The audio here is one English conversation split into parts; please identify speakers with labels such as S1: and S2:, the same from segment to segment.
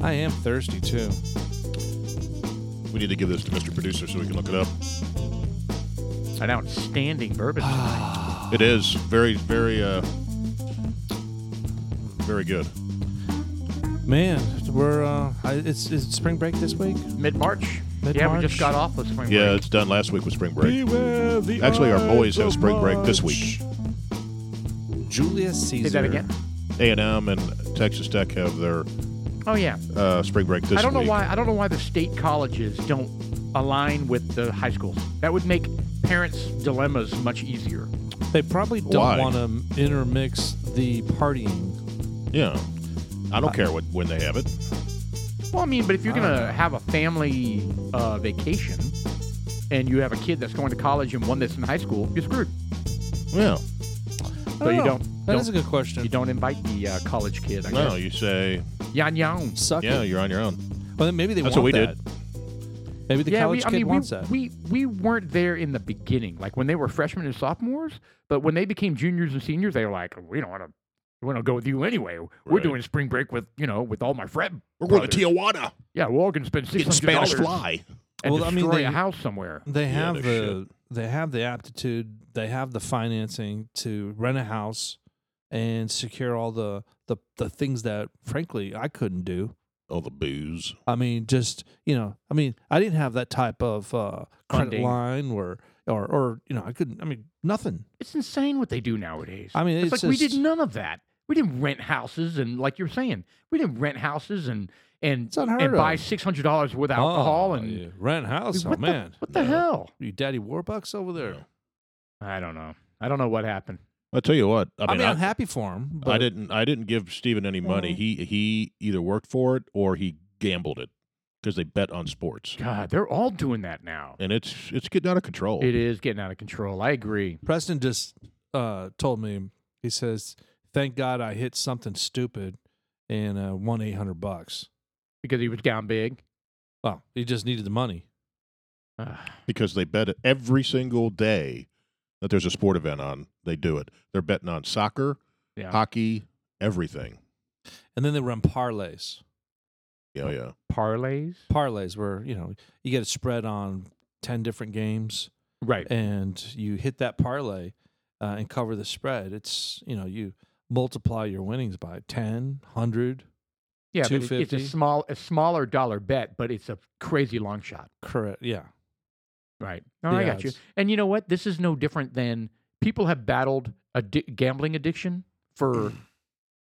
S1: I am thirsty too.
S2: We need to give this to Mr. Producer so we can look it up.
S3: An outstanding bourbon.
S2: It is very, very, uh, very good.
S1: Man, we're uh, I, it's, it's spring break this week.
S3: Mid March. Yeah, we
S1: Mid-March.
S3: just got off of spring
S2: Yeah,
S3: break.
S2: it's done. Last week was spring break. Actually, our boys have spring break this week.
S1: Julius Caesar.
S3: Say that again.
S2: A and M and Texas Tech have their
S3: Oh yeah.
S2: uh, spring break this week.
S3: I don't know why. I don't know why the state colleges don't align with the high schools. That would make parents' dilemmas much easier.
S1: They probably
S2: Why?
S1: don't want to intermix the partying.
S2: Yeah, I don't care what when they have it.
S3: Well, I mean, but if you're gonna have a family uh, vacation and you have a kid that's going to college and one that's in high school, you're screwed.
S2: Yeah,
S3: So Oh, you don't.
S1: That
S3: don't
S1: is a good question.
S3: you don't invite the uh, college kid. I
S2: no,
S3: guess.
S2: you say
S3: Yan yan.
S1: suck
S2: yeah,
S1: it.
S2: you're on your own.
S1: Well, then maybe they
S2: That's
S1: want
S2: what we
S1: that. Maybe the college
S3: I
S1: kid
S3: mean,
S1: wants
S3: we,
S1: that.
S3: we we weren't there in the beginning, like when they were freshmen and sophomores. But when they became juniors and seniors, they were like, "We don't want to, we want to go with you anyway. We're
S2: Right.
S3: doing spring break with you know with all my friend.
S2: We're going
S3: brothers.
S2: to Tijuana.
S3: Yeah, we're all gonna spend six
S2: Get
S3: hundred
S2: Spanish
S3: dollars
S2: fly.
S3: and
S1: Well, I mean,
S3: destroy
S1: they-
S3: a house somewhere.
S1: they
S2: Yeah,
S1: have
S2: no
S1: the they have the aptitude they have the financing to rent a house and secure all the the, the things that frankly i couldn't do
S2: Oh, the booze.
S1: i mean just you know i mean i didn't have that type of uh, credit
S3: Funding.
S1: line or or or you know i couldn't i mean nothing
S3: It's insane what they do nowadays.
S1: I mean,
S3: it's,
S1: it's
S3: like we
S1: just-
S3: did none of that. We didn't rent houses, and like you're saying, we didn't rent houses and and
S1: It's unheard
S3: and buy
S1: of.
S3: six hundred dollars worth of alcohol
S1: Oh,
S3: and
S1: yeah. rent house oh
S3: what the-
S1: man
S3: what the
S2: No.
S3: hell?
S1: you daddy warbucks over there
S2: No.
S3: I don't know. I don't know what happened.
S2: I tell you what. I
S1: i
S2: mean,
S1: mean
S2: I,
S1: i'm happy for him but
S2: I didn't. I didn't give Steven any money.
S1: Well.
S3: Mm-hmm.
S2: He he either worked for it or he gambled it because they bet on sports,
S3: God, they're all doing that now.
S2: and it's it's getting out of control.
S3: It is getting out of control. I agree.
S1: Preston just uh, told me. He says, "Thank God I hit something stupid and uh, won eight hundred bucks."
S3: Because he was down big.
S1: Well, he just needed the money.
S3: Ah,
S2: because they bet it every single day that there's a sport event on. They do it. They're betting on soccer,
S3: yeah.
S2: hockey, everything.
S1: And then they run parlays.
S2: Yeah, yeah.
S3: Parlays.
S1: Parlays where you know you get a spread on ten different games,
S3: Right.
S1: and you hit that parlay uh, and cover the spread. It's you know you multiply your winnings by 10, 100.
S3: Yeah, but it- it's a
S1: 250.
S3: small a smaller dollar bet, but it's a crazy long shot.
S1: Correct? Yeah.
S3: Right. No,
S1: The
S3: I got you.
S1: odds.
S3: And you know what? This is no different than people have battled addi- gambling addiction for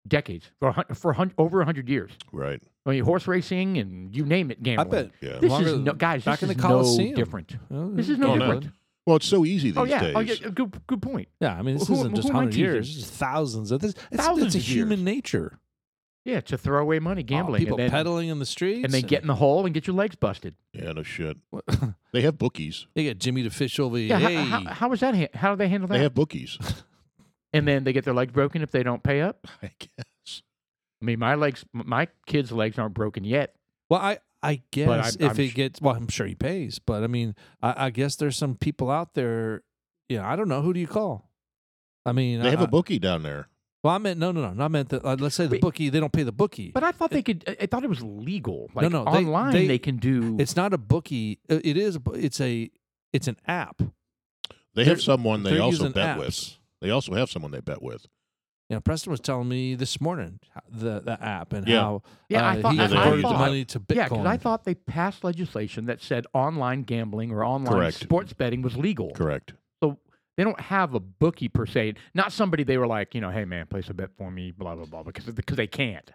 S3: decades, for, a hun- for a hun- over 100 years.
S2: Right.
S3: I mean, horse racing and you name it, gambling.
S1: I bet.
S2: Yeah.
S3: This
S1: Longer
S3: is
S1: than-
S3: no, guys,
S1: back
S3: this
S1: in the
S3: is
S1: Coliseum. Hmm.
S3: no different.
S1: Well,
S3: This is no
S2: Oh, no.
S3: different.
S2: Well, it's so easy these
S3: Oh, yeah.
S2: days.
S3: Oh, yeah. Good, good point.
S1: Yeah, I mean, this
S3: Who-
S1: isn't just
S3: who am I
S1: hundred years;
S3: teasing?
S1: it's thousands of this. It's,
S3: Thousands
S1: it's a
S3: of years.
S1: human nature.
S3: Yeah, to throw away money
S1: Oh,
S3: gambling.
S1: people
S3: and then,
S1: peddling in the streets,
S3: and they get in the hole and get your legs busted.
S2: Yeah, no shit.
S1: get
S2: They have bookies.
S1: they get Jimmy the Fish over here.
S3: Yeah,
S1: hey,
S3: how, how, how is that? ha- How do they handle that?
S2: They have bookies.
S3: and then they get their legs broken if they don't pay up.
S2: I guess.
S3: I mean, my legs, m- my kids' legs aren't broken yet.
S1: well, I I guess
S3: I'm-
S1: if
S3: I'm
S1: it
S3: sh-
S1: gets well, I'm sure he pays, but I mean, I, I guess there's some people out there. You know, I don't know who do you call. I mean,
S2: They
S1: I,
S2: have a
S1: I-
S2: bookie down there.
S1: Well, I meant no, no, no. no, I meant the, uh, let's say the
S3: Wait.
S1: bookie. They don't pay the bookie.
S3: But I thought they could. I- I thought it was legal. Like
S1: no, they-
S3: online
S1: they-
S3: they, can do.
S1: it's not a bookie. Uh, It is. a bu- It's a. It's an app.
S2: They
S1: They're-
S2: have someone they
S1: they're
S2: also
S1: using
S2: bet
S1: apps.
S2: with. They also have someone they bet with.
S1: You know, Preston was telling me this morning h- the the app and
S2: Yeah.
S1: how
S3: Yeah, I
S1: uh,
S3: thought-
S1: he
S2: I- I
S1: converted the
S2: thought-
S1: money to Bitcoin.
S3: yeah, because I thought they passed legislation that said online gambling or online
S2: Correct.
S3: sports betting was legal.
S2: Correct.
S3: So they don't have a bookie per se. Not somebody they were like, you know, hey man, place a bet for me, blah blah blah, because because they can't.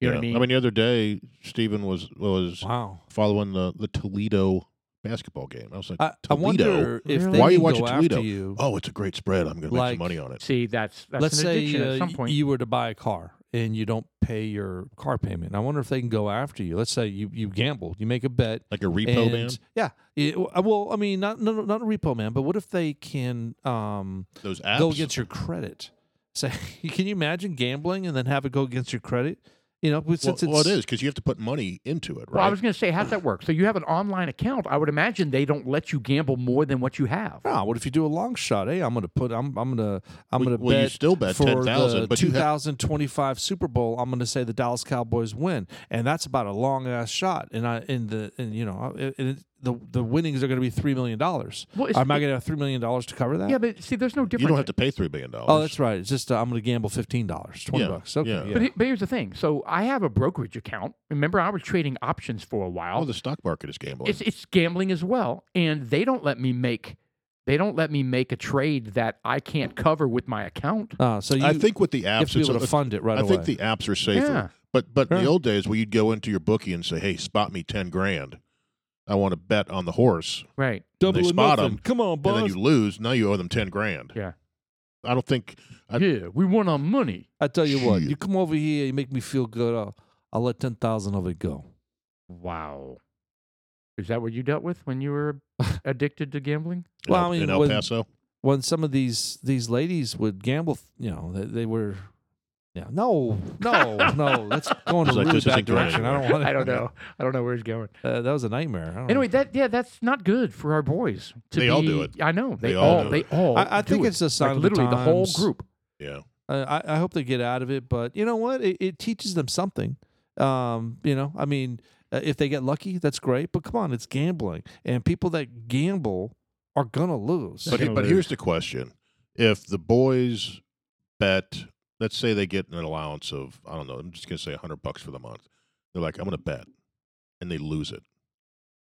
S3: You know what I mean?
S2: I mean, the other day, Steven was was
S1: wow.
S2: following the, the Toledo basketball game. I was like,
S1: I, I
S2: Toledo.
S1: wonder if
S3: Really?
S1: they
S2: Why are you
S1: can
S2: watching
S1: go
S2: Toledo?
S1: after you.
S2: oh, it's a great spread. I'm going to make
S1: Like-
S2: some money on it.
S3: See, that's that's
S1: Let's
S3: an
S1: say
S3: addiction
S1: uh,
S3: at some
S1: y-
S3: point.
S1: you were to buy a car and you don't pay your car payment. I wonder if they can go after you. Let's say you you gambled, you make a bet.
S2: Like a repo
S1: and-
S2: man.
S1: Yeah. It- uh, well, I mean, not no, no, not a repo man, but what if they can um,
S2: Those apps.
S1: go against your credit? Say, can you imagine gambling and then have it go against your credit? You know, but
S2: Well,
S1: since
S2: well,
S1: it's
S2: it is because you have to put money into it,
S3: Well, I
S2: right?
S3: was going to say, how's that work? So you have an online account. I would imagine they don't let you gamble more than what you have.
S1: Ah, what if you do a long shot? Hey, I'm gonna put I'm I'm gonna I'm
S2: Well,
S1: gonna
S2: well, you
S1: bet
S2: still bet
S1: for
S2: 10,000,
S1: the
S2: but you have-
S1: 2025 Super Bowl. I'm gonna say the Dallas Cowboys win, and that's about a long ass shot. And I and the and you know I- and it, the the winnings are gonna be three million dollars.
S3: Well, it's-
S1: Am I gonna have three million dollars to cover that?
S3: Yeah, but see, there's no difference.
S2: you don't have to pay three billion dollars.
S1: Oh, that's right. It's just uh, I'm gonna gamble fifteen dollars, twenty
S2: Yeah,
S1: bucks. Okay.
S2: yeah.
S1: Yeah.
S3: But, he- but here's the thing. So I have a brokerage account. Remember, I was trading options for a while.
S2: Well, the stock market Oh, is gambling.
S3: it's it's gambling as well, and they don't let me make they don't let me make a trade that I can't cover with my account.
S1: Ah, so you,
S2: I think with the
S1: you have
S2: apps,
S1: to be
S2: it's
S1: able
S2: a,
S1: to fund it right
S2: I
S1: away.
S2: think the apps are safer.
S3: Yeah.
S2: But but in
S1: Yeah.
S2: the old days, where you'd go into your bookie and say, "Hey, spot me ten grand. I want to bet on the horse."
S3: Right.
S2: Double they or spot nothing. 'em,
S1: Come on,
S2: And then you lose. Now you owe them ten grand.
S3: Yeah.
S2: I don't think. I-
S3: yeah, we won on money.
S1: I tell you what,
S2: Shit.
S1: you come over here, you make me feel good. I'll, I'll let ten thousand of it go.
S3: Wow. Is that what you dealt with when you were addicted to gambling?
S2: in
S1: Well, I
S2: El-
S1: mean,
S2: uh, in El
S1: when-
S2: Paso,
S1: when some of these these ladies would gamble, you know, they, they were, yeah, no, no, no, that's going in
S2: It's
S1: a really
S2: like, this isn't
S1: bad
S2: going
S1: direction. I don't want.
S3: I don't know. I don't know where it's going.
S1: Uh, that was a nightmare. I don't
S3: Anyway, that yeah, that's not good for our boys. To
S2: They
S3: be,
S2: all do it.
S3: I know. They,
S2: They all
S3: all,
S2: do
S3: they all.
S1: know. I, I
S3: do
S1: think
S3: it.
S1: it's a sign
S3: like
S1: of
S3: literally
S1: the,
S3: the whole
S1: times.
S3: group.
S2: yeah.
S1: Uh, I, I hope they get out of it, but you know what? It, it teaches them something. Um, you know, I mean, uh, if they get lucky, that's great. But come on, it's gambling, and people that gamble are gonna lose.
S2: But, he- but here's the question: If the boys bet, let's say they get an allowance of, I don't know, I'm just gonna say hundred bucks for the month. They're like, I'm gonna bet, and they lose it.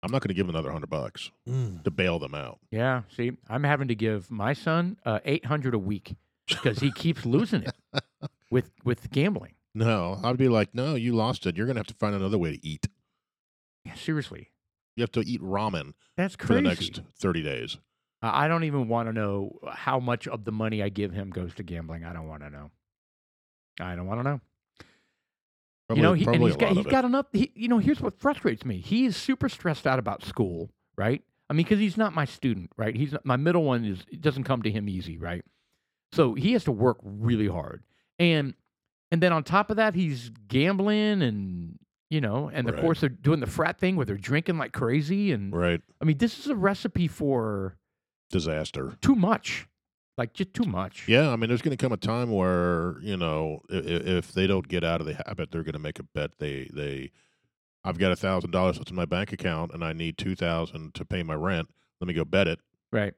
S2: I'm not gonna give them another hundred bucks
S1: Mm.
S2: to bail them out.
S3: Yeah, see, I'm having to give my son uh, 800 a week because he keeps losing it with with gambling.
S2: No, I'd be like, no, you lost it. You're gonna have to find another way to eat.
S3: Yeah, seriously,
S2: You have to eat ramen
S3: that's
S2: for the
S3: crazy.
S2: next thirty days.
S3: I I don't even want to know how much of the money I give him goes to gambling. I don't want to know. I don't want to know.
S2: Probably,
S3: you know, he, and
S2: probably
S3: he's
S2: a
S3: got,
S2: lot
S3: he's
S2: of it.
S3: got enough. He, you know, here's what frustrates me. He is super stressed out about school, right? I mean, because he's not my student, right? He's not, my middle one is it doesn't come to him easy, right? So he has to work really hard, and and then on top of that, he's gambling and you know, and of
S2: Right.
S3: course they're doing the frat thing where they're drinking like crazy, and
S2: right
S3: I mean, this is a recipe for
S2: disaster.
S3: too much, like just too much.
S2: Yeah, I mean, there's going to come a time where you know if, if they don't get out of the habit, they're going to make a bet. They they, I've got a thousand dollars that's in my bank account, and I need two thousand to pay my rent. Let me go bet it.
S3: Right.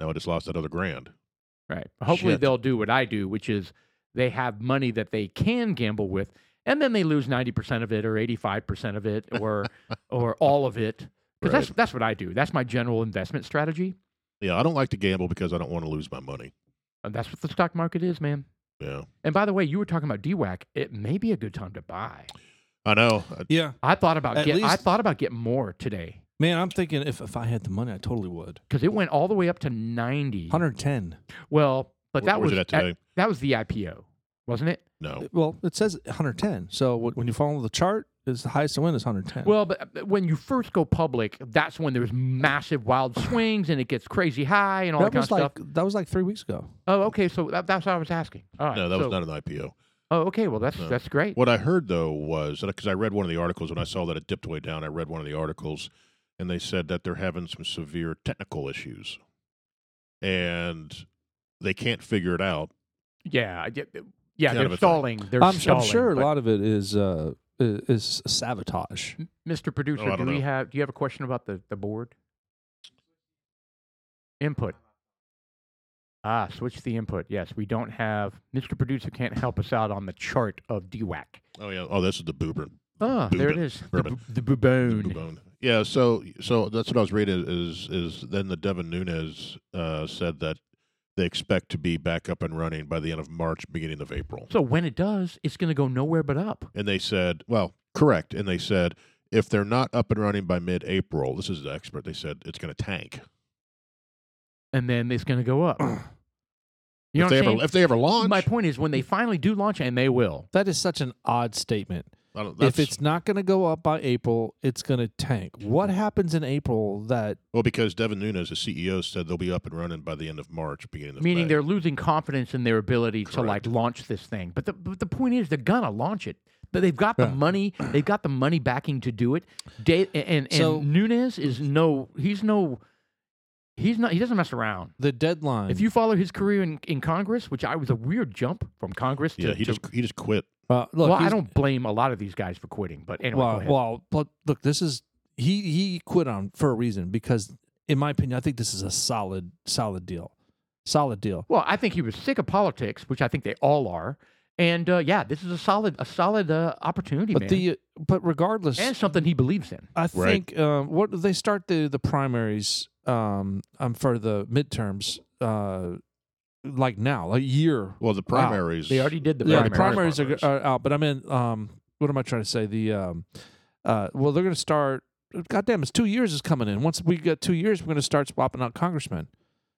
S2: Now I just lost that other grand.
S3: Right. Hopefully
S2: Shit.
S3: they'll do what I do, which is they have money that they can gamble with, and then they lose ninety percent of it, or eighty-five percent of it, or or all of it. Because that's that's what I do. That's my general investment strategy.
S2: Yeah, I don't like to gamble because I don't want to lose my money.
S3: And Uh, that's what the stock market is, man.
S2: Yeah,
S3: And by the way, you were talking about DWAC. It may be a good time to buy.
S2: I know. I-
S1: Yeah,
S3: I thought about
S1: At
S3: get, I
S1: least-
S3: thought about getting more today
S1: man, I'm thinking if if I had the money, I totally would.
S3: because it went all the way up to ninety.
S1: 110.
S3: Well, but
S2: where-
S3: that
S2: where's
S3: was
S2: it at today?
S3: that was the IPO, wasn't it?
S2: no,
S1: Well, it says 110. So wh- when you follow the chart, it's the highest to win is 110.
S3: Well, but but when you first go public, that's when there's massive wild swings and it gets crazy high and all
S1: that
S3: that, kind of
S1: was like
S3: stuff.
S1: that was like three weeks ago.
S3: Oh, okay. So that, that's what I was asking. All right.
S2: no, that was
S3: so-
S2: not an IPO.
S3: Oh, okay. Well, that's
S2: No.
S3: that's great.
S2: What I heard though was because I read one of the articles when I saw that it dipped way down. I read one of the articles, and they said that they're having some severe technical issues, and they can't figure it out.
S3: yeah. I get- Yeah.
S2: Kind of a
S3: They're
S2: thing.
S3: stalling. They're
S1: I'm, I'm
S3: stalling.
S1: sure a
S3: but-
S1: lot of it is uh, i- is sabotage.
S3: M- Mr. Producer,
S2: Oh, I
S3: do
S2: don't
S3: we
S2: know.
S3: have do you have a question about the, the board? Input. Ah, switch the input. Yes, we don't have Mr. Producer can't help us out on the chart of DWAC.
S2: Oh yeah. Oh, this is the boober.
S3: Ah, there it
S2: Boobin.
S3: is. The,
S2: Bourbon.
S3: bu- the
S2: the
S3: bubone.
S2: boobone. Yeah. So so that's what I was reading is is then the Devin Nunes uh, said that they expect to be back up and running by the end of March, beginning of April.
S3: So when it does, it's going to go nowhere but up.
S2: and they said, well, correct. And they said, if they're not up and running by mid April, this is the expert, they said it's going to tank.
S3: and then it's going to go up. You know
S2: if,
S3: what
S2: they
S3: I'm
S2: ever,
S3: saying?
S2: if they ever launch,
S3: My point is when they finally do launch, and they will.
S1: That is such an odd statement.
S2: I don't- that's-
S1: if it's not going to go up by April, it's going to tank. What happens in April that
S2: well, because Devin Nunes, the CEO, said they'll be up and running by the end of March, beginning of
S3: Meaning
S2: May.
S3: they're losing confidence in their ability to like
S2: Correct.
S3: launch this thing. But the but the point is they're gonna launch it. But they've got the
S1: Yeah.
S3: money. They've got the money backing to do it. Day, and and,
S1: So-
S3: Nunes is no. He's no. He's not. He doesn't mess around.
S1: The deadline.
S3: If you follow his career in, in Congress, which I was a weird jump from Congress to,
S2: Yeah, he
S3: to-
S2: just he just quit.
S1: uh, look,
S3: well, I
S1: he's-
S3: don't blame a lot of these guys for quitting, but anyway, go
S1: Well,
S3: ahead.
S1: well, but look, this is he he quit on for a reason because, in my opinion, I think this is a solid solid deal, solid deal.
S3: Well, I think he was sick of politics, which I think they all are, and uh, yeah, this is a solid a solid uh, opportunity,
S1: But
S3: man,
S1: the uh, but regardless,
S3: and something he believes in.
S1: I
S2: Right.
S1: think um, what they start the the primaries um, um for the midterms uh like now like year
S2: Well, the primaries.
S3: They already did the
S1: yeah,
S3: primaries.
S1: the primaries are,
S2: Primaries.
S1: are out. But I mean, um, what am I trying to say? The um, uh, well, they're going to start. God damn, it's two years is coming in. Once we get two years, we're going to start swapping out congressmen.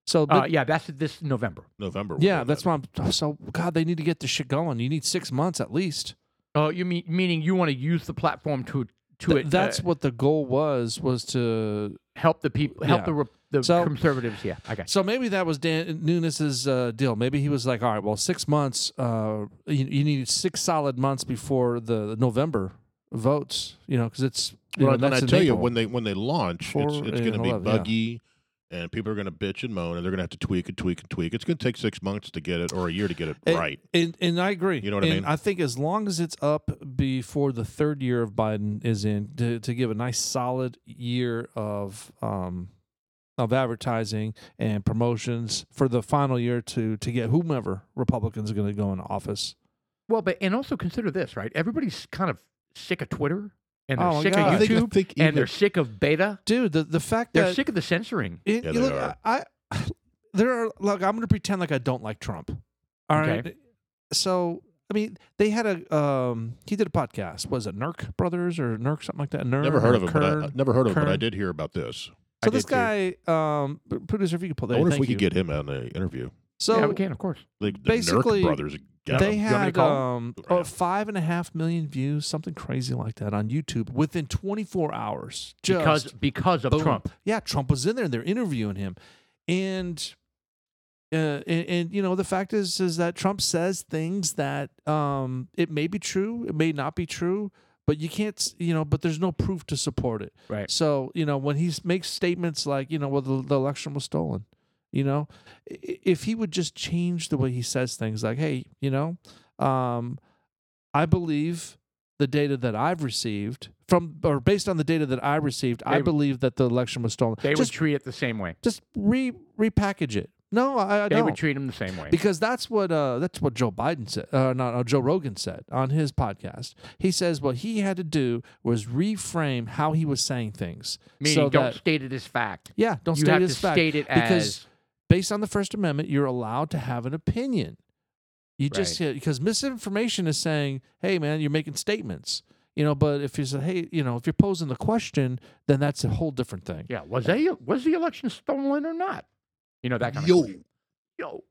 S1: So the-
S3: Uh, yeah, that's this November.
S2: November. we'll
S1: yeah,
S2: do
S1: that's
S2: that.
S1: why. I'm so God, they need to get this shit going. You need six months at least.
S3: Oh, you mean meaning you want to use the platform to to
S1: Th-
S3: it,
S1: that's
S3: uh,
S1: what the goal was was to.
S3: help the people, help
S1: yeah.
S3: the re- the
S1: So-
S3: conservatives. Yeah, okay.
S1: So maybe that was Dan Nunes's uh, deal. Maybe he was like, all right, well, six months. Uh, you, you need six solid months before the November votes. You know, because it's. You
S2: Well,
S1: know,
S2: and then I
S1: that's in
S2: tell you
S1: April.
S2: when they when they launch, it's
S1: Four
S2: it's
S1: and
S2: going to be
S1: 11, yeah.
S2: buggy, and people are going to bitch and moan, and they're going to have to tweak and tweak and tweak. It's going to take six months to get it, or a year to get it
S1: It-
S2: right.
S1: And and I agree.
S2: You know what I
S1: And
S2: mean?
S1: I think as long as it's up before the third year of Biden is in, to, to give a nice solid year of um of advertising and promotions for the final year to to get whomever Republicans are going to go in office.
S3: Well, but and also consider this, right? Everybody's kind of sick of Twitter, and they're
S1: Oh, my
S3: sick
S1: God.
S2: I
S3: of
S2: think, I
S3: uh, YouTube,
S2: think
S3: and
S2: even-
S3: they're sick of beta.
S1: Dude, the the fact
S3: They're
S1: that
S3: sick of the censoring.
S1: it-
S2: Yeah,
S1: you
S2: they
S1: look,
S2: are.
S1: I I- there are look. I'm going to pretend like I don't like Trump. All right.
S3: Okay.
S1: So. I mean, they had a um, he did a podcast. Was it Nerk Brothers or Nerk something like that? Nerk
S2: never heard of him, but
S1: Kern?
S2: I, never heard of him, but I
S1: Kern.
S2: did hear about this.
S1: So
S3: I
S1: this
S3: did too.
S1: guy, um, p- producer, if you could pull that,
S2: I wonder if
S1: thank
S2: we
S1: you.
S2: could get him on an interview.
S1: So
S3: yeah, we can, of course.
S2: The, the Nurk
S1: Basically,
S2: brothers got
S1: they
S2: him.
S3: You want me to
S1: had
S3: call him?
S1: um,
S2: Right now.
S1: oh, five and a half million views, something crazy like that, on YouTube within 24 hours. Just
S3: Because because of
S1: boom.
S3: Trump.
S1: yeah, Trump was in there. They're interviewing him, and. Uh, and, and you know the fact is is that Trump says things that um it may be true it may not be true but you can't s- you know but there's no proof to support it
S3: Right.
S1: So you know when he s- makes statements like you know well the, the election was stolen, you know, I- i- if he would just change the way he says things like hey you know, um, I believe the data that I've received from or based on the data that I received, I
S3: They-
S1: believe that the election was stolen.
S3: They
S1: just
S3: would treat it the same way.
S1: just re repackage it. No, I, I
S3: They
S1: don't
S3: would treat him the same way.
S1: because that's what uh, that's what Joe Biden said, uh, not uh, Joe Rogan said on his podcast. He says what he had to do was reframe how he was saying things.
S3: Meaning,
S1: so
S3: don't
S1: that-
S3: state it as fact.
S1: yeah, don't
S3: you
S1: state
S3: have
S1: it
S3: to
S1: as fact.
S3: state it
S1: because
S3: as
S1: based on the First Amendment, you're allowed to have an opinion. You just because misinformation is saying, "Hey, man, you're making statements," you know. But if you say, "Hey, you know," if you're posing the question, then that's a whole different thing.
S3: yeah. Was they was the election stolen or not? You know that kind
S2: Yo.
S3: of question. yo.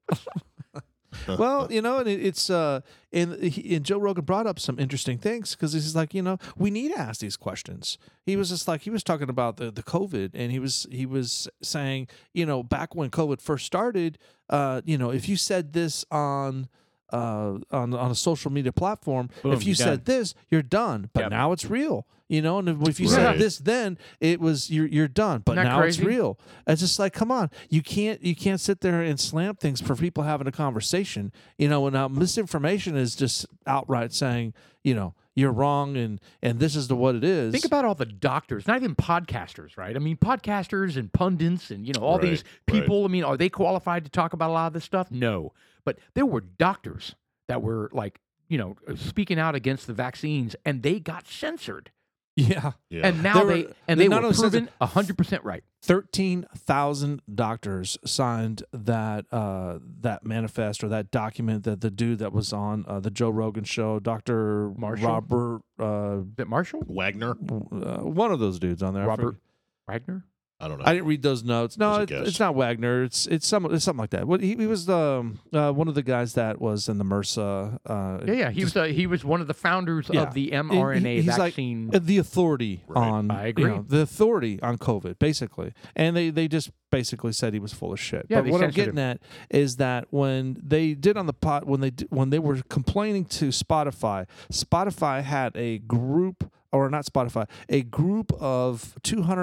S1: well, you know, and it, it's uh, and he, and Joe Rogan brought up some interesting things because he's like, you know, we need to ask these questions. He was just like he was talking about the the COVID, and he was he was saying, you know, back when COVID first started, uh, you know, if you said this on. Uh, on on a social media platform,
S3: Boom,
S1: if you
S3: you're
S1: said this, you're done. But
S3: Yep.
S1: now it's real, you know. And if, if you
S2: Right.
S1: said this, then it was you're you're done. But
S3: Isn't that
S1: now it's
S3: crazy?
S1: real. It's just like, come on, you can't you can't sit there and slam things for people having a conversation. You know, and uh, misinformation is just outright saying, you know, you're wrong and and this is the what it is.
S3: Think about all the doctors, not even podcasters, right? I mean, podcasters and pundits and, you know, all
S2: Right,
S3: these
S2: right.
S3: people. I mean, are they qualified to talk about a lot of this stuff? No. But there were doctors that were like, you know, uh, speaking out against the vaccines and they got censored.
S1: yeah,
S2: yeah.
S3: And now
S1: They were-
S3: they, and
S1: they
S3: they
S1: not
S3: were
S1: only censored-
S3: proven a 100% right.
S1: thirteen thousand doctors signed that uh that manifest or that document that the dude that was on uh, the Joe Rogan show, Doctor
S3: Marshall?
S1: Robert, uh,
S3: Is it Marshall?
S2: Wagner.
S1: w- uh, one of those dudes on there, I
S3: Robert
S1: forget-
S3: Wagner?
S2: I don't know.
S1: I didn't read those notes. No,
S2: Who's
S1: it,
S2: it
S1: it's
S2: guest?
S1: not Wagner. It's it's some it's something like that. What he, he was the um, uh, one of the guys that was in the MRSA. Uh,
S3: Yeah, yeah. He was uh, he was one of the founders
S1: Yeah.
S3: of the mRNA
S1: he's like-
S3: vaccine.
S1: uh, the authority
S2: Right.
S1: on
S3: I
S1: you
S3: agree.
S1: know, the authority on COVID, basically. And they they just basically said he was full of shit.
S3: Yeah,
S1: but
S3: they
S1: what I'm
S3: censored
S1: getting at is that when they did on the pot when they d- when they were complaining to Spotify, Spotify had a group or not Spotify, a group of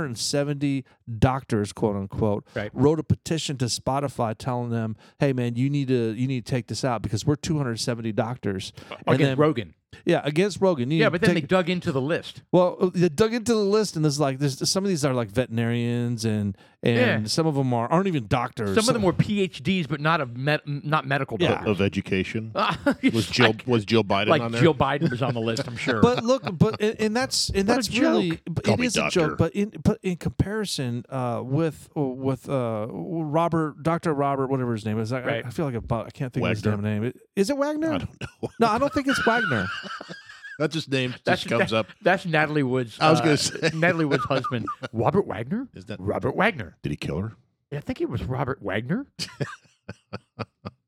S1: 270 doctors, quote unquote,
S3: Right.
S1: wrote a petition to Spotify telling them, "Hey, man, you need to you need to take this out because we're 270 doctors." And
S3: against
S1: then-
S3: Rogan.
S1: yeah, against Rogan. You
S3: Yeah,
S1: need
S3: but
S1: to
S3: then
S1: take-
S3: they dug into the list.
S1: well, uh, they dug into the list, and there's like there's some of these are like veterinarians, and and
S3: Yeah.
S1: some of them are aren't even doctors.
S3: Some of them were PhDs, but not of med- not medical.
S1: Yeah.
S3: doctors.
S2: of education
S3: It's
S2: was Jill
S3: like,
S2: was Jill Biden
S3: Uh, like
S2: on there?
S3: Joe Biden was on the list. I'm sure.
S1: But look, but and, and that's and
S3: What a
S1: that's
S3: joke.
S1: really but
S2: Call
S1: it
S2: me
S1: is
S2: doctor.
S1: a joke. But in but in comparison, uh, with with uh Robert Doctor Robert whatever his name is, I, I-
S3: Right.
S1: I feel like a bu- I can't think of his
S2: Wagner.
S1: damn name. Is it Wagner?
S2: I don't know.
S1: no, I don't think it's Wagner.
S2: That's his name.
S3: that's
S2: Just comes
S3: that-
S2: up.
S3: That's Natalie Wood's.
S2: I was
S3: uh,
S2: gonna say.
S3: Natalie Wood's husband, Robert Wagner.
S2: Is that
S3: Robert Wagner.
S2: Did he kill her?
S3: I think it was Robert Wagner.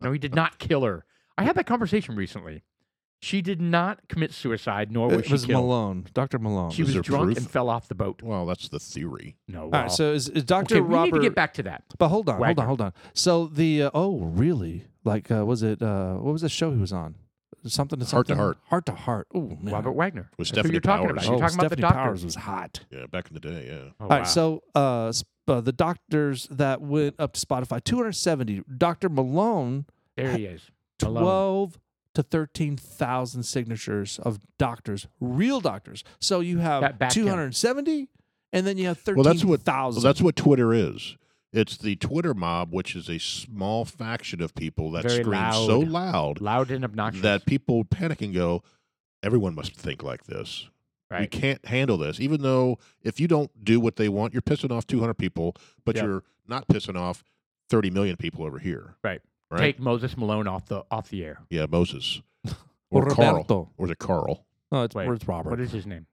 S3: no, he did not kill her. I had that conversation recently. She did not commit suicide, nor was
S1: it
S3: she
S1: was
S3: killed.
S1: Malone, Doctor Malone.
S3: She
S2: Is
S3: was
S2: there
S3: drunk
S2: proof?
S3: and fell off the boat.
S2: Well, that's the theory.
S3: No,
S1: All
S3: wow.
S1: right, so is, is Doctor
S3: okay, we
S1: Robert?
S3: need to get back to that.
S1: But hold on,
S3: Wagner.
S1: hold on, hold on. So the uh, oh really? Like uh, was it uh, what was the show he was on? Something to
S2: Heart to
S1: something?
S2: Heart.
S1: Heart to heart. Oh man.
S3: Robert Wagner.
S2: With
S3: That's who
S2: Stephanie
S3: you're talking
S2: Powers.
S3: about.
S1: Oh,
S3: You're talking
S1: Stephanie
S3: about the
S1: Powers
S3: doctors.
S1: was hot.
S2: Yeah, back in the day. Yeah.
S3: Oh,
S1: All
S3: wow.
S1: right, so uh, sp- uh, the doctors that went up to Spotify, 270. Dr. Malone,
S3: there he is. Malone.
S1: 12 to 13,000 signatures of doctors, real doctors. So you have
S3: That back count.
S1: 270, and then you have
S2: Well, that's what-
S1: 13,000.
S2: Well, that's what Twitter is. It's the Twitter mob, which is a small faction of people that
S3: Very
S2: scream so
S3: loud.
S2: loud
S3: Loud and obnoxious.
S2: that people panic and go, everyone must think like this. We
S3: right.
S2: can't handle this. Even though if you don't do what they want, you're pissing off 200 people, but
S3: Yeah.
S2: you're not pissing off 30 million people over here.
S3: Right.
S2: Right.
S3: Take Moses Malone off the off the air.
S2: yeah, Moses.
S1: Or
S2: Or Carl.
S1: Roberto.
S2: Or is it Carl?
S1: No, it's,
S3: Wait,
S1: or it's Robert. Oh,
S3: What is his name?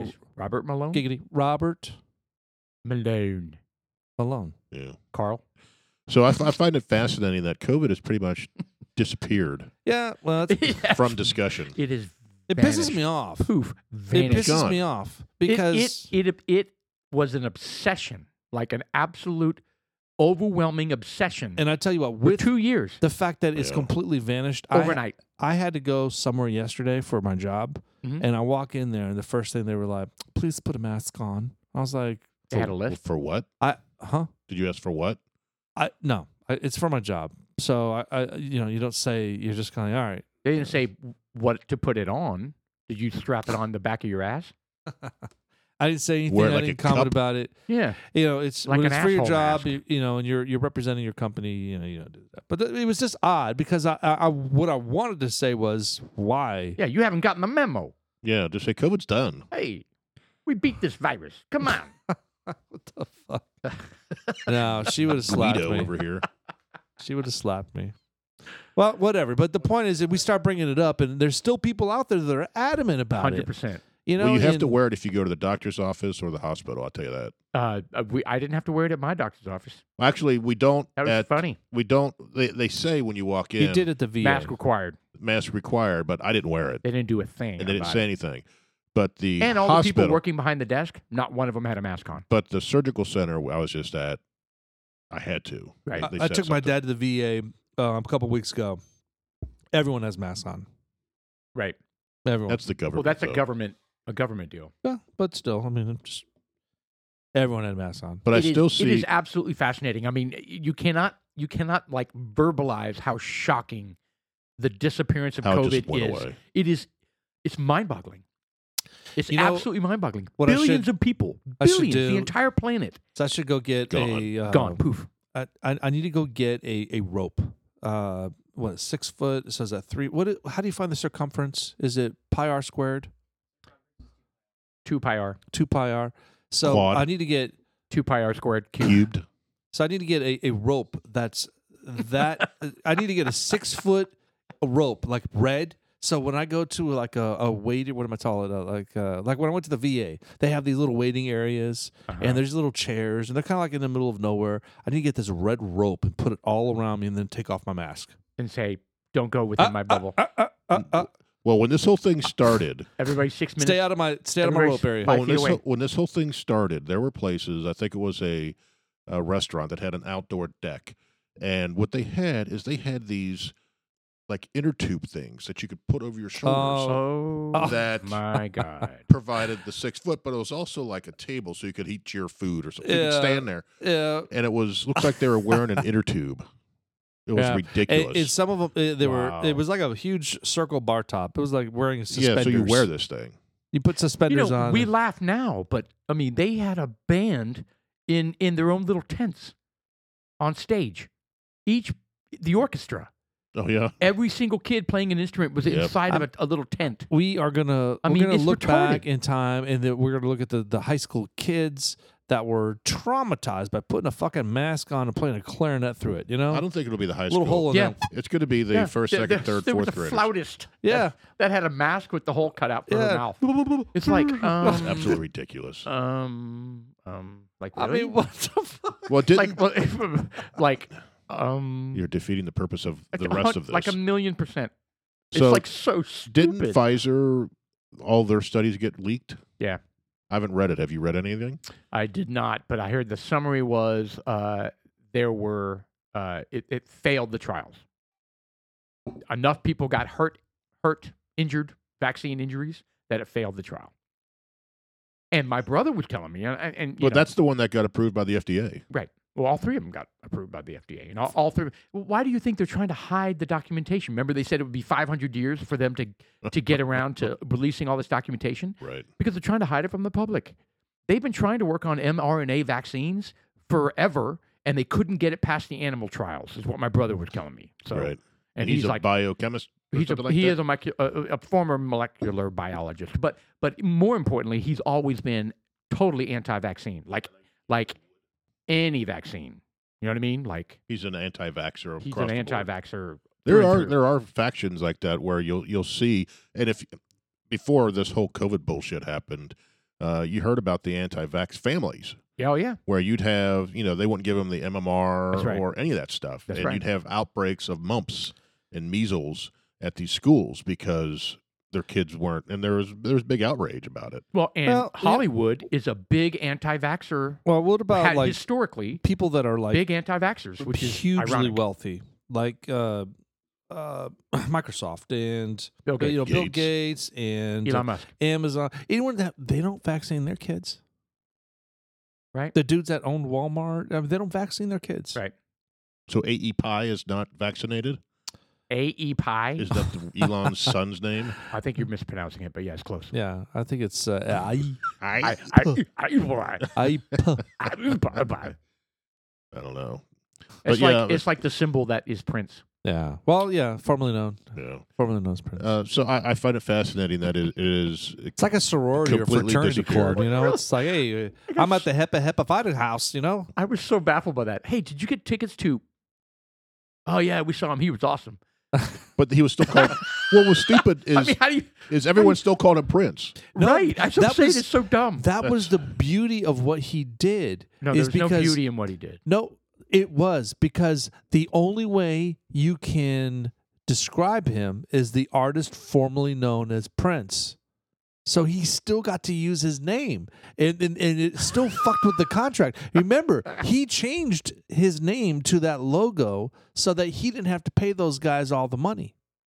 S3: Is Robert Malone?
S1: Giggity. Robert
S3: Malone.
S1: Malone.
S2: Yeah.
S3: Carl.
S2: So I, f- I find it fascinating that COVID has pretty much disappeared
S1: Yeah, well, it's,
S2: from discussion.
S3: it is
S1: it pisses
S3: Vanished.
S1: me off.
S3: poof
S1: It
S3: vanished.
S1: pisses
S2: Gone.
S1: me off
S3: It-
S1: because
S3: it it, it was an obsession, like an absolute, overwhelming obsession.
S1: and I tell you what,
S3: for
S1: with
S3: two years
S1: the fact that it's
S2: Yeah.
S1: completely vanished, I,
S3: overnight.
S1: I had to go somewhere yesterday for my job,
S3: Mhm.
S1: and I walk in there, and the first thing they were like, "Please put a mask on." I was like,
S3: They had a list.
S2: For what?
S1: "I, huh?
S2: Did you ask for what?
S1: I no, I, it's for my job." So I, I, you know, you don't say you're just kind of all right.
S3: They didn't say what to put it on. Did you strap it on the back of your ass?
S1: I didn't say anything.
S2: Wear it
S1: I
S2: like a
S1: didn't comment
S2: cup.
S1: about it.
S3: Yeah,
S1: You know, it's
S3: Like
S1: when
S3: an
S1: it's for your
S3: asshole
S1: job.
S3: mask.
S1: You, you know, and you're you're representing your company. You know, you don't do that. But th- it was just odd because I, I, I what I wanted to say was why.
S3: yeah. You haven't gotten the memo.
S2: Yeah, just say COVID's done.
S3: Hey, we beat this virus. Come on.
S1: What the fuck? no, she would have slapped
S2: Guido
S1: me.
S2: over here.
S1: She would have slapped me. Well, whatever. But the point is that we start bringing it up, and there's still people out there that are adamant about
S3: Hundred
S1: it.
S3: percent.
S1: You know,
S2: well, you have
S1: and-
S2: to wear it if you go to the doctor's office or the hospital. I'll tell you that.
S3: Uh, uh, we I didn't have to wear it at my doctor's office.
S2: Actually, we don't.
S3: That was
S2: at-
S3: funny.
S2: We don't. They, they say when you walk in,
S1: You did at the VA.
S3: Mask required.
S2: mask required, but I didn't wear it,
S3: They didn't do a
S2: and
S3: thing.
S2: they didn't
S3: about
S2: say
S3: it.
S2: anything. But the
S3: And all the
S2: hospital,
S3: people working behind the desk, not one of them had a mask on.
S2: but the surgical center I was just at, I had to.
S3: Right.
S2: They-
S1: I,
S2: they
S1: I
S2: said
S1: took my
S2: something.
S1: dad to the VA um, a couple weeks ago. Everyone has masks on.
S3: Right.
S1: Everyone.
S2: That's the
S3: Well,
S2: government.
S3: that's a
S2: though.
S3: government a government deal.
S1: Yeah, but still, I mean, I'm just everyone had masks on.
S2: But I
S3: It is-
S2: still
S3: it
S2: see.
S3: is absolutely fascinating. I mean, you cannot you cannot like verbalize how shocking the disappearance of
S2: How it
S3: COVID
S2: just went
S3: is.
S2: away.
S3: It is it's mind boggling. It's
S1: You know,
S3: absolutely mind boggling.
S1: what I
S3: Billions
S1: should-
S3: of people,
S1: I should
S3: billions, the
S1: do-
S3: entire planet
S1: So I should go get a uh,
S3: gone. Poof.
S1: I, I I need to go get a a rope. Uh, what six foot? So is that three? What? i- How do you find the circumference? Is it pi r squared?
S3: Two pi r,
S1: Two pi r. So
S2: Quad.
S1: I need to get
S3: two pi r squared cubed.
S2: Cubed.
S1: So I need to get a, a rope that's that. I need to get a six foot rope, like red, So when I go to like a, a waiting, what am I calling it? Uh, Like uh, like when I went to the VA, they have these little waiting areas
S3: Uh-huh.
S1: and there's little chairs and they're kind of like in the middle of nowhere. I need to get this red rope and put it all around me and then take off my mask.
S3: and say, "Don't go within
S1: Uh,
S3: my
S1: uh,
S3: bubble.
S1: uh, uh, uh, uh.
S2: Well, when this whole thing started,
S3: Everybody six minutes."
S1: Stay out of my stay out of my
S3: Everybody's
S1: rope area.
S3: Five
S2: when
S3: feet
S2: Oh, this,
S3: away.
S2: whole, when this whole thing started, there were places. I think it was a, a restaurant that had an outdoor deck, and what they had is they had these like inner tube things that you could put over your shoulders.
S3: Oh,
S2: That-
S3: my god!
S2: Provided the six foot, but it was also like a table so you could eat your food or something. You could
S1: Yeah.
S2: stand there,
S1: Yeah.
S2: and it was looked like they were wearing an inner tube. It was
S1: Yeah.
S2: ridiculous.
S1: And, and some of them, uh, they
S3: Wow.
S1: were. It was like a huge circle bar top. It was like wearing
S2: yeah,
S1: suspenders.
S2: so you wear this thing.
S1: You put
S3: you
S1: suspenders
S3: know,
S1: on.
S3: we
S1: and-
S3: laugh now, but I mean, they had a band in in their own little tents on stage. Each the orchestra,
S2: Oh yeah,
S3: every single kid playing an instrument was
S2: Yep.
S3: inside of a, a little tent.
S1: we are gonna. we're
S3: I mean,
S1: gonna
S3: it's
S1: look back
S3: retarded.
S1: in time, and then we're gonna look at the the high school kids that were traumatized by putting a fucking mask on and playing a clarinet through it. You know,
S2: I don't think it'll be the high
S1: little
S2: school.
S1: hole in
S3: Yeah.
S1: them.
S2: It's going to be the
S3: Yeah.
S2: first,
S3: There-
S2: second,
S3: there-
S2: third,
S3: there
S2: fourth
S3: was a
S2: graders.
S3: flautist.
S1: Yeah.
S3: that had a mask with the hole cut out for
S1: Yeah.
S3: her mouth. It's like
S2: It's
S3: um,
S2: absolutely ridiculous.
S3: um um like
S1: I
S3: really?
S1: mean, what the fuck?
S2: Well, didn't
S3: like well, like um
S2: you're defeating the purpose of
S3: like
S2: the
S3: a hun-
S2: rest of this?
S3: like a million percent.
S2: so
S3: it's like so stupid.
S2: didn't Pfizer all their studies get leaked?
S3: Yeah.
S2: I haven't read it. Have you read anything?
S3: I did not, but I heard the summary was uh, there were uh, it, it failed the trials. Enough people got hurt, hurt, injured, vaccine injuries that it failed the trial. And my brother was telling me, and, and, and you
S2: But
S3: know,
S2: that's the one that got approved by the FDA.
S3: well, all three of them got approved by the FDA, and all, all three. Well, why do you think they're trying to hide the documentation? Remember, they said it would be 500 years for them to to get around to releasing all this documentation
S2: Right.
S3: because they're trying to hide it from the public. They've been trying to work on mRNA vaccines forever, and they couldn't get it past the animal trials, is what my brother was telling me. So,
S2: right.
S3: and
S2: he's,
S3: he's,
S2: a
S3: like,
S2: biochemist. or
S3: he's a,
S2: something like
S3: he
S2: that?
S3: is a, molecu- a, a former molecular biologist, but but more importantly, he's always been totally anti-vaccine, like like any vaccine. You know what I mean? Like
S2: He's an anti-vaxxer.
S3: he's
S2: across
S3: an
S2: the board.
S3: anti-vaxxer. through
S2: There
S3: and
S2: are
S3: through.
S2: there are factions like that where you'll you'll see, and if before this whole COVID bullshit happened, uh, you heard about the anti-vax families.
S3: Yeah, oh yeah,
S2: where you'd have, you know, they wouldn't give them the MMR
S3: That's right.
S2: or any of that stuff.
S3: That's
S2: and
S3: right.
S2: you'd have outbreaks of mumps and measles at these schools because their kids weren't and there was there was big outrage about it.
S3: well, and
S1: Well, yeah.
S3: Hollywood is a big anti-vaxxer.
S1: Well, what
S3: ha-
S1: about like
S3: historically,
S1: people that are like
S3: big anti-vaxxers, which is
S1: hugely
S3: ironic.
S1: wealthy, like uh, uh, Microsoft and uh,
S3: Bill Gates.
S1: you know Bill Gates
S2: Gates.
S1: and
S3: Elon Musk.
S1: Amazon. Anyone that they don't vaccinate their kids,
S3: Right.
S1: The dudes that own Walmart, I mean, they don't vaccinate their kids.
S3: Right.
S2: So AE Pi is not vaccinated?
S3: A.E. Pie.
S2: Is that the Elon's son's name?
S3: I think you're mispronouncing it, but yeah, it's close.
S1: Yeah, I think it's uh, I
S3: I,
S2: I
S3: I, I,
S1: I P.
S3: I, I,
S2: I don't know. But
S3: it's
S2: yeah,
S3: like
S2: but-
S3: it's like the symbol that is Prince.
S1: Yeah. Well, yeah, formerly known,
S2: Yeah.
S1: formerly known as Prince.
S2: Uh, so I, I find it fascinating that it, it is
S1: it's like a sorority or
S2: completely
S1: fraternity
S2: disappeared.
S1: club, you know. It's like, hey, uh, I'm at the Hepa Hepa Fighter House, you know.
S3: I was so baffled by that. Hey, did you get tickets to? Oh yeah, we saw him. He was awesome.
S2: but he was still called what was stupid is
S3: I mean, how do you?
S2: is everyone still called him Prince.
S1: No,
S3: right, I
S1: that
S3: just say
S1: was-
S3: it's so dumb.
S1: That was the beauty of what he did.
S3: no,
S1: is
S3: there's no
S1: because
S3: beauty in what he did.
S1: No, it was because the only way you can describe him is the artist formerly known as Prince. So he still got to use his name and, and, and it still fucked with the contract. Remember, he changed his name to that logo so that he didn't have to pay those guys all the money.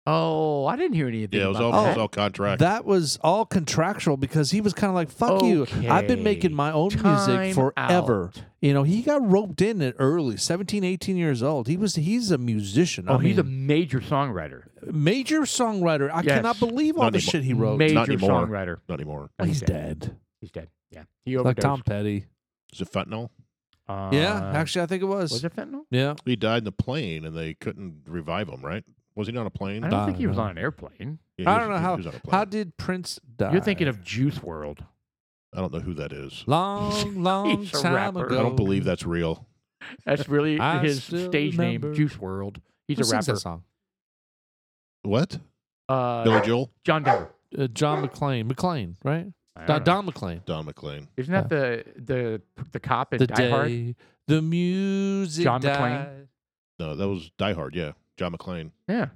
S3: Oh, I didn't hear anything.
S2: Yeah, it was all,
S3: about
S2: it
S3: that.
S2: was all contract.
S1: That was all contractual because he was kind of like, fuck you. I've been making
S3: Okay.
S1: my own
S3: Time
S1: music forever.
S3: out.
S1: You know, he got roped in at early, 17, 18 years old. He was he's a musician.
S3: Oh,
S1: I
S3: he's a
S1: mean,
S3: major songwriter.
S1: major songwriter. I
S3: Yes.
S1: cannot believe all
S2: Not
S1: the
S2: anymore.
S1: shit he wrote.
S3: Major
S2: Not anymore.
S3: songwriter.
S2: Not anymore.
S1: Well, he's dead.
S3: He's dead. Yeah, he
S1: Like
S3: overdosed.
S1: Tom Petty.
S2: Is it fentanyl?
S3: Uh,
S1: yeah, actually I think it was.
S3: was it fentanyl?
S1: Yeah.
S2: He died in a plane and they couldn't revive him, right? Was he on a plane?
S3: I
S1: I
S3: don't think he was
S1: don't
S3: on an airplane.
S2: Yeah,
S1: I don't
S2: he was-
S1: know
S2: he
S1: how-
S2: was on a plane.
S1: How did Prince die?
S3: You're thinking of Juice World.
S2: I don't know who that is.
S1: long, long
S3: He's a
S1: time
S3: rapper.
S1: ago.
S2: I don't believe that's real.
S3: That's really
S1: I
S3: his
S1: still
S3: stage
S1: remember-
S3: name, Juice World. He's
S1: Who
S3: a
S1: sings
S3: rapper.
S1: that song.
S2: What?
S3: Uh,
S2: Billy Joel,
S3: John Denver.
S1: Uh, John McClane, McClane, right?
S3: I
S1: Don,
S3: don't know.
S1: Don McClane.
S2: Don McLean.
S3: Isn't that the the the cop in
S1: the
S3: Die
S1: day,
S3: Hard?
S1: the music.
S3: John
S1: died.
S3: McClane?
S2: No, that was Die Hard. Yeah, John McLean.
S3: Yeah.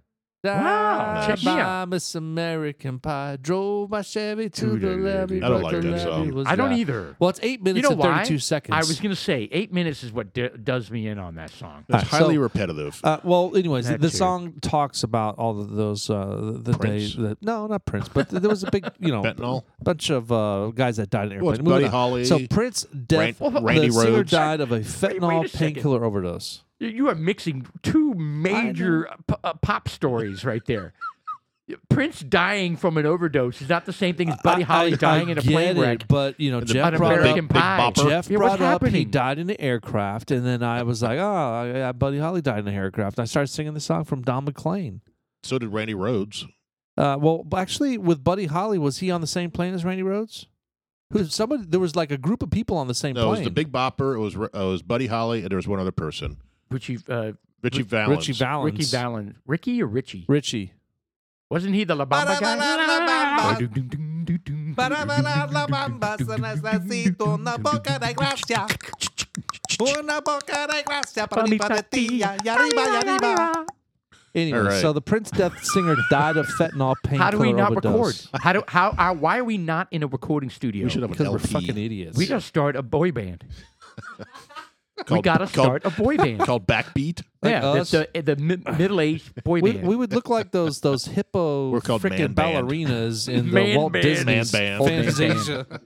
S3: Wow,
S1: Wow,
S2: check
S3: me out.
S1: Miss American Pie. Drove my Chevy to
S3: Dude,
S1: the
S3: dude,
S1: levee.
S3: dude. I don't
S1: but
S2: like
S1: the
S2: that
S1: levee
S2: song.
S1: was
S3: I don't
S1: dry.
S3: either.
S1: Well, it's eight minutes
S3: know
S1: and
S3: why?
S1: thirty-two seconds.
S3: I was gonna say eight minutes is what d- does me in on that song.
S1: All
S2: It's
S1: right,
S2: highly
S1: so-
S2: repetitive.
S1: Uh, well, anyways,
S3: That
S1: the
S3: too.
S1: song talks about all of those uh, the
S2: Prince.
S1: days that no, not Prince, but th- there was a big you know
S2: Fentanyl.
S1: bunch of uh, guys that died in an
S2: Well,
S1: airplane.
S2: it's
S1: Moving
S2: Buddy
S1: on.
S2: Holly.
S1: So Prince death,
S2: Ran-
S3: Well,
S2: Randy
S1: the singer
S2: Rhoads.
S1: died of a
S3: wait a
S1: fentanyl
S3: second.
S1: painkiller overdose.
S3: You- You are mixing two major p- uh, pop stories right there. Prince dying from an overdose is not the same thing as Buddy
S1: I-
S3: Holly
S1: I-
S3: dying
S1: I
S3: in a
S1: get
S3: plane
S1: it,
S3: wreck.
S1: but you know
S2: And the-
S1: Jeff
S3: An
S1: brought up
S3: American
S2: Big
S3: Pie.
S2: Bopper.
S1: Jeff
S3: Yeah, what's
S1: brought up he
S3: happening?
S1: died in an aircraft, and then I was like, oh, yeah, Buddy Holly died in an aircraft. And I started singing the song from Don McLean.
S2: So did Randy Rhodes.
S1: Uh, well, b- actually, with Buddy Holly, was he on the same plane as Randy Rhodes? Who somebody? There was like a group of people on the same
S2: No, it
S1: plane.
S2: was the Big Bopper. It was Ra- uh, it was Buddy Holly, and there was one other person,
S3: Which you, uh,
S2: Richie
S3: Rick-
S2: Valens.
S1: Richie Valens.
S3: Ricky Valens, Ricky or Richie?
S1: Richie.
S3: Wasn't he the La Bamba guy?
S1: Anyway,
S2: All right.
S1: so the Prince Death singer died of fentanyl painkiller
S3: How do we not record?
S1: overdose.
S3: How do how, how why are we not in a recording studio?
S2: We should have an
S1: Because we're
S2: LP
S1: fucking idiots.
S3: We gotta start a boy band. we
S2: called-
S3: gotta
S2: called-
S3: start a boy band.
S2: called Backbeat.
S1: Like
S3: yeah,
S1: us?
S3: the, the, the mi- middle-aged boy
S1: we,
S3: band.
S1: we would look like those those hippo
S2: We're called
S1: freaking
S2: man band.
S1: ballerinas in the
S3: Man
S1: Walt
S3: band.
S1: Disney's
S2: Man
S3: band.
S1: Fantasia.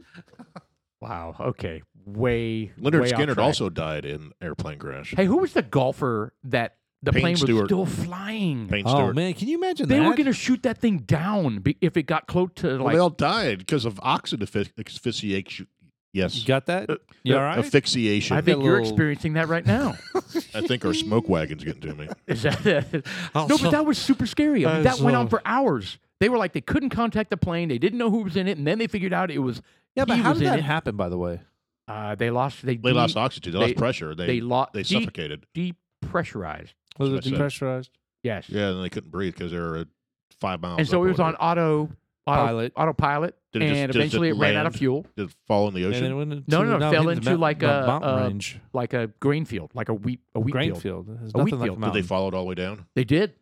S3: wow. Okay. Way.
S2: Leonard
S3: way off
S2: Skinner
S3: track.
S2: also died in airplane crash.
S3: Hey, who was the golfer that the
S2: Payne
S3: plane was
S2: Stewart.
S3: still flying?
S2: Payne
S1: Oh
S2: Stewart.
S1: man, can you imagine
S3: They
S1: that?
S3: were gonna shoot that thing down be- if it got close to
S2: Well,
S3: like.
S2: they all died because of oxygen affi- asphyxiation.
S1: you
S2: Yes,
S1: got that? You all right?
S2: asphyxiation.
S3: I
S2: I,
S3: think you're
S1: little-
S3: experiencing that right now.
S2: think our smoke wagon's getting to me.
S3: Is that no?
S1: Also-
S3: But that was super scary. I mean, that went on
S1: Also-
S3: for hours. They were like they couldn't contact the plane. They didn't know who was in it, and then they figured out it was.
S1: yeah, but
S3: he
S1: how
S3: was
S1: did
S3: in
S1: that
S3: it.
S1: happen? By the way,
S3: Uh, they lost. They,
S2: They
S3: de-
S2: lost oxygen. They,
S3: they-
S2: lost pressure. They
S3: They
S2: they,
S3: lost.
S2: suffocated.
S3: Depressurized.
S1: was
S2: That's
S1: it
S2: what I
S1: depressurized?
S3: Yes.
S2: Yeah, and they couldn't breathe because they were at five miles.
S3: and so
S2: up
S3: it
S2: or
S3: was on
S2: whatever.
S3: auto, auto
S1: Pilot.
S3: autopilot,
S2: Did it just-
S3: and
S2: just-
S3: eventually
S2: did
S3: it ran out of
S2: land?
S3: fuel,
S2: Did it fall in the
S1: And then it
S2: ocean?
S1: went into,
S3: No, no, it fell
S1: hit the
S3: into
S1: mount-
S3: like
S1: mount-
S3: a- um,
S1: mountain
S3: a
S1: range,
S3: like a grain field, like a wheat a wheat
S1: grain
S3: field.
S1: field. There's
S3: A wheat
S1: nothing like a
S3: field.
S2: Did
S1: mountain.
S2: they follow it all the way down?
S3: They did.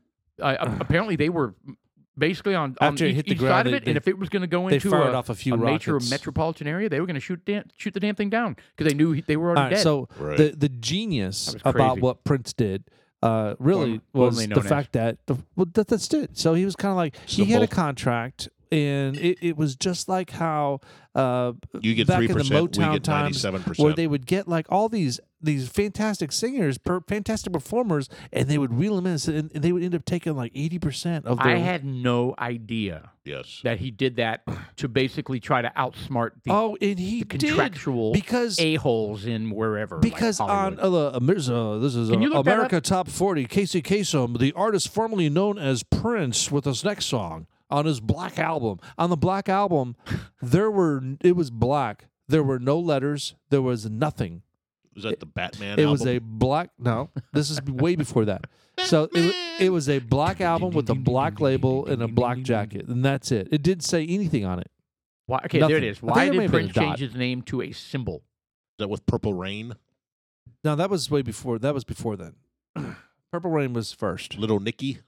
S3: I- a- apparently, they were basically on, on
S1: After it
S3: each,
S1: hit the
S3: each
S1: ground,
S3: side of
S1: they-
S3: it, and
S1: they-
S3: if it was going to go
S1: They
S3: into
S1: fired
S3: a,
S1: off a few
S3: a major
S1: rockets.
S3: metropolitan area, they were going to shoot dan- shoot the damn thing down because they knew he- they were
S1: All
S3: already
S1: right,
S3: dead.
S1: so
S2: Right.
S1: the the genius
S3: That was
S1: about
S3: crazy.
S1: what Prince did uh, really
S3: Form- formerly
S1: was the
S3: known as.
S1: fact that, the, well, that that's it. So he was kind of like he had a
S2: Simple.
S1: contract, and it, it was just like how uh,
S2: You get
S1: back
S2: three
S1: in the
S2: percent. We
S1: Motown
S2: get
S1: times
S2: ninety-seven
S1: where
S2: percent.
S1: they would get like all these these fantastic singers, per, fantastic performers, and they would reel them in, so- and, and they would end up taking like eighty percent of their.
S3: I had no idea
S2: Yes.
S3: that he did that to basically try to outsmart the,
S1: oh, and he
S3: the
S1: did
S3: contractual
S1: because
S3: a holes in wherever. like
S1: Because on
S3: Hollywood.
S1: uh, uh, Ameri- uh, this is uh,
S3: Can you look that
S1: America Top 40, Casey Kasem, the artist formerly known as Prince, with his next song on his Black album. On the Black album, there were it was black. There were no letters. There was nothing.
S2: Was that the Batman?
S1: it
S2: album?
S1: was a black. No, this is way before that. So it, wa- it was a black album with a black label and a black jacket, and that's it. It didn't say anything on it.
S3: Why, okay, there it
S1: Nothing.
S3: is.
S1: I think
S3: Why
S1: it may
S3: did
S1: have been
S3: Prince
S1: a dot.
S3: change his name to a symbol?
S2: Is that with Purple Rain?
S1: No, that was way before. That was before then. Purple Rain was first.
S2: Little Nicky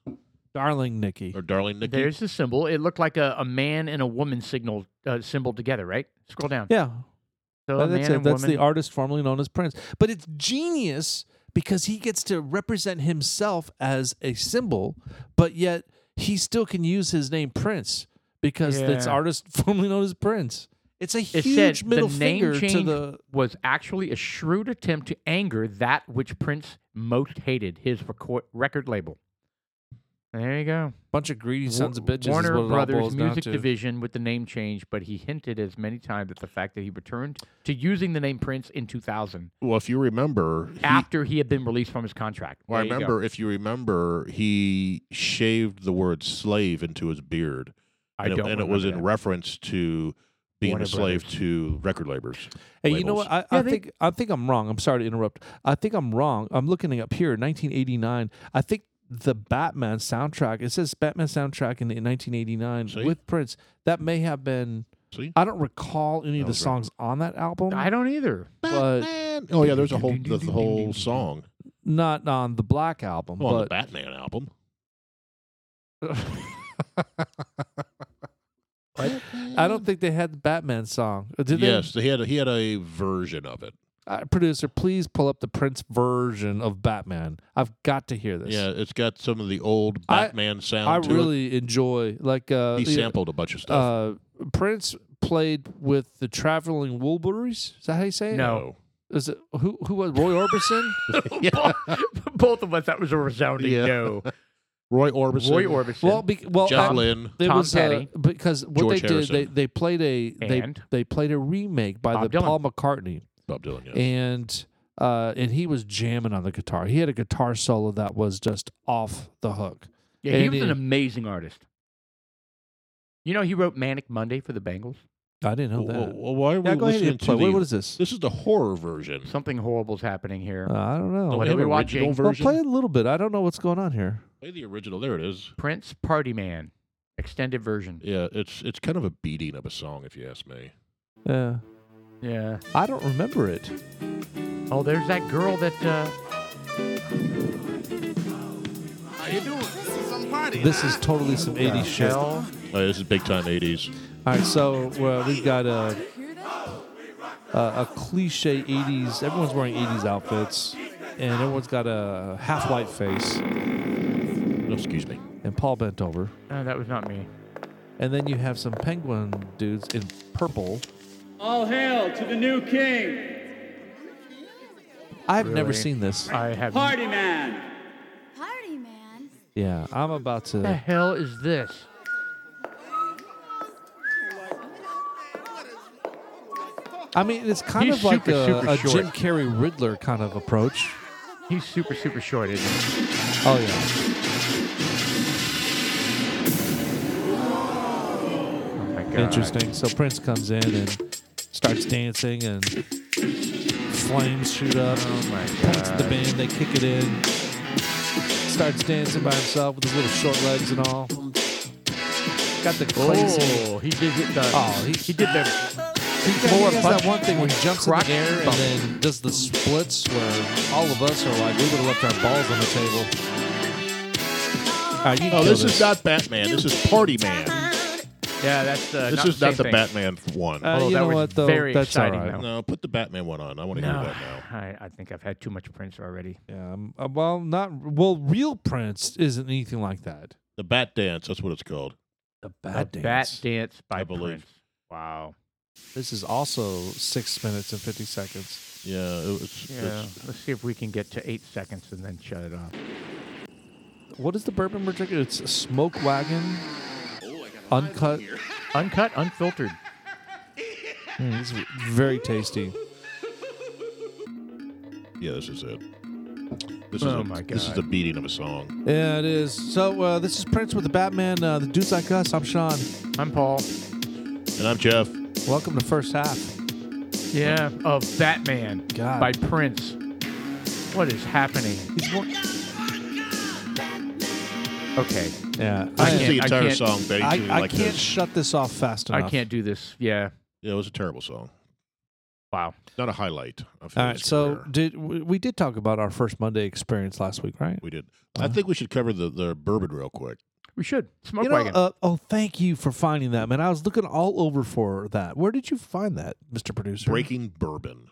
S1: Darling Nikki.
S2: or Darling Nicky?
S3: There's the symbol. It looked like a, a man and a woman signal uh, symbol together, right? Scroll down.
S1: Yeah,
S3: So
S1: Uh,
S3: a
S1: that's
S3: man
S1: it.
S3: and
S1: That's
S3: woman.
S1: the artist formerly known as Prince. But it's genius because he gets to represent himself as a symbol, but yet he still can use his name Prince because it's
S3: Yeah.
S1: artist formerly known as Prince. It's a
S3: It
S1: huge
S3: said
S1: middle
S3: the name
S1: finger to
S3: change
S1: the.
S3: was actually a shrewd attempt to anger that which Prince most hated, his record, record label. There you go.
S1: Bunch of greedy sons of
S3: Wa-
S1: bitches. is
S3: Warner
S1: what it all boils
S3: Brothers
S1: down
S3: Music
S1: to.
S3: Division with the name change, but he hinted as many times at the fact that he returned to using the name Prince in 2000
S2: Well, if you remember, he-
S3: after he had been released from his contract.
S2: well, I
S3: There you go.
S2: remember if you remember, he shaved the word "slave" into his beard,
S3: I
S2: and, it,
S3: don't
S2: and it was in
S3: remember that.
S2: reference to being
S3: Warner
S2: a slave
S3: Brothers.
S2: to record labels.
S1: Hey, you know what? I, I
S3: Yeah, they-
S1: think I think I'm wrong. I'm sorry to interrupt. I think I'm wrong. I'm looking up here, 1989. I think the Batman soundtrack. It says Batman soundtrack in, in 1989
S2: See?
S1: with Prince. That may have been.
S2: See?
S1: I don't recall any of the
S2: That was right.
S1: songs on that album.
S3: I don't either.
S1: But-
S2: Batman. Oh yeah, there's a whole there's a whole song
S1: Not on the Black album,
S2: on the
S1: but
S2: Batman album.
S1: I don't think they had the Batman song. Uh, Did
S2: yes, they? had a, he had a version of it.
S1: they? Uh, producer, please pull up the Prince version of Batman. I've got to hear this.
S2: Yeah, it's got some of the old
S1: I-
S2: Batman sound.
S1: I
S2: to
S1: really enjoy like uh,
S2: it. he
S1: you know,
S2: sampled a bunch of stuff.
S1: uh Prince played with the Traveling Wilburys. Is that how you say it?
S3: No.
S1: Is it who who was Roy Orbison?
S2: Yeah.
S3: Both of us, that was a resounding
S2: Yeah.
S3: no.
S2: Roy Orbison,
S3: Roy Orbison.
S1: well, be, well,
S2: John
S1: um,
S2: Lynn.
S1: It
S3: Tom
S1: was uh,
S3: Petty.
S1: because what
S2: George
S1: they did
S2: Harrison.
S1: they, they played a they,
S3: And?
S1: they played a remake by
S3: Bob
S1: the
S3: Dylan.
S1: Paul McCartney
S2: Bob Dylan. Yeah.
S1: and uh, and he was jamming on the guitar. He had a guitar solo that was just off the hook.
S3: yeah, he
S1: and
S3: was an
S1: it-
S3: amazing artist. You know, he wrote Manic Monday for the Bengals.
S1: I didn't know
S2: Well,
S1: that.
S2: well, why are we
S1: yeah, go ahead
S2: listening
S1: and
S2: to
S1: play. What,
S2: the-
S1: what is this?
S2: This is the horror version.
S3: Something horrible's happening here.
S1: Uh, I don't know.
S2: Don't we
S3: what
S2: have
S3: are we
S2: an original
S3: watching?
S1: Well,
S2: version?
S1: play it a little bit. I don't know what's going on here.
S2: Play the original. There it is.
S3: Prince Party Man, extended version.
S2: Yeah, it's it's kind of a beating of a song, if you ask me.
S1: Yeah,
S3: Yeah.
S1: Uh, I don't remember it.
S3: Oh, there's that girl that. Uh,
S1: This is totally some '80s shit. All
S3: Michelle.
S2: Uh, this is big time '80s.
S1: right, so uh, we've got a, a a cliche '80s. Everyone's wearing '80s outfits, and everyone's got a half white face.
S2: Oh, excuse me.
S1: And Paul bent over.
S3: No, that was not me.
S1: And then you have some penguin dudes in purple.
S4: All hail to the new king,
S1: I've never
S3: Really?
S1: seen this.
S3: I have. What
S4: Party Man.
S5: Party man.
S1: Yeah, I'm about
S3: the
S1: to.
S3: hell is this?
S1: I mean, it's kind
S3: He's
S1: of like
S3: super,
S1: a,
S3: super
S1: a
S3: short.
S1: Jim Carrey Riddler kind of approach.
S3: He's super, super short, isn't he?
S1: Oh yeah,
S3: Oh my god.
S1: interesting. So Prince comes in and starts dancing, and flames shoot up.
S3: Oh my
S1: Points at the
S3: God.
S1: band. They kick it in. Starts dancing by himself with his little short legs and all. Got the crazy.
S3: Oh, he did hit the.
S1: Oh, he-
S3: he, did the.
S1: He,
S3: More
S1: he does that
S3: punch-
S1: one thing where he jumps in
S3: crotch
S1: the air and
S3: bump.
S1: then does the splits where all of us are like, we would have left our balls on the table. All right, Ah, you
S2: Oh,
S1: kill
S2: this is not Batman. This is Party Man.
S3: Yeah, that's uh,
S2: This
S3: not
S2: is
S3: the
S2: not
S3: same
S2: the
S3: thing.
S2: Batman one.
S1: Uh,
S3: Oh,
S1: you
S3: that
S1: know
S3: was
S1: what, though?
S3: very
S1: That's
S3: exciting,
S1: all right.
S3: though.
S2: Oh, no, put the Batman one on. I want to hear
S3: No,
S2: that now.
S3: I, I think I've had too much Prince already.
S1: Yeah, um, uh, well, not well. Real Prince isn't anything like that.
S2: The Bat Dance. That's what it's called.
S1: The
S3: Bat
S1: bad
S3: Dance,
S1: dance.
S3: by
S2: I believe.
S3: Prince. Wow.
S1: This is also six minutes and fifty seconds.
S2: Yeah, it was.
S3: Yeah.
S2: it's-
S3: Let's see if we can get to eight seconds and then shut it off.
S1: What is the bourbon we're drinking? It's a smoke wagon, uncut.
S3: Uncut, unfiltered.
S1: Mm, this is very tasty.
S2: yeah, this is it. This is
S3: Oh
S2: a-
S3: my
S2: This is
S3: God.
S2: the beating of a song.
S1: Yeah, it is. So uh, this is Prince with the Batman, uh, the dudes like us. I'm Sean.
S3: I'm Paul.
S2: And I'm Jeff.
S1: Welcome to first half.
S3: Yeah, of Batman
S1: God.
S3: by Prince. What is happening? Okay,
S1: Yeah,
S2: This is
S3: I
S1: I,
S3: can't-
S2: the
S3: I
S2: entire
S3: can't-
S2: song basically
S1: I, I
S2: like
S1: can't
S2: this.
S1: shut this off fast enough.
S3: I can't do this. Yeah,
S2: yeah, it was a terrible song.
S3: wow.
S2: Not a highlight. Of
S1: All
S2: his
S1: right, so
S2: career.
S1: did we we did talk about our first Monday experience last week, right?
S2: we did. I think we should cover the, the bourbon real quick.
S3: We should smoke
S1: You know,
S3: wagon.
S1: uh, oh, thank you for finding that, man. I was looking all over for that. Where did you find that, Mr. Producer?
S2: Breaking bourbon.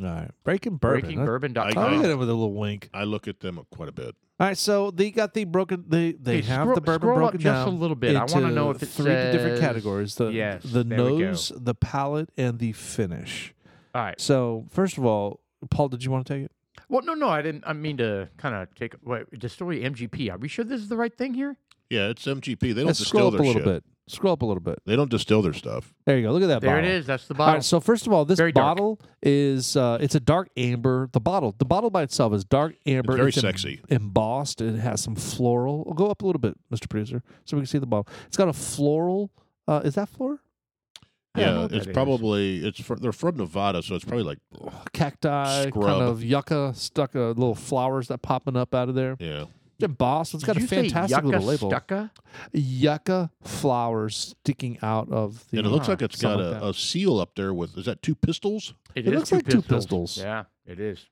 S1: All right, breaking bourbon.
S3: Breakingbourbon.com.
S1: I look at it with a little wink.
S2: I look at them quite a bit.
S1: All right, so they got the broken. They they
S3: Hey,
S1: have
S3: scroll-
S1: the bourbon
S3: scroll up
S1: broken
S3: just
S1: down
S3: a little bit. I wanna
S1: into
S3: know if it
S1: three different
S3: says-
S1: categories: the
S3: Yes,
S1: the
S3: there we go.
S1: nose, the palate, and the finish.
S3: All right.
S1: So first of all, Paul, did you want to take it?
S3: Well, no, no, I didn't. I mean to kind of take wait, distillery MGP. Are we sure this is the right thing here?
S2: Yeah, it's MGP. They don't
S1: Let's
S2: distill
S1: scroll up a
S2: their
S1: little bit.
S2: shit.
S1: Scroll up a little bit.
S2: They don't distill their stuff.
S1: There you go. Look at that
S3: There
S1: bottle.
S3: it is. That's the
S1: All
S3: bottle.
S1: right. So first of all, this
S3: Very dark.
S1: bottle is uh, it's a dark amber. The bottle, the bottle by itself is dark amber.
S2: It's very
S1: em-
S2: sexy.
S1: embossed. It has some floral. I'll go up a little bit, Mr. Producer, so we can see the bottle. It's got a floral. Uh, is that floral?
S3: I don't know
S2: Yeah,
S3: what
S2: it's
S3: that is.
S2: probably it's fr- they're from Nevada, so it's probably like
S1: Cacti,
S2: Scrub.
S1: kind of yucca, stuck uh, little flowers that popping up out of there.
S2: yeah.
S1: The boss, it's got
S3: Did
S1: a
S3: you say
S1: fantastic
S3: yucca
S1: little label.
S3: Stucca?
S1: Yucca flowers sticking out of the.
S2: And it looks
S3: Huh.
S2: like it's got
S1: Something like
S2: a,
S1: that.
S2: a seal up there with, is that two pistols?
S1: It looks like two pistols.
S3: Yeah, it is.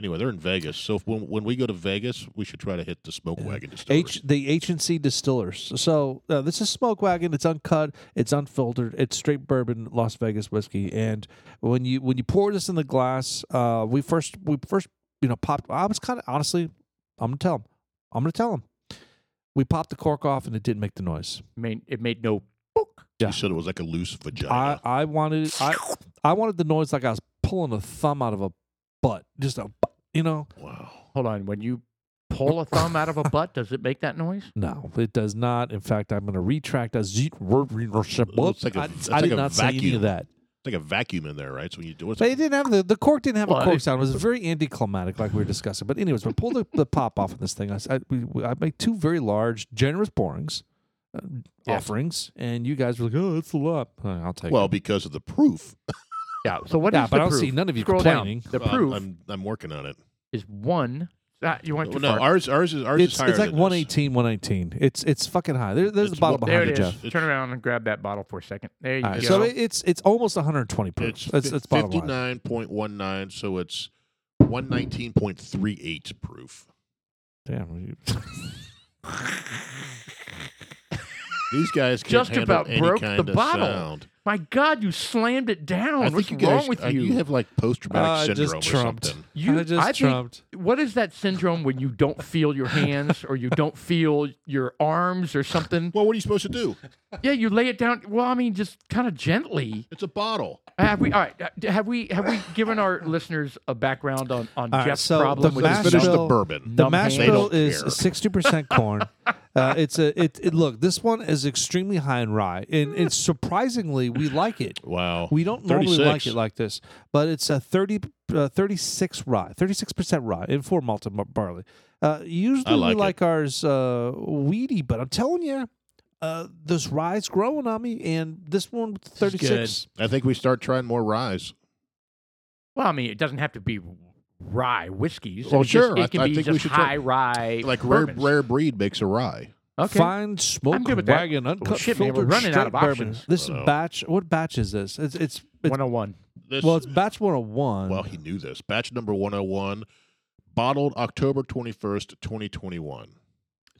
S2: Anyway, they're in Vegas. So if, when, when we go to Vegas, we should try to hit the smoke
S1: Yeah.
S2: wagon distillery.
S1: H the H and C distillers. So uh, this is Smoke Wagon. It's uncut. It's unfiltered. It's straight bourbon Las Vegas whiskey. And when you when you pour this in the glass, uh, we first we first you know popped. I was kind of honestly, I'm gonna tell them. I'm gonna tell them. We popped the cork off and it didn't make the noise.
S3: Made, it made no.
S1: Yeah.
S2: You said it was like a loose vagina.
S1: I I wanted I I wanted the noise like I was pulling a thumb out of a butt. Just a bu- you know
S2: wow.
S3: Hold on. When you pull a thumb out of a butt, does it make that noise?
S1: no, it does not. In fact, I'm gonna retract a z word.
S2: It's like a-
S1: I-
S2: it's
S1: I
S2: like
S1: did
S2: a
S1: not say any of
S2: vacuum.
S1: that.
S2: It's like a vacuum in there, right? So when you do it, it's
S1: They
S2: like,
S1: didn't have the, the cork didn't have
S3: Well,
S1: a cork
S3: it-
S1: sound. It was very anticlimactic, like we were discussing. But anyways, we pulled the, the pop off of this thing. I, s- I- we, we- I made two very large, generous pourings, uh,
S3: Yeah.
S1: offerings, and you guys were like, "Oh, that's a lot." Uh, I'll take
S2: well,
S1: it.
S2: because of the proof.
S3: Yeah. So what is
S1: yeah, but
S3: the
S1: I don't
S3: proof?
S1: see none of you
S3: Scroll
S1: complaining.
S3: down. The
S2: Well, I'm-
S3: proof
S2: I'm, I'm working on it.
S3: is one. Ah, you
S1: Oh,
S3: went
S2: Well,
S3: too
S2: no,
S3: far.
S2: ours, ours is ours
S1: It's,
S2: is
S1: it's
S2: higher
S1: like
S2: than
S1: 118, 118. It's it's fucking high. There, there's
S2: It's
S1: the bottle
S2: what-
S1: behind you,
S3: there it is.
S1: Jeff.
S2: Jeff.
S3: Turn around and grab that bottle for a second. There you
S1: All right,
S3: go.
S1: so it, it's it's almost 120 proof.
S2: This.
S1: that's, that's
S2: It's
S1: bottom line.
S2: 59.19, so it's 119.38 proof.
S1: Damn, you-
S2: These guys can't
S3: Just
S2: handle
S3: about
S2: any
S3: broke the
S2: kind of
S3: bottle.
S2: sound.
S3: My God, you slammed it down.
S2: I
S3: What's
S2: think you
S3: wrong
S2: guys,
S3: with
S2: uh,
S3: you?
S2: have like post
S1: Uh,
S2: traumatic
S1: just
S2: syndrome or
S1: trumped.
S2: something.
S3: You-
S1: I just
S3: I think-
S1: trumped.
S3: what is that syndrome when you don't feel your hands or you don't feel your arms or something?
S2: Well, what are you supposed to do?
S3: Yeah, you lay it down. Well, I mean, just kind of gently.
S2: It's a bottle.
S3: Have we? All right. uh, Have we? Have we given our listeners a background on on
S1: All right,
S3: Jeff's
S1: so
S3: problem
S1: the
S3: with
S2: Let's
S1: Mash
S3: his
S2: finish the
S1: bill-
S2: bourbon.
S1: The
S3: Dumb
S1: mash
S3: hands.
S1: bill
S2: They don't
S1: is
S2: care.
S1: sixty percent corn. Uh, it's a it, it. Look, this one is extremely high in rye, and it's surprisingly we like it.
S2: Wow.
S1: We don't normally like
S2: 36.
S1: it like this, but it's a 30, uh, 36 rye, thirty six percent rye, and four malted bar- barley. Uh, usually
S2: like
S1: we
S2: it.
S1: like ours uh, weedy, but I'm telling you, uh, this rye's growing on me, and this one thirty six.
S2: I think we start trying more ryes.
S3: Well, I mean, it doesn't have to be rye whiskeys.
S2: Well,
S3: It just-
S2: sure, I-
S3: It can
S2: I
S3: be
S2: think we
S3: just
S2: should try-
S3: high rye,
S2: Like rare,
S3: bourbons.
S2: rare breed makes a rye.
S3: Okay.
S1: Fine smoke
S3: I'm good with that.
S1: wagon, uncut
S3: Oh, shit, man, we're
S1: filtered
S3: running out
S1: straight
S3: of
S1: bourbon.
S3: options.
S1: This
S2: Uh-oh.
S1: batch, what batch is this? It's it's, it's
S3: 101.
S2: This,
S1: Well, it's batch 101.
S2: well, he knew this. Batch number 101, bottled October 21st, 2021.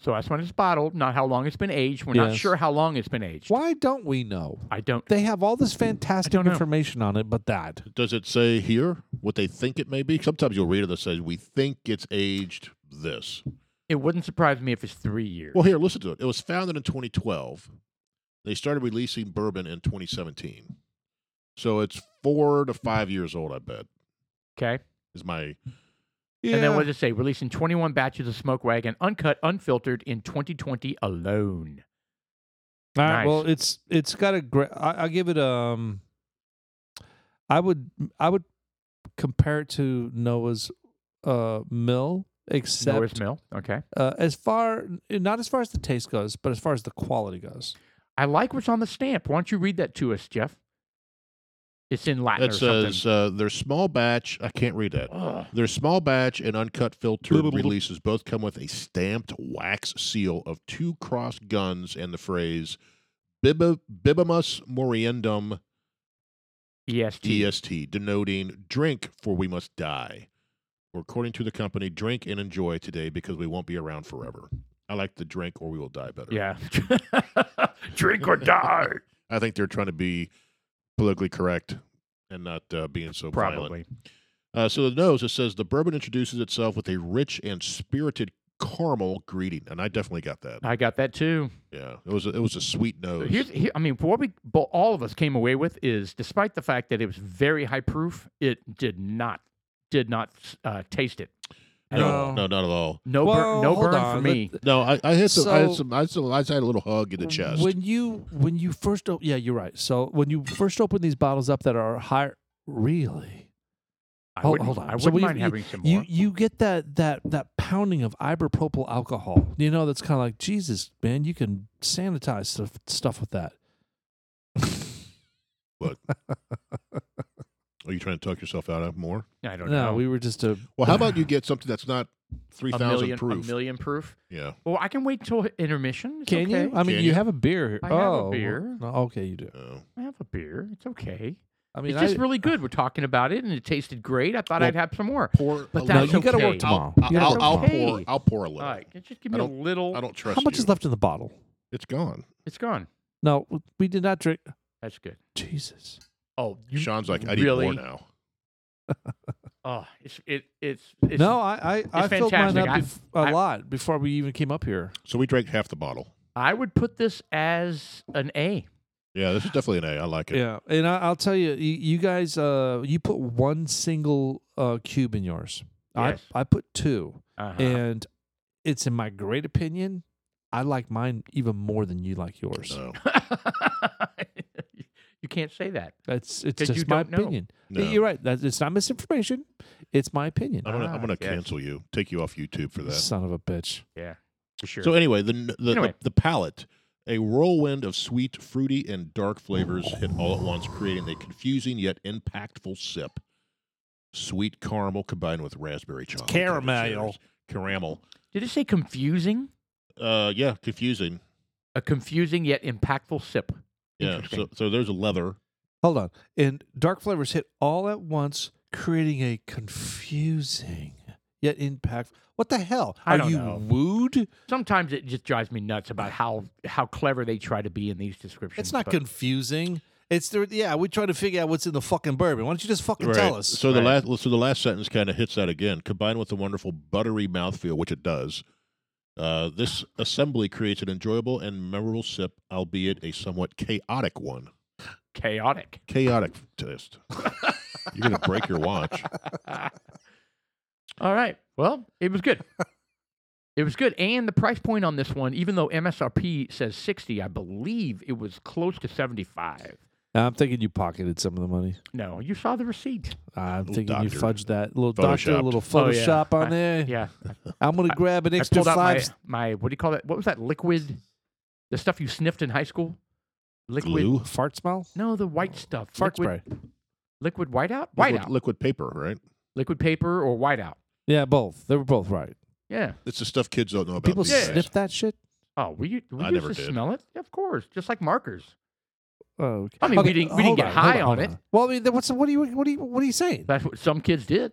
S3: So that's when it's bottled, not how long it's been aged. We're not
S1: Yes.
S3: sure how long it's been aged.
S1: Why don't we know?
S3: I don't.
S1: They have all this fantastic
S3: don't know.
S1: information on it, but that.
S2: Does it say here what they think it may be? Sometimes you'll read it that says, we think it's aged this.
S3: It wouldn't surprise me if it's three years.
S2: Well, here, listen to it. It was founded in 2012. They started releasing bourbon in 2017. So it's four to five years old, I bet,
S3: okay.
S2: is my.
S3: And then what does it say? Releasing 21 batches of Smoke Wagon, uncut, unfiltered in 2020 alone.
S1: all right,
S3: nice.
S1: well, it's it's got a great. I, I'll give it. Um, I would I would compare it to Noah's uh mill, except
S3: Noah's Mill. Okay.
S1: uh, as far not as far as the taste goes, but as far as the quality goes.
S3: I like what's on the stamp. Why don't you read that to us, Jeff? It's in
S2: It
S3: Latin or something.
S2: says uh, their small batch. I can't read that.
S3: Ugh.
S2: Their small batch and uncut filtered
S1: Blah, blah, blah.
S2: releases both come with a stamped wax seal of two cross guns and the phrase "Bibi- Bibimus Moriendum
S3: EST.
S2: E EST, denoting drink for we must die. Or according to the company, drink and enjoy today because we won't be around forever. I like the drink or we will die better.
S3: Yeah. Drink or die.
S2: I think they're trying to be politically correct and not uh, being so violent.
S3: Probably.
S2: Uh, so the nose, it says the bourbon introduces itself with a rich and spirited caramel greeting, and I definitely got that.
S3: I got that too.
S2: Yeah, it was a, it was a sweet nose.
S3: Uh. Here's, here, I mean, what we bo- all of us came away with is, despite the fact that it was very high proof, it did not did not uh, taste it. at all.
S2: no, no, not at all.
S3: no, burn,
S1: Well,
S3: no
S1: hold
S3: burn for
S1: on, let-
S3: me.
S2: No, I, I hit the, I had
S1: So-
S2: some, I had some, I had a little hug in the chest.
S1: When you when you first o- yeah, you're right. So when you first open these bottles up that are higher, really.
S3: I
S1: Hold-
S3: wouldn't,
S1: hold on.
S3: I wouldn't
S1: So you-
S3: mind having some
S1: you
S3: more.
S1: you get that that that pounding of ibuproyl alcohol. You know that's kind of like Jesus, man. You can sanitize stuff, stuff with that.
S2: Are you trying to talk yourself out of more?
S3: I don't
S1: No,
S3: know.
S1: we were just a
S2: Well, how about you get something that's not three
S3: a
S2: thousand
S3: million,
S2: proof.
S3: a million proof.
S2: Yeah,
S3: Well, I can wait till intermission. It's
S1: Can
S3: okay.
S1: you? I mean,
S2: Can
S1: you
S2: you?
S1: have a beer.
S3: I
S1: oh,
S3: have a beer.
S1: No, okay, you do.
S2: no.
S3: I have a beer. It's okay.
S1: I mean,
S3: it's just
S1: I,
S3: really good. We're talking about it, and it tasted great. I thought
S2: Well,
S3: I'd have some more.
S2: pour.
S3: But
S1: no,
S2: a
S3: that's
S2: little.
S1: you got to
S3: okay.
S1: work tomorrow.
S2: I'll,
S1: You gotta
S2: I'll,
S1: work
S2: I'll
S1: tomorrow.
S2: pour.
S3: okay.
S2: I'll pour a
S3: All
S2: little.
S3: right, just give me
S2: I
S3: a
S2: don't-
S3: little.
S2: I don't trust.
S1: How much
S2: you.
S1: is left in the bottle?
S2: It's gone.
S3: It's gone.
S1: No, we did not drink.
S3: That's good.
S1: Jesus.
S3: Oh, you
S2: Sean's like, I need
S3: really?
S2: more now.
S3: Oh, it's it it's, it's
S1: no, I I, I filled mine
S3: fantastic.
S1: up
S3: I-
S1: bef- a
S3: I-
S1: lot before we even came up here.
S2: So we drank half the bottle.
S3: I would put this as an A.
S2: Yeah, this is definitely an A. I like it.
S1: Yeah, and I, I'll tell you, you, you guys, uh, you put one single uh, cube in yours.
S3: Yes.
S1: I I put 2
S3: Uh-huh.
S1: and it's in my great opinion. I like mine even more than you like yours.
S3: Uh,
S2: No,
S3: you can't say that.
S1: That's it's
S3: 'Cause you
S1: just my
S3: don't know.
S1: opinion.
S2: no.
S1: You're right. That it's not misinformation. It's my opinion.
S2: I'm gonna,
S3: Ah,
S2: I'm gonna
S3: yes.
S2: cancel you. Take you off YouTube for that.
S1: Son of a bitch.
S3: Yeah, for sure.
S2: So anyway, the the, the-
S3: Anyway.
S2: the palette, a whirlwind of sweet, fruity, and dark flavors hit all at once, creating a confusing yet impactful sip. Sweet caramel combined with raspberry chocolate. covered
S1: caramel.
S2: cherries. Caramel.
S3: Did it say confusing?
S2: Uh, yeah, confusing.
S3: A confusing yet impactful sip.
S2: Yeah.
S3: Interesting.
S2: So so there's a leather.
S1: Hold on. And dark flavors hit all at once, creating a confusing yet impactful. What the hell?
S3: I
S1: Are
S3: don't
S1: you
S3: know.
S1: wooed?
S3: Sometimes it just drives me nuts about how how clever they try to be in these descriptions.
S1: It's not
S3: but-
S1: confusing. It's the yeah. We try to figure out what's in the fucking bourbon. Why don't you just fucking tell us?
S2: So the
S3: Right.
S2: last so the last sentence kind of hits that again. Combined with the wonderful buttery mouthfeel, which it does, uh, this assembly creates an enjoyable and memorable sip, albeit a somewhat chaotic one.
S3: chaotic.
S2: Chaotic test. You're gonna break your watch.
S3: All right. Well, it was good. It was good. And the price point on this one, even though MSRP says 60, I believe it was close to 75.
S1: I'm thinking you pocketed some of the money.
S3: No, you saw the receipt.
S1: I'm
S2: Little
S1: thinking you
S2: doctor.
S1: fudged that little doctor, a
S2: Photoshopped.
S1: little
S3: Oh, yeah.
S1: Photoshop on
S3: I-
S1: there.
S3: Yeah.
S1: I'm gonna grab an
S3: I
S1: extra
S3: pulled out my,
S1: five.
S3: my, what do you call that? What was that liquid? The stuff you sniffed in high school? Liquid.
S2: Glue.
S1: Fart smell.
S3: No, the white stuff.
S1: Fart
S3: liquid,
S1: spray.
S3: Liquid whiteout?
S2: Liquid,
S3: Whiteout.
S2: liquid paper, right?
S3: liquid paper or whiteout.
S1: Yeah, both. They were both right.
S3: Yeah.
S2: It's the stuff kids don't know about.
S1: People
S2: these days.
S1: sniff that shit.
S3: Oh, we, u- we
S2: I
S3: used
S2: never
S3: to
S2: did.
S3: smell it? Of course. Just like markers.
S1: Oh, okay.
S3: I mean, we
S1: Okay,
S3: didn't- we didn't
S1: hold
S3: get
S1: on,
S3: high
S1: hold
S3: on
S1: hold
S3: it.
S1: Well, I mean, then what's what are you what are you what are you saying?
S3: That's what some kids did.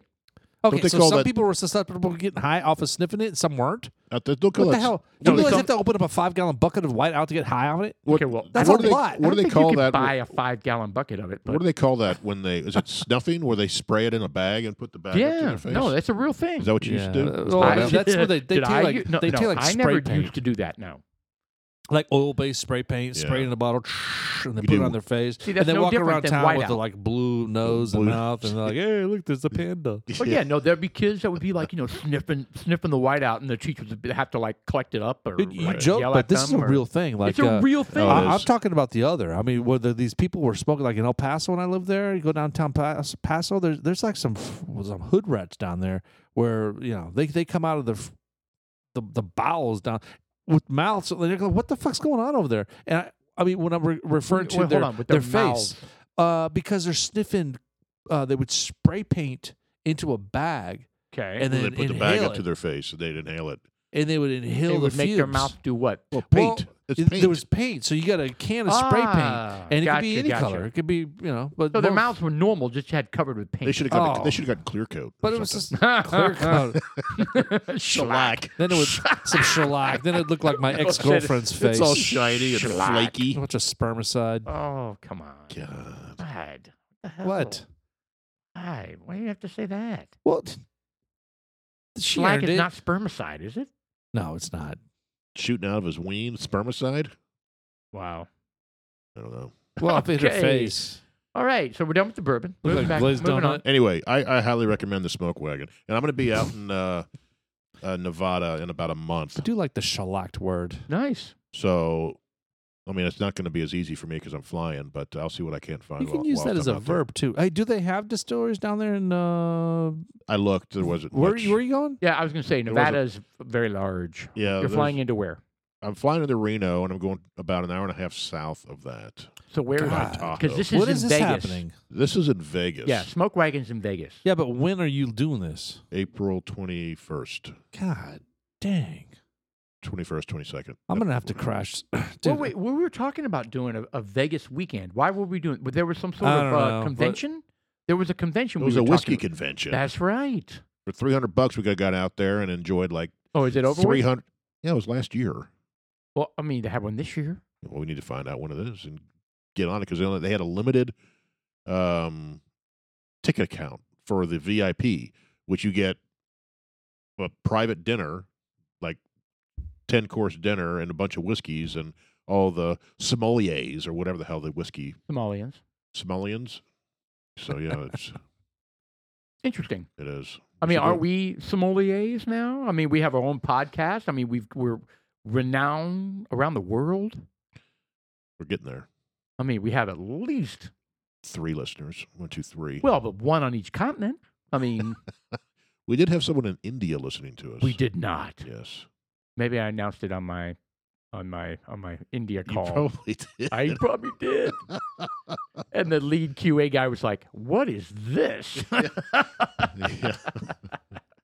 S1: Okay,
S2: they
S1: so
S2: call
S1: some
S2: that-
S1: people were susceptible to getting high off of sniffing it, and some weren't.
S2: Out there- don't call
S1: What the
S2: that-
S1: hell?
S2: no,
S1: Do
S2: they
S1: you guys
S2: call-
S1: have to open up a five gallon bucket of white out to get high on it?
S2: What-
S3: okay, well,
S1: That's
S2: what
S1: a
S2: do they-
S1: lot.
S2: What
S3: I
S2: do
S3: don't
S2: they
S3: think you
S2: call
S3: could
S2: that?
S3: Buy a five gallon bucket of it. But
S2: What do they call that when they? Is it snuffing? Where they spray it in a bag and put the bag up to
S3: yeah,
S2: your face?
S3: no, that's a real thing.
S2: is that what you used to do?
S1: Yeah.
S2: It's
S1: Well,
S2: called
S1: I-
S2: out?
S1: that's what they- they
S3: did
S1: take,
S3: I
S1: like-
S3: u- no,
S1: they
S3: no,
S1: take, like,
S3: I
S1: spray
S3: never
S1: paint.
S3: used to do that. No,
S1: Like oil based spray paint, spray it
S2: Yeah.
S1: in a bottle, and they
S2: You
S1: put it
S2: do.
S1: on their face,
S3: See, that's
S1: and they
S3: no
S1: walk
S3: different
S1: around
S3: than
S1: town with
S3: whiteout.
S1: the like blue nose
S2: Blue-
S1: and mouth, and they're like, "Hey, look, there's a panda."
S3: but yeah, no, there'd be kids that would be like you know sniffing sniffing the white out, and the teachers would have to like collect it up or
S1: You, you
S3: like,
S1: joke,
S3: yell
S1: but
S3: at
S1: this is a
S3: them or-
S1: real thing. Like
S3: it's a
S1: uh,
S3: real thing.
S2: Oh, it
S1: I, I'm
S2: is.
S1: talking about the other. I mean, whether these people were smoking, like in El Paso when I lived there, you go downtown Pas- Paso, there's there's like some f- some hood rats down there where you know they they come out of the f- the, the bowels down with mouths. and They're like, what the fuck's going on over there? And I, I mean, when I'm re- referring
S3: Wait,
S1: to
S3: hold
S1: their,
S3: on, with
S1: their,
S3: their
S1: face,
S3: mouths.
S1: uh, because they're sniffing, uh, they would spray paint into a bag
S3: okay,
S1: and
S2: Well,
S1: then
S2: they put the
S1: inhale
S2: bag
S1: it,
S2: up to their face and they'd inhale it.
S1: and they would inhale
S3: they
S1: the
S3: would make their
S1: fumes.
S3: mouth do what?
S2: Well,
S1: Well,
S2: paint. it's
S1: it-
S2: paint.
S1: There was paint, so you got a can of spray
S3: Ah,
S1: paint, and it could be
S3: gotcha,
S1: any
S3: gotcha.
S1: color. It could be you know, but
S3: So their
S1: most-
S3: mouths were normal, just had covered with paint.
S2: they should have got.
S1: Oh.
S2: They should have got clear coat.
S1: But it was just clear coat.
S3: shellac.
S1: then Oh. it was some shellac. Then it looked like
S3: Oh,
S1: my ex girlfriend's face.
S2: It's all shiny and
S3: Shellac.
S1: a
S2: flaky.
S1: bunch of spermicide.
S3: Oh come on,
S2: God.
S3: God. What? the
S1: What?
S3: hell? God, why do you have to say that?
S1: What? She
S3: Shellac
S1: earned
S3: is
S1: it.
S3: not spermicide, is it?
S1: No, it's not.
S2: Shooting out of his ween, spermicide.
S3: Wow.
S2: I don't know.
S1: Well, if it hit her
S3: Okay.
S1: face.
S3: All right, so we're done with the bourbon.
S1: Looks
S3: Moving
S1: like
S3: back,
S1: glazed
S3: moving on.
S1: donut.
S2: Anyway, I, I highly recommend the smoke wagon, and I'm going to be out in uh, uh, Nevada in about a month.
S1: I do like the shellacked word.
S3: Nice.
S2: So, I mean, it's not going to be as easy for me because I'm flying, but I'll see what I can't find.
S1: You can
S2: while-
S1: use
S2: whilst
S1: that as
S2: I'm
S1: a
S2: out there.
S1: verb too. Hey, do they have distilleries down there? in uh,
S2: I looked. There wasn't.
S1: where
S2: much.
S1: where are you going?
S3: Yeah, I was going to say
S2: There wasn't-
S3: Nevada is very large.
S2: Yeah,
S1: Oh,
S3: You're
S2: there's-
S3: flying into where?
S2: I'm flying into Reno, and I'm going about an hour and a half south of that.
S3: So where is
S1: God.
S3: it? Because this is
S1: What
S3: in
S1: is Ah, this
S3: Vegas.
S1: happening?
S2: This is in Vegas.
S3: Yeah, smoke wagons in Vegas.
S1: Yeah, but when are you doing this?
S2: April 21st,
S1: God dang.
S2: 21st, 22nd.
S1: I'm going to have to crash. Dude,
S3: Well, wait, we were talking about doing a, a Vegas weekend. Why were we doing? There was some sort
S1: I
S3: of
S1: don't
S3: uh,
S1: know, but-
S3: convention. There was a convention.
S2: It was
S3: we
S2: a
S3: were
S2: whiskey
S3: talking-
S2: convention.
S3: That's right.
S2: For 300 bucks, we could have got out there and enjoyed like
S3: Oh, is it over? with?
S2: 300. Yeah, it was last year.
S3: Well, I mean, they have one this year.
S2: Well, we need to find out when it is and get on it because they, only- they had a limited um, ticket account for the VIP, which you get a private dinner, like 10 course dinner and a bunch of whiskeys and all the sommeliers or whatever the hell the whiskey
S3: Somalians.
S2: sommelians. So, yeah, it's,
S3: Interesting.
S2: it is.
S3: I mean,
S2: should
S3: are
S2: go.
S3: we sommeliers now? I mean, we have our own podcast. I mean, we've, we're renowned around the world.
S2: We're getting there.
S3: I mean, we have at least
S2: Three listeners. One, two, three.
S3: well, but one on each continent. I mean,
S2: we did have someone in India listening to us.
S3: we did not.
S2: Yes.
S3: Maybe I announced it on my on my on my India
S2: You
S3: call.
S2: probably did.
S3: I probably did. and the lead QA guy was like, "What is this?"
S2: Yeah.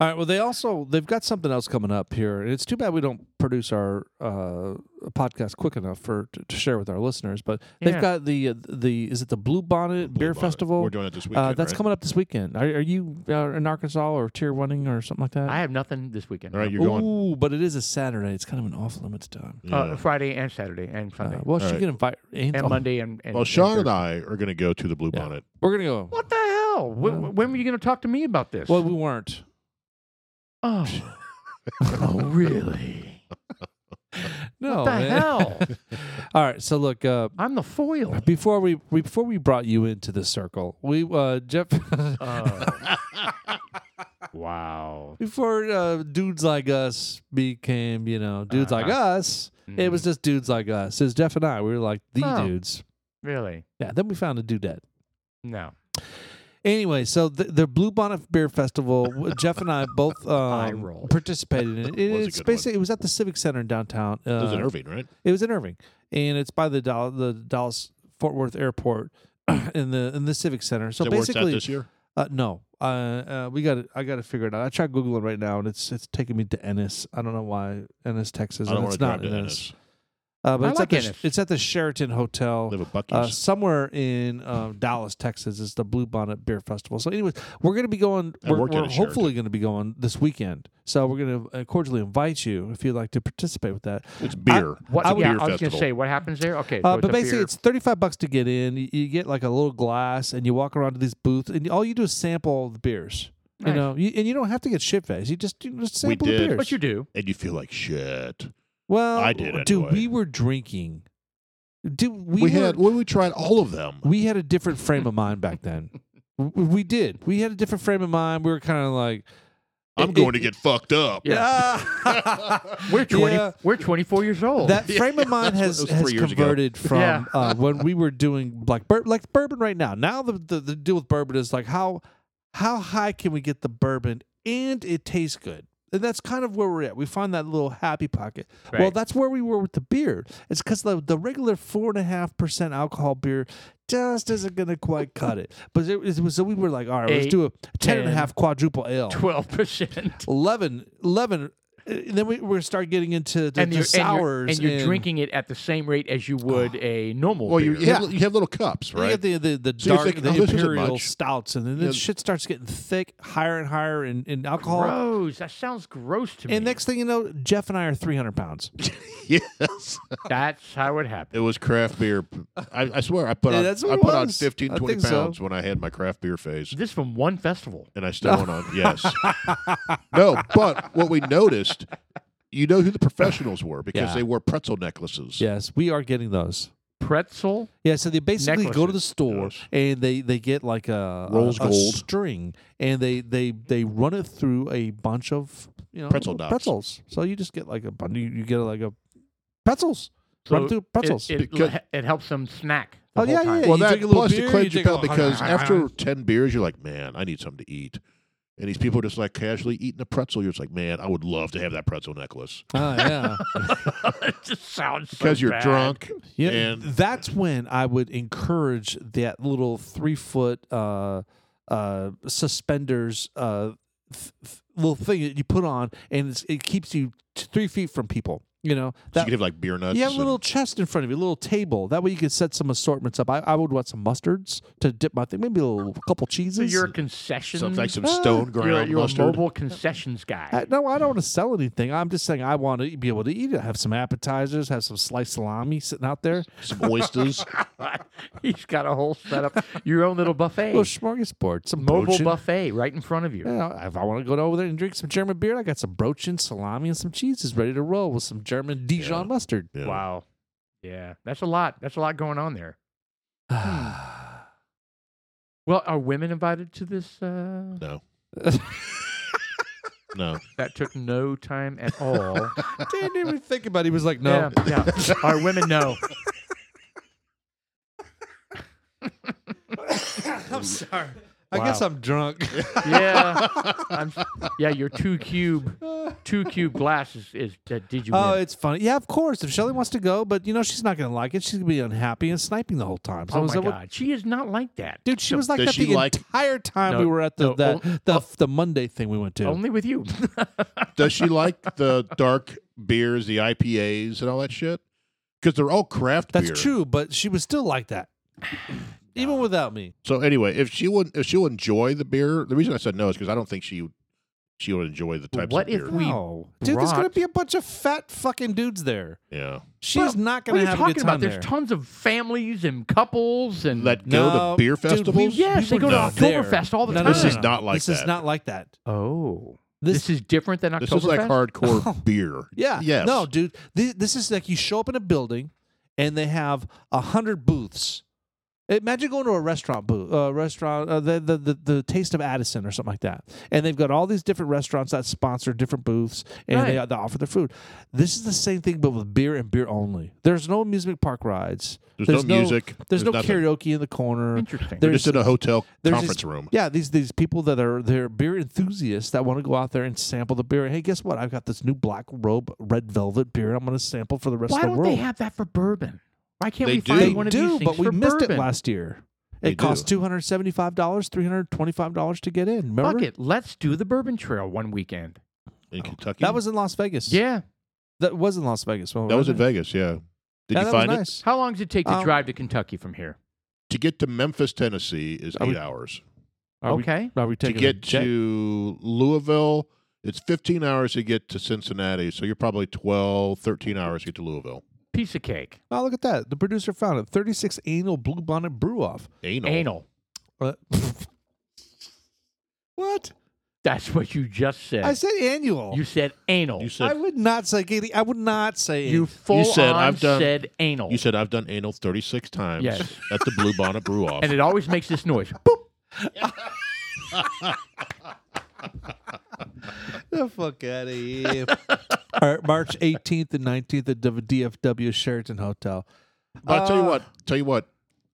S1: All right. Well, they also they've got something else coming up here, and it's too bad we don't produce our uh, podcast quick enough for to, to share with our listeners. But they've
S3: Yeah.
S1: got the uh, the is it the Blue Bonnet
S2: Blue
S1: Beer
S2: Bonnet.
S1: Festival?
S2: We're doing it this weekend.
S1: uh, that's
S2: right?
S1: coming up this weekend. Are, are you uh, in Arkansas or tier running or something like that?
S3: I have nothing this weekend.
S2: All right, you're going.
S1: Ooh, Uh, but it is a Saturday. It's kind of an off limits time.
S3: Uh,
S2: Yeah.
S3: Friday and Saturday and Sunday
S1: Uh, well, she
S2: right.
S1: can invite and,
S3: and Monday and,
S2: oh,
S3: and
S2: well,
S3: and
S2: Sean and
S3: Thursday.
S2: I are going to go to the Blue
S1: Yeah.
S2: Bonnet.
S1: We're gonna go.
S3: What the hell? Wh- wh- when were you going to talk to me about this?
S1: Well, we weren't.
S3: oh. oh, really?
S1: No.
S3: what the
S1: man.
S3: hell?
S1: All right. So look. Uh,
S3: I'm the foil.
S1: before we we- before we brought you into the circle, we uh, Jeff
S3: Oh.
S1: Uh.
S3: wow.
S1: before uh, dudes like us became you know dudes like
S3: Uh-huh.
S1: us. It was just dudes like us. It was Jeff and I. We were like the
S3: Oh.
S1: dudes.
S3: Really?
S1: Yeah. Then we found a dudette.
S3: No.
S1: Anyway, so the, the Blue Bonnet Beer Festival, w- Jeff and I both
S3: Eye
S1: um,
S3: roll.
S1: participated in it.
S2: was a
S1: it's
S2: good one.
S1: basically it was at the Civic Center in downtown. Uh,
S2: This is in Irving, right?
S1: It was in Irving, and it's by the Dal- the Dallas Fort Worth Airport in the in the Civic Center. So
S2: is that where it's at
S1: basically,
S2: this year?
S1: uh, no, uh, uh, we got I got to figure it out. I tried googling right now, and it's it's taking me to Ennis. I don't know why Ennis, Texas.
S2: I
S1: and
S2: don't want
S1: it's
S2: to drive
S1: not
S2: to
S1: in
S2: Ennis.
S1: Uh, but
S3: I
S1: it's
S3: like
S1: at the,
S3: Ennis.
S1: it's at the Sheraton Hotel
S2: Live at
S1: uh,
S2: Bucky's.
S1: somewhere in um, Dallas, Texas, is the Blue Bonnet Beer Festival. So, anyways, we're going to be going.
S2: I
S1: We're,
S2: worked at
S1: we're
S2: a Sheraton.
S1: hopefully going to be going this weekend. So, we're going to cordially invite you if you'd like to participate with that.
S2: it's beer.
S3: What,
S2: it's a
S3: yeah,
S2: beer
S3: I was going to
S2: festival.
S3: say, what happens there? Okay. so
S1: Uh,
S3: it's
S1: but
S3: a
S1: basically,
S3: beer-
S1: it's thirty-five bucks to get in. You, you get like a little glass, and you walk around to these booths, and all you do is sample all the beers. You
S3: Nice.
S1: know, you, and you don't have to get shit faced. You just, you just
S2: We
S1: sample the
S2: did.
S1: beers.
S3: But you do.
S2: and you feel like shit.
S1: well,
S2: I did
S1: dude.
S2: anyway.
S1: We were drinking. Dude, we,
S2: We,
S1: were-
S2: had well, we tried all of them.
S1: we had a different frame of mind back then. W- We did. We had a different frame of mind. We were kind of like,
S2: I'm
S1: it-
S2: going
S1: it-
S2: to get fucked up.
S3: Yeah.
S1: Ah.
S3: We're 20,
S1: Yeah.
S3: we're 24 years old.
S1: That frame of mind
S2: That's what-
S1: has,
S2: that was
S1: has
S2: three years ago.
S1: converted from
S3: Yeah.
S1: uh, when we were doing like bur- like bourbon right now. Now the, the the deal with bourbon is like how how high can we get the bourbon and it tastes good. And that's kind of where we're at. We find that little happy pocket. Well,
S3: Right.
S1: that's where we were with the beer. It's because the, the regular four and a half percent alcohol beer just isn't going to quite cut it. But it, it was, so we were like, all right, let's
S3: Eight,
S1: do a ten and a half
S3: 10,
S1: quadruple ale.
S3: 12%.
S1: 11, 11 uh, and then we we start getting into the,
S3: and,
S1: the
S3: you're, and you're,
S1: sours
S3: and you're drinking it at the same rate as you would a normal
S2: Well, you,
S3: beer.
S2: you,
S1: Yeah.
S2: have, you have little cups,
S1: You
S2: right?
S1: get the the, the
S2: So you're
S1: dark
S2: thinking,
S1: the
S2: "Oh, this isn't
S1: imperial
S2: much."
S1: stouts, and then this
S2: Yeah.
S1: shit starts getting thick, higher and higher in, in alcohol.
S3: Gross. That sounds gross to me.
S1: And next thing you know, Jeff and I are three hundred pounds.
S2: yes.
S3: That's how it
S2: It
S3: happened.
S2: was craft beer. I, I swear, I put
S1: Yeah,
S2: on
S1: that's
S2: I
S1: what it
S2: put on
S1: was.
S2: 15,
S1: I
S2: 20
S1: think so.
S2: pounds when I had my craft beer phase.
S3: This from one festival.
S2: and I still went on. Yes. no, but what we noticed, you know who the professionals were because
S1: Yeah.
S2: they wore pretzel necklaces.
S1: Yes, we are getting those.
S3: Pretzel.
S1: Yeah, so they basically go to the
S3: Necklaces.
S1: store
S2: Yes.
S1: and they they get like a
S2: Rolls
S1: a, a
S2: Gold.
S1: string and they they they run it through a bunch of you know
S2: Pretzel dots.
S1: pretzels. So you just get like a bun- you, you get like a pretzels run
S3: So
S1: through pretzels.
S3: It, it,
S2: Because-
S3: it helps them snack.
S1: Oh,
S3: The whole
S1: yeah,
S3: time.
S1: yeah,
S2: Well,
S1: You
S2: that
S1: drink a little
S2: plus
S1: beer,
S2: to
S1: you
S2: cleanse your
S1: drink a
S2: palate
S1: little-
S2: because after ten beers, you're like, man, I need something to eat. And these people are just like casually eating a pretzel. You're just like, man, I would love to have that pretzel necklace.
S1: Oh yeah.
S3: it just sounds so
S2: Because you're
S3: bad.
S2: drunk.
S1: Yeah,
S2: And-
S1: that's when I would encourage that little three foot uh, uh, suspenders uh, th- th- little thing that you put on, and it's, it keeps you t- three feet from people. You know
S2: So you
S1: that
S2: could have like beer nuts.
S1: you have a
S2: and-
S1: little chest in front of you, a little table. That way you could set some assortments up. I, I would want some mustards to dip my thing, maybe a little, couple
S3: So
S1: cheeses.
S3: you're a concession.
S2: some, like some
S1: Ah,
S2: stone
S3: you're,
S2: ground
S3: you're a
S2: mustard.
S3: mobile concessions guy.
S1: I, no, I don't want to sell anything. I'm just saying I want to be able to eat it. Have some appetizers, have some sliced salami sitting out there.
S2: some oysters.
S3: He's got a whole setup, your own little buffet,
S1: A little smorgasbord, some
S3: mobile
S1: buffet.
S3: buffet right in front of you.
S1: You know, if I want to go over there and drink some German beer, I got some brochin, salami, and some cheeses ready to roll with some German Dijon
S2: Yeah.
S1: mustard.
S2: Yeah.
S3: Wow, yeah, that's a lot. That's a lot going on there.
S1: Hmm.
S3: Well, are women invited to this? Uh,
S2: No. No.
S3: that took no time at all.
S1: Didn't even think about. it. He was like, no.
S3: Yeah, yeah. Our women know.
S1: I'm sorry.
S3: Wow.
S1: I guess I'm drunk.
S3: Yeah, I'm, yeah. Your two cube, two cube glass is, is uh, did you?
S1: Oh,
S3: win?
S1: it's funny. Yeah, of course. If Shelly wants to go, but you know she's not gonna like it. She's gonna be unhappy and sniping the whole time. So I
S3: oh
S1: was
S3: my
S1: like,
S3: god, she is not like that.
S1: Dude, she was like
S2: Does
S1: that
S2: she
S1: the
S2: like-
S1: entire time
S3: No,
S1: we were at the
S3: no,
S1: the,
S3: on-
S1: the, the Monday thing we went to.
S3: Only with you.
S2: Does she like the dark beers, the IPAs, and all that shit? Because they're all craft
S1: That's
S2: beer.
S1: true, but she was still like that, even without me.
S2: So anyway, if she would, if she'll enjoy the beer, the reason I said no is because I don't think she she would enjoy the types
S3: What
S2: of
S3: if
S2: beer.
S3: we
S1: No. dude, there's gonna
S3: brought-
S1: be a bunch of fat fucking dudes there.
S2: yeah,
S1: She's
S3: Well,
S1: not
S3: what
S1: gonna
S3: are you
S1: have
S3: talking
S1: a good
S3: about?
S1: time there.
S3: There's tons of families and couples and
S2: let go
S1: No,
S2: to beer
S1: dude, we-
S2: festivals.
S3: yes, they
S1: we
S3: go
S1: were
S3: to
S1: not there.
S3: Oktoberfest all the
S1: No, no,
S3: time.
S1: no,
S2: This is
S1: no.
S2: not like
S1: this is
S2: that.
S1: not like that.
S3: oh,
S1: This-
S3: this, is different than Oktoberfest.
S2: This is like hardcore beer.
S1: Oh, Yeah.
S2: Yes.
S1: No, dude. This, this is like you show up in a building and they have a hundred booths. Imagine going to a restaurant booth, uh, restaurant, uh, the, the the the Taste of Addison or something like that, and they've got all these different restaurants that sponsor different booths and they,
S3: Right.
S1: they offer their food. This is the same thing, but with beer and beer only. There's no amusement park rides.
S2: There's, no, music.
S1: There's, no
S2: nothing.
S1: karaoke in the corner.
S3: Interesting.
S2: They're
S1: There's-
S2: just in a hotel
S1: there's
S2: conference
S1: these-
S2: room.
S1: Yeah, these these people that are they're beer enthusiasts that want to go out there and sample the beer. Hey, guess what? I've got this new black robe red velvet beer. I'm going to sample for the rest
S3: Why
S1: of the
S3: don't
S1: world.
S3: they have that for bourbon? Why can't
S2: They
S3: we
S1: they
S3: find
S2: do.
S3: one of
S1: do,
S3: these things
S1: but we
S3: for
S1: missed
S3: bourbon?
S1: it last year.
S2: They
S1: it costs
S2: do.
S1: two hundred seventy five dollars, three hundred twenty five dollars to get in. Remember
S3: Fuck it. Let's do the bourbon trail one weekend.
S2: in Kentucky.
S1: Oh, that was in Las Vegas.
S3: Yeah.
S1: that was in Las Vegas.
S2: that was in Vegas. Yeah. Did
S1: yeah,
S2: you
S1: that
S2: find
S1: was
S2: it?
S1: nice.
S3: How long does it take to
S1: Um,
S3: drive to Kentucky from here?
S2: To get to Memphis, Tennessee, is
S1: I
S2: eight
S1: would-
S2: hours.
S1: Are we-
S3: okay.
S1: are we
S2: To
S1: taking a
S2: get
S1: jet?
S2: to Louisville, it's 15 hours to get to Cincinnati. So you're probably 12, 13 hours to get to Louisville.
S3: Piece of cake.
S1: Oh, look at that! The producer found it. Thirty six anal blue bonnet brew off.
S2: Anal.
S3: Anal.
S1: What? what?
S3: That's what you just said.
S1: I said annual.
S3: you said anal.
S2: You
S3: You,
S1: I
S2: said
S1: would not say Gailey. I would not say it.
S3: full
S2: said,
S3: on
S2: "I've done-
S3: said anal.
S2: you said I've done anal 36 times
S3: Yes.
S2: at the Blue Bonnet Brew Off.
S3: and it always makes this noise.
S1: the fuck out of here. All right, March 18th and 19th at the DFW Sheraton Hotel.
S2: But I'll tell you
S1: Uh,
S3: Ah.
S2: what, tell you what,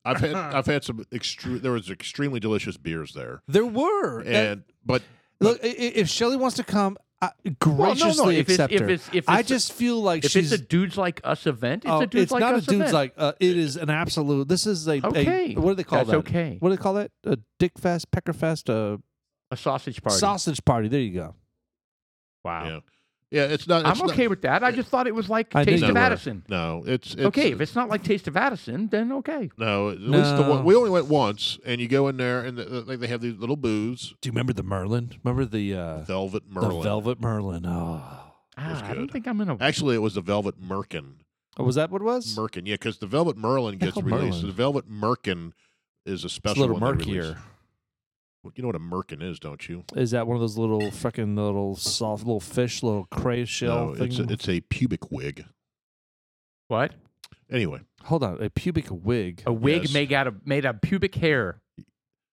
S2: I've had
S3: Uh-huh.
S2: I've had some extreme. There was extremely delicious beers there,
S1: There were.
S2: and but
S1: look, i- i- if Shelly wants to come, I
S3: Well,
S1: graciously
S3: no, no. If it's,
S1: accept
S3: if
S1: her.
S3: it's, if it's,
S1: I just feel like
S3: if
S1: she's.
S3: it's a dudes like us event, it's
S1: oh,
S3: a dudes like
S1: not
S3: us
S1: a dude's
S3: event.
S1: like. Uh, it is an absolute. This is a. a-
S3: Okay.
S1: what do they call
S3: That's
S1: that?
S3: okay.
S1: What do they call that? A dick fest, pecker fest, a
S3: a sausage party.
S1: sausage party. There you go.
S3: wow.
S2: yeah, yeah, it's not. it's
S3: I'm
S2: not-
S3: okay with that. I just thought it was like
S1: I knew
S3: Taste
S1: you
S3: of
S1: were.
S3: Addison.
S2: no, it's, it's
S3: okay, if it's not like Taste of Addison, then okay.
S2: no, at least the
S1: No.
S2: one, we only went once, and you go in there, and the, like they have these little booths,
S1: Do you remember the Merlin? Remember the uh,
S2: Velvet
S1: the
S2: Merlin.
S1: Velvet Merlin? Oh,
S2: was
S3: Ah, I don't
S2: good.
S3: think I'm in a.
S2: Actually, it was the Velvet Merkin.
S1: Oh, was that what it was?
S2: Merkin, yeah, because the Velvet Merlin gets
S1: hell,
S2: released.
S1: Merlin?
S2: The Velvet Merkin is a
S1: it's
S2: special
S1: a little
S2: one they release.
S1: murkier.
S2: Well, You know what a merkin is, don't you?
S1: Is that one of those little fucking little soft little fish, little cray shell
S2: no,
S1: thing?
S2: it's a, it's a pubic wig.
S3: What?
S2: Anyway,
S1: Hold on, a pubic wig.
S3: A wig
S2: Yes.
S3: made out of made out of pubic hair.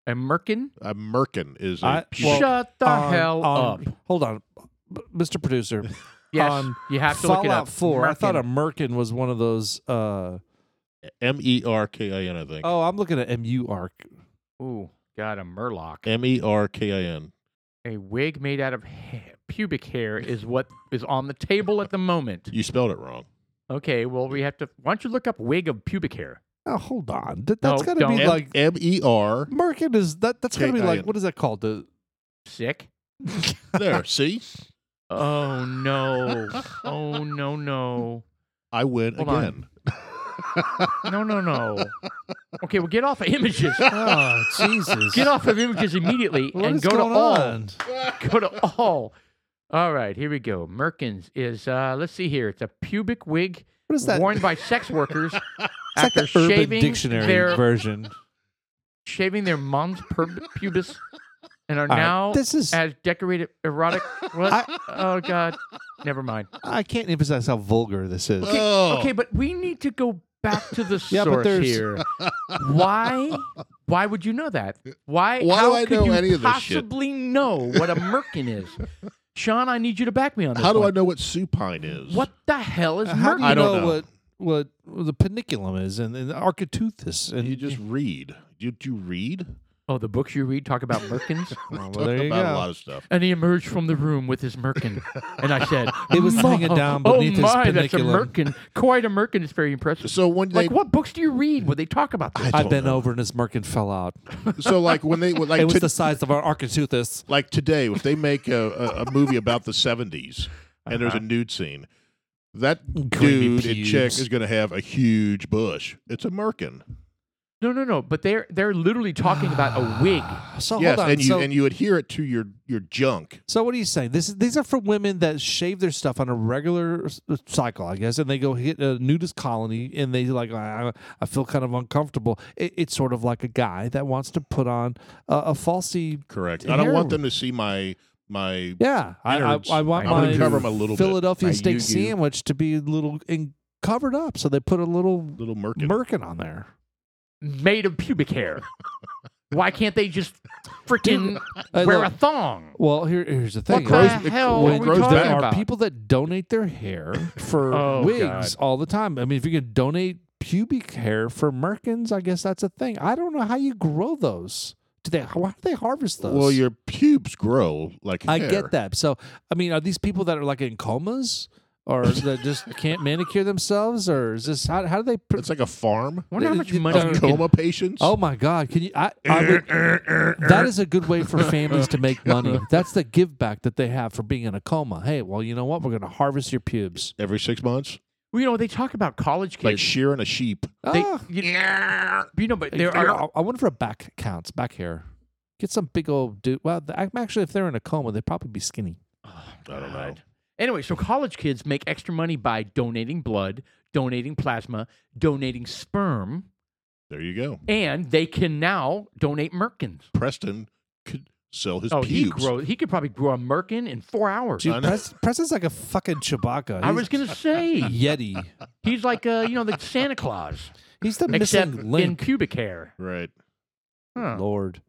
S3: A merkin?
S2: a merkin is a
S1: I-
S2: pubic
S1: Well,
S3: Shut the
S1: On-
S3: hell
S1: on-
S3: up.
S1: Hold on, B- Mr. Producer.
S3: Yes,
S1: on
S3: you have to
S1: Fallout
S3: look it up.
S1: Four. I thought a
S3: Merkin.
S1: merkin was one of those. Uh,
S2: M E R K I N, I think.
S1: oh, I'm looking at mu arc.
S3: Ooh, got a murloc.
S2: M E R K I N.
S3: A wig made out of ha- pubic hair is what is on the table at the moment.
S2: You spelled it wrong.
S3: Okay, well, we have to. Why don't you look up wig of pubic hair?
S1: Oh, hold on. That, that's
S3: No,
S1: got to be
S3: don't.
S1: like
S2: M E R.
S1: Merkin is that that's got to be like
S2: K-I-N.
S1: what is that called? The
S3: Sick.
S2: There, see?
S3: Oh no! Oh no no!
S2: I win
S3: Hold on.
S2: again.
S3: No no no! Okay, well, get off of images.
S1: oh Jesus!
S3: Get off of images immediately
S1: What
S3: and
S1: is
S3: go to
S1: going
S3: all.
S1: on?
S3: Go to all. All right, here we go. Merkins is uh let's see here. It's a pubic wig
S1: What is that?
S3: worn by sex workers
S1: it's like
S3: after
S1: the Urban
S3: shaving
S1: Dictionary
S3: their
S1: version.
S3: shaving their mom's per- pubis and are
S1: right,
S3: now
S1: this is-
S3: as decorated erotic. What?
S1: I-
S3: oh God, never mind.
S1: I can't emphasize how vulgar this is.
S3: Okay,
S2: Oh.
S3: okay, but we need to go back to the
S1: Yeah, but
S3: source
S1: there's-
S3: here. Why? Why would you know that?
S2: Why
S3: Why?
S2: do
S3: how
S2: I
S3: could
S2: know
S3: you
S2: any of this shit?
S3: possibly know what a merkin is? Sean, I need you to back me on this.
S2: How do I
S3: one.
S2: know what supine is?
S3: What the hell is
S1: Uh-huh. How do you
S3: merkin?
S2: I don't know.
S1: what what what the paniculum is and, and the architeuthis and
S2: You just read. Do do you read?
S3: Oh, the books you read talk about merkins.
S1: Oh, well,
S2: Talk
S1: there you
S2: about
S1: go.
S2: a lot of stuff.
S3: And he emerged from the room with his merkin. And I said,
S1: It was
S3: "Ma-
S1: hanging down
S3: oh
S1: beneath his
S3: my, that's a
S1: paniculum."
S3: merkin. Quite a merkin. It's very impressive.
S2: So when they
S3: like, what books do you read where they talk about this?
S2: I
S1: I
S2: don't
S1: bent
S2: know.
S1: over and his merkin fell out.
S2: so like when they like
S1: it was
S2: to-
S1: the size of our architeuthis.
S2: like today if they make a, a, a movie about the 70s and there's a
S1: Uh-huh.
S2: nude scene that
S1: Creamy
S2: dude and chick
S1: pubes.
S2: is going to have a huge bush it's a merkin
S3: No, no, no. But they're they're literally talking about
S2: Ah.
S3: a wig.
S1: So
S2: yes
S1: Oh, hold on.
S2: and you
S1: so,
S2: and you adhere it to your your junk
S1: so what are you saying? This is, these are for women that shave their stuff on a regular s- cycle, I guess, and they go hit a nudist colony and they like I, I feel kind of uncomfortable. It, it's sort of like a guy that wants to put on a, a falsy.
S2: correct i don't
S1: Hair.
S2: want them to see my my
S1: Yeah, I, I,
S2: Innards.
S1: I want
S3: I
S1: my
S3: wanna cover
S2: 'em a little bit.
S1: Philadelphia
S2: My
S1: steak
S2: you-you.
S1: sandwich to be a little in, covered up, so they put a little
S2: little merkin
S1: merkin on there.
S3: made of pubic hair. Why can't they just freaking
S1: I
S3: wear
S1: love-
S3: a thong?
S1: Well, here, here's the thing.
S3: What
S1: right?
S3: the
S2: grows- it
S3: hell
S2: grows-
S3: are we
S2: grows
S3: talking
S2: back.
S1: there are
S3: about?
S1: people that donate their hair for
S3: Oh,
S1: wigs
S3: God.
S1: all the time. I mean, if you can donate pubic hair for merkins, I guess that's a thing. I don't know how you grow those. Do they? How do they harvest those?
S2: well your pubes grow like
S1: I
S2: hair.
S1: get that. So, I mean, are these people that are like in comas or that just can't manicure themselves, or is this how, how do they? pr-
S2: it's like a farm
S3: Wonder how much
S1: Of
S3: money.
S2: of
S3: we
S2: coma
S3: can-
S2: patients
S1: Oh my God! Can you? I, I would- that is a good way for families to make money. That's the give back that they have for being in a coma. Hey, well, you know what? We're going to harvest your pubes.
S2: every six months
S3: Well, you know, they talk about college
S2: like
S3: kids.
S2: shearing a sheep
S3: they,
S1: Ah.
S3: you, you know, but there
S1: I-
S3: are.
S1: I, I wonder if a back counts back hair. Get some big old dude. Well, the, I'm actually, if they're in a coma, they'd probably be skinny.
S2: I don't know.
S3: Anyway, so college kids make extra money by donating blood, donating plasma, donating sperm,
S2: there you go
S3: and they can now donate merkins.
S2: preston could sell his
S3: Oh, he
S2: pubes
S3: grow. He could probably grow a merkin in four hours.
S2: I
S1: Dude,
S2: know.
S1: Pres, Preston's like a fucking Chewbacca.
S3: I
S1: He's
S3: was gonna say
S1: Yeti.
S3: he's like uh, you know the Santa Claus,
S1: He's the
S3: except
S1: missing
S3: in
S1: link.
S3: pubic hair.
S2: right
S3: Huh.
S1: Lord,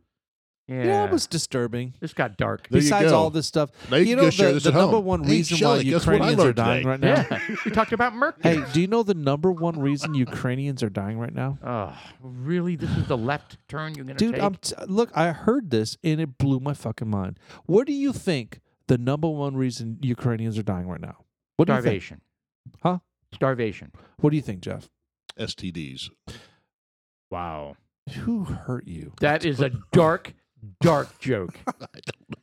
S3: Yeah,
S1: yeah, that was disturbing.
S3: this got dark.
S2: There you
S1: Besides
S2: go.
S1: all this stuff,
S2: Now you can
S1: know
S2: go
S1: the,
S2: share this
S1: the
S2: at
S1: number
S2: home.
S1: one
S2: Hey,
S1: reason why
S2: Shelley, guess what I
S1: Ukrainians are
S2: learned
S1: dying
S2: today?
S1: right now.
S3: Yeah, we talked about merkin.
S1: Hey, do you know the number one reason Ukrainians are dying right now?
S3: Oh, really? This is the left turn you're gonna
S1: Dude, um,
S3: take?
S1: I'm t- look, I heard this and it blew my fucking mind. What do you think the number one reason Ukrainians are dying right now? What do you think?
S3: Starvation.
S1: Huh?
S3: Starvation.
S1: What do you think, Jeff?
S2: STDs.
S3: Wow,
S1: Who hurt you?
S3: that is a dark, dark joke.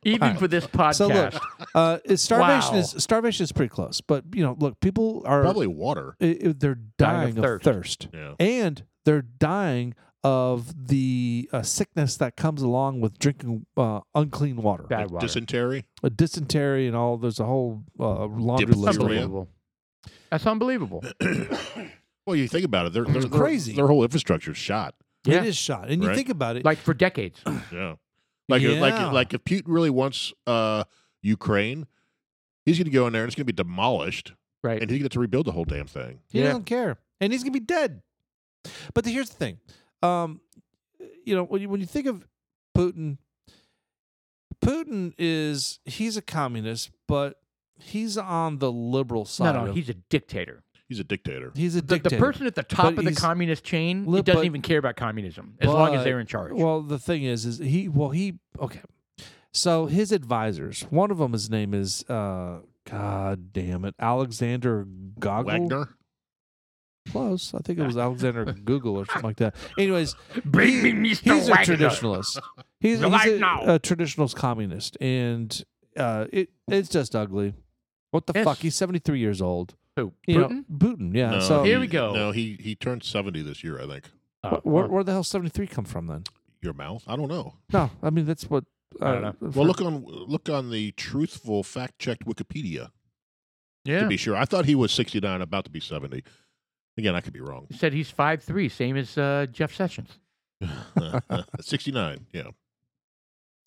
S3: Even
S1: All right.
S3: for this podcast.
S1: So look, uh, it's- starvation
S3: Wow.
S1: is starvation is pretty close, but you know, look, people are
S2: Probably water.
S1: i- i- they're dying,
S3: Dying of
S1: of,
S3: thirst.
S1: thirst,
S2: Yeah.
S1: and they're dying of the uh, sickness that comes along with drinking uh, unclean water,
S3: Bad water.
S2: Dysentery.
S1: a dysentery, and all. There's a whole uh, laundry list. of
S2: Diphtheria.
S1: it.
S3: unbelievable. That's unbelievable.
S2: Well, you think about it. They're, they're
S1: crazy.
S2: Their whole infrastructure's shot.
S3: Yeah.
S1: It is shot, and you
S2: Right.
S1: think about it.
S3: Like for decades.
S2: Yeah. Like if-
S1: Yeah.
S2: like like if Putin really wants uh, Ukraine, he's going to go in there and it's going to be demolished,
S3: Right.
S2: and he's going to rebuild the whole damn thing.
S1: He
S3: Yeah.
S1: doesn't care, and he's gonna be dead. But the, here's the thing, um, you know, when you when you think of Putin, Putin is he's a communist, but he's on the liberal side.
S3: no, no,
S1: of-
S3: he's a dictator.
S2: He's a dictator.
S1: he's a
S3: the,
S1: dictator.
S3: the person at the top
S1: But
S3: of the
S1: he's-
S3: communist chain
S1: Look,
S3: it doesn't
S1: but-
S3: even care about communism as long as
S1: but-
S3: they're in charge.
S1: Well, the thing is, is he? Well, he okay. So his advisors, one of them, his name is, uh, God damn it, Alexander Goggle.
S2: Wagner.
S1: Close. I think it was Alexander Google or something like that. Anyways,
S3: Bring me Mr.
S1: he's a
S3: Wagner.
S1: traditionalist. He's, he's
S3: Right
S1: a,
S3: now.
S1: a traditionalist communist, and uh, it it's just ugly. What the
S3: Yes.
S1: fuck? He's seventy three years old.
S3: Who?
S1: You know,
S3: Putin?
S1: Putin. Yeah.
S2: No,
S1: so
S3: Here
S2: he-
S3: we go.
S2: No, he he turned seventy this year. I think
S3: Uh,
S1: wh- where, where the hell seventy three come from then?
S2: your mouth. I don't know.
S1: No, I mean that's what. Uh,
S3: I don't know.
S2: Well, look on look on the truthful fact checked Wikipedia
S3: yeah.
S2: to be sure. I thought he was sixty nine, about to be seventy. Again, I could be wrong.
S3: He said he's five three, same as uh, Jeff Sessions.
S2: sixty nine. Yeah.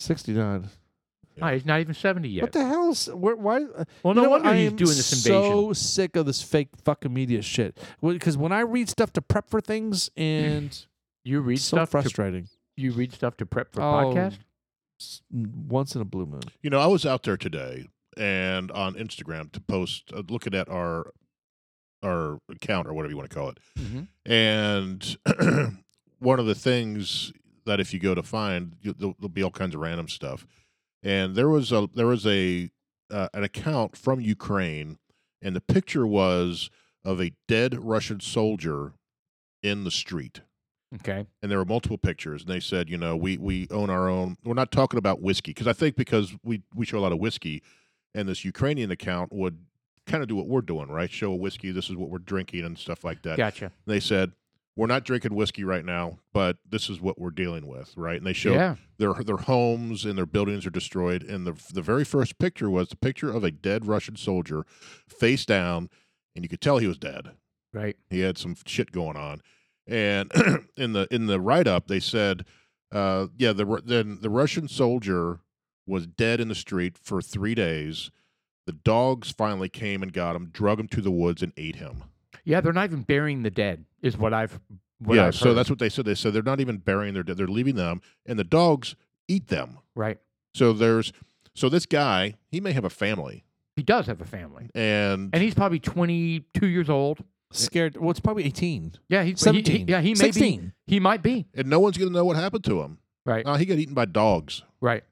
S1: sixty nine.
S3: Ah, he's not even seventy yet.
S1: What the hell is? Where, why? uh, you
S3: well, no
S1: know what?
S3: wonder
S1: I
S3: he's
S1: am
S3: doing this invasion.
S1: So sick of this fake fucking media shit. Because when I read stuff to prep for things, and
S3: you read
S1: it's so
S3: stuff. To,
S1: frustrating.
S3: you read stuff to prep for
S1: Oh.
S3: podcast.
S1: S- Once in a blue moon.
S2: You know, I was out there today and on Instagram to post uh, looking at our our account or whatever you want to call it.
S3: Mhm.
S2: And one of the things that if you go to find, you, there'll, there'll be all kinds of random stuff. And there was a there was a uh, an account from Ukraine, and the picture was of a dead Russian soldier in the street
S3: Okay.
S2: and there were multiple pictures and they said you know we we own our own we're not talking about whiskey because i think because we we show a lot of whiskey and this ukrainian account would kind of do what we're doing right show a whiskey this is what we're drinking and stuff like that
S3: Gotcha.
S2: And they said we're not drinking whiskey right now but this is what we're dealing with right and they showed
S3: Yeah.
S2: their their homes and their buildings are destroyed and the the very first picture was the picture of a dead russian soldier face down and you could tell he was dead
S3: Right.
S2: he had some shit going on and in the in the write-up they said uh yeah the Ru- then the russian soldier was dead in the street for three days the dogs finally came and got him drug him to the woods and ate him
S3: Yeah, they're not even burying the dead, is what I've. What
S2: yeah
S3: I've
S2: so
S3: heard.
S2: that's what they said they said they're not even burying their dead they're leaving them and the dogs eat them
S3: right.
S2: so there's so this guy he may have a family
S3: He does have a family,
S2: and,
S3: and he's probably twenty-two years old.
S1: Scared. Well, it's probably eighteen.
S3: Yeah, he's he- he-
S1: Seventeen.
S3: yeah, he may be.
S1: sixteen.
S3: He might be.
S2: and no one's gonna know what happened to him
S3: Right.
S2: Uh, he got eaten by dogs
S3: Right.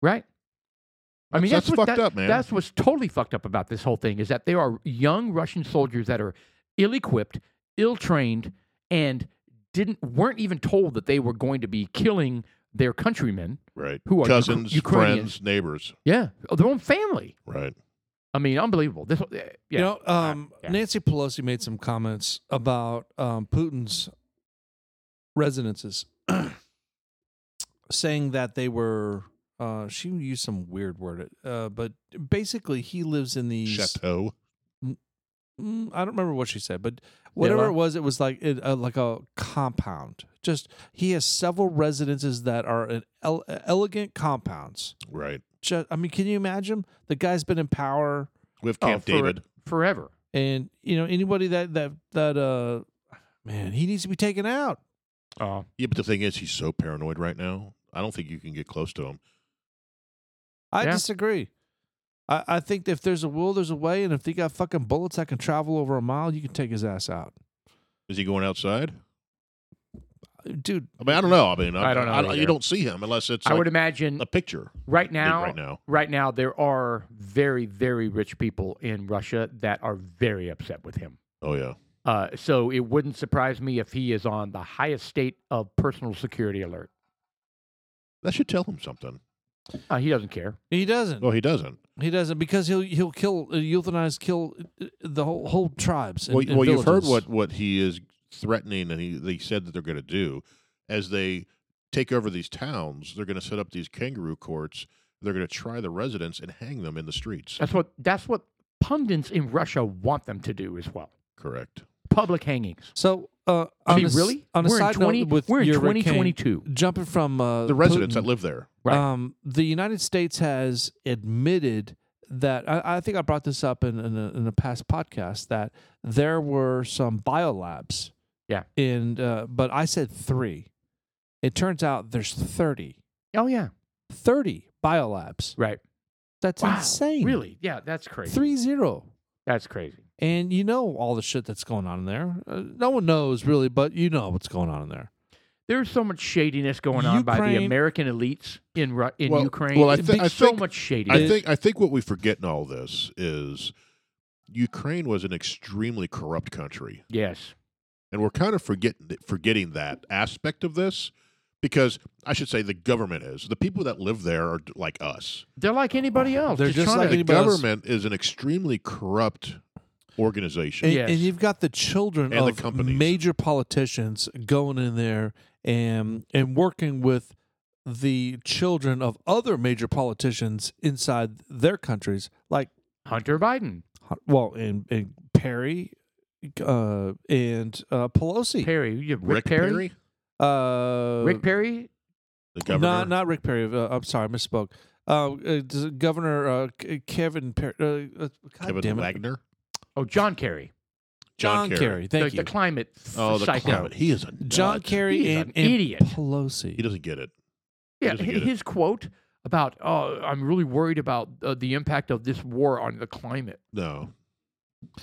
S3: Right. I mean,
S2: That's-
S3: that's,
S2: that's
S3: what,
S2: fucked
S3: that-
S2: up, man.
S3: That's what's totally fucked up about this whole thing is that there are young Russian soldiers that are ill-equipped, ill-trained, and didn't weren't even told that they were going to be killing their countrymen.
S2: right
S3: Who are Ukra-
S2: cousins
S3: Ukrainians.
S2: friends neighbors
S3: Yeah, their own family.
S2: right
S3: I mean, unbelievable. This, eh, yeah, Ah,
S1: You know, um,
S3: yeah.
S1: Nancy Pelosi made some comments about um, Putin's residences, saying that they were. Uh, she used some weird word, uh, but basically, he lives in these.
S2: chateau
S1: Mm, I don't remember what she said, but whatever
S3: Villa?
S1: it was, it was like it, uh, like a compound. Just he has several residences that are an ele- elegant compounds.
S2: Right.
S1: Just, I mean, can you imagine? The guy's been in power.
S2: We have
S3: Oh,
S2: Camp
S3: for-
S2: David.
S3: forever.
S1: and you know anybody that that that uh man he needs to be taken out
S3: Oh,
S2: Yeah, but the thing is, he's so paranoid right now. I don't think you can get close to him.
S1: i
S3: Yeah.
S1: disagree I, I think that if there's a will there's a way and if they got fucking bullets that can travel over a mile you can take his ass out
S2: Is he going outside?
S1: dude
S2: I mean, I don't know. I mean,
S3: I don't know either.
S2: you don't see him unless it's
S3: I
S2: like
S3: would imagine
S2: a picture
S3: right
S2: like
S3: now,
S2: right now.
S3: right now, there are very, very rich people in Russia that are very upset with him.
S2: Oh yeah,
S3: Uh, so it wouldn't surprise me if he is on the highest state of personal security alert.
S2: that should tell him something.
S3: Uh, he doesn't care.
S1: he doesn't
S2: Well, he doesn't.
S1: he doesn't because he'll he'll kill uh, euthanize kill uh, the whole whole tribes and,
S2: well,
S1: and
S2: well you've heard
S1: villages.
S2: what what he is threatening, and he they said that they're going to do as they take over these towns. They're going to set up these kangaroo courts. They're going to try the residents and hang them in the streets.
S3: That's what that's what pundits in Russia want them to do as well.
S2: Correct.
S3: Public hangings.
S1: so uh
S3: I
S1: on
S3: mean,
S1: a s-
S3: really?
S1: on a
S3: we're
S1: side
S3: in 20,
S1: note with
S3: we're in
S1: your
S3: twenty
S1: Rick Kane,
S3: twenty two.
S1: jumping from uh
S2: The residents
S1: Putin,
S2: that live there.
S3: Right.
S1: Um, the United States has admitted that I, I think I brought this up in in a, in a past podcast that there were some biolabs.
S3: Yeah.
S1: And uh, but I said three. It turns out there's 30.
S3: Oh yeah.
S1: 30 biolabs.
S3: Right.
S1: That's
S3: Wow.
S1: insane.
S3: Really? Yeah. That's crazy.
S1: Three zero.
S3: That's crazy.
S1: And you know all the shit that's going on in there. Uh, no one knows really, but you know what's going on in there.
S3: There's so much shadiness going on by the
S1: Ukraine-
S3: American elites in Ru- in
S2: Well-
S3: Ukraine.
S2: well, I thi-
S3: There's
S2: I
S3: so
S2: think-
S3: much shadiness.
S2: I think I think what we forget in all this is Ukraine was an extremely corrupt country,
S3: yes.
S2: and we're kind of forgetting th- forgetting that aspect of this because I should say the government is the people that live there are d- like us.
S3: They're like anybody else.
S1: They're just
S3: trying
S1: like
S2: the
S3: to,
S1: anybody else.
S2: government is an extremely corrupt organization.
S1: And,
S3: Yes.
S1: and you've got the children
S2: And the
S1: of
S2: companies.
S1: major politicians going in there and and working with the children of other major politicians inside their countries, like
S3: Hunter Biden,
S1: well, and, and Perry, uh, and uh, Pelosi,
S3: Perry, you have Rick,
S2: Rick Perry,
S1: uh,
S3: Rick Perry,
S2: the governor.
S1: not not Rick Perry. Uh, I'm sorry, I misspoke. Uh, uh, d- Governor uh, K- Kevin Perry. Uh, uh, God
S2: Kevin
S1: damn it.
S2: Wagner,
S3: oh John Kerry,
S1: John, Kerry. Thank
S3: the,
S1: you.
S3: the climate
S2: Oh, the
S3: psycho.
S2: climate. He is a
S1: John
S2: nut.
S1: Kerry
S3: He's
S1: and,
S3: an
S1: and
S3: idiot.
S1: Pelosi.
S2: He doesn't get it.
S3: Yeah,
S2: doesn't
S3: hi-
S2: get it.
S3: his quote about oh, I'm really worried about uh, the impact of this war on the climate.
S2: No,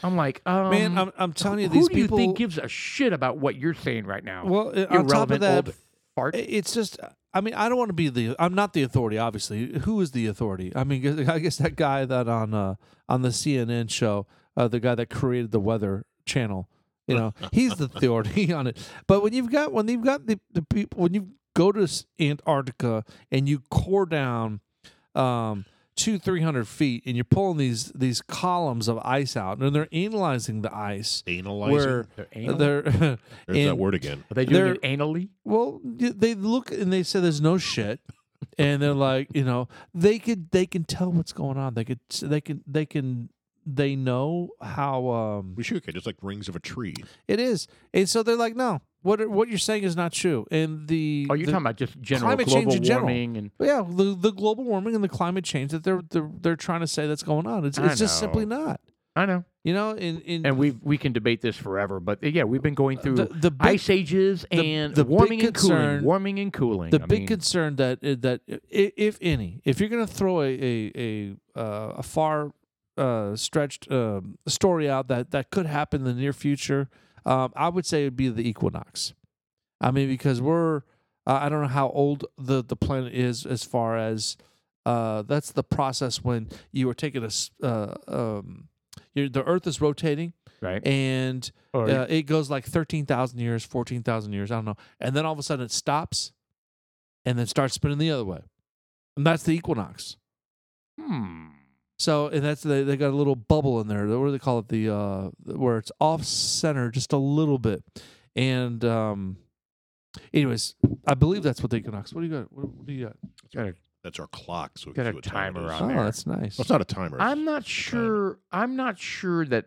S3: I'm like, um,
S1: Man, I'm, I'm telling you,
S3: who
S1: these
S3: do
S1: people.
S3: you think gives a shit about what you're saying right now?
S1: well, uh, on
S3: irrelevant
S1: top of that, eh,
S3: old fart.
S1: i- it's just. I mean, I don't want to be the. I'm not the authority, obviously. Who is the authority? I mean, 'cause I guess that guy that on uh, on the CNN show, uh, the guy that created the Weather Channel. You know, he's the authority on it. But when you've got when you've got the, the people when you go to s- Antarctica and you core down um, two three hundred feet and you're pulling these these columns of ice out and they're analyzing the ice
S2: analyzing.
S1: where
S3: They're anal?
S1: they're
S2: There's that
S1: and-
S2: word again.
S3: Are they doing
S1: they're-
S3: it anally?
S1: well, y- they look and they say there's no shit, and they're like, you know, they could they can tell what's going on. They could they can they can they know how um
S2: We should get just like rings of a tree.
S1: it is, and so they're like, no, what are- what you're saying is not true. And the
S3: Oh, you're
S1: the-
S3: talking about just general
S1: climate
S3: global
S1: change in general.
S3: warming and
S1: yeah the, the global warming and the climate change that they're they're, they're trying to say that's going on. It's
S3: I
S1: it's just simply not.
S3: I know.
S1: You know, in in
S3: And we we can debate this forever, but eh, yeah, we've been going through
S1: the, the big
S3: ice ages and
S1: the big
S3: warming and
S1: concern-
S3: cooling, warming and cooling.
S1: The
S3: I
S1: big
S3: mean,
S1: concern that eh, that i- if any, if you're going to throw a a a, uh, a far uh, stretched um, story out that that could happen in the near future, um, I would say it'd be the equinox. I mean, because we're uh, I don't know how old the the planet is as far as uh, that's the process when you are taking a s- uh, um, your, the Earth is rotating
S3: right?
S1: and
S3: Or-
S1: uh, it goes like 13,000 years, 14,000 years, I don't know. And then all of a sudden it stops and then starts spinning the other way. And that's the equinox.
S3: hmm.
S1: So, and that's they, they got a little bubble in there. What do they call it? The uh, where it's off center just a little bit. And, um, anyways, I believe that's what the equinox. What do you got? What, what do you got?
S3: Got a-
S2: That's our clock. So we
S3: Got
S2: can
S3: a
S2: see what time it
S3: timer
S2: is.
S3: on
S1: oh,
S3: there.
S1: that's nice.
S2: Well, it's not a timer. it's-
S3: I'm not sure. I'm not sure that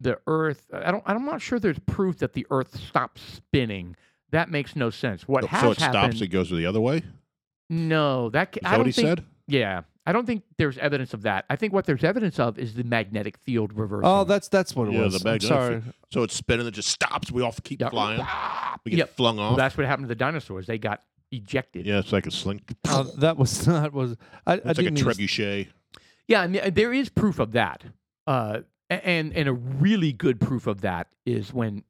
S3: the Earth. I don't. I'm not sure there's proof that the Earth stops spinning. That makes no sense. What
S2: so,
S3: has
S2: so it
S3: happened?
S2: stops. It goes the other way. Is
S3: no, that, ca-
S2: that
S3: I don't
S2: what he
S3: think.
S2: said?
S3: Yeah, I don't think there's evidence of that. I think what there's evidence of is the magnetic field reversing.
S1: Oh, that's that's what it
S2: Yeah,
S1: was.
S2: the
S1: I'm
S2: magnetic
S1: sorry.
S2: So it's spinning. It just stops. We all keep
S3: Yep.
S2: flying. We get
S3: Yep.
S2: flung off.
S3: That's what happened to the dinosaurs. They got ejected.
S2: yeah, it's like a sling.
S1: Uh, that was not was I, I
S2: it's like a
S1: didn't mean to-
S2: trebuchet.
S3: Yeah, I mean, uh, there is proof of that. Uh, a- and and a really good proof of that is when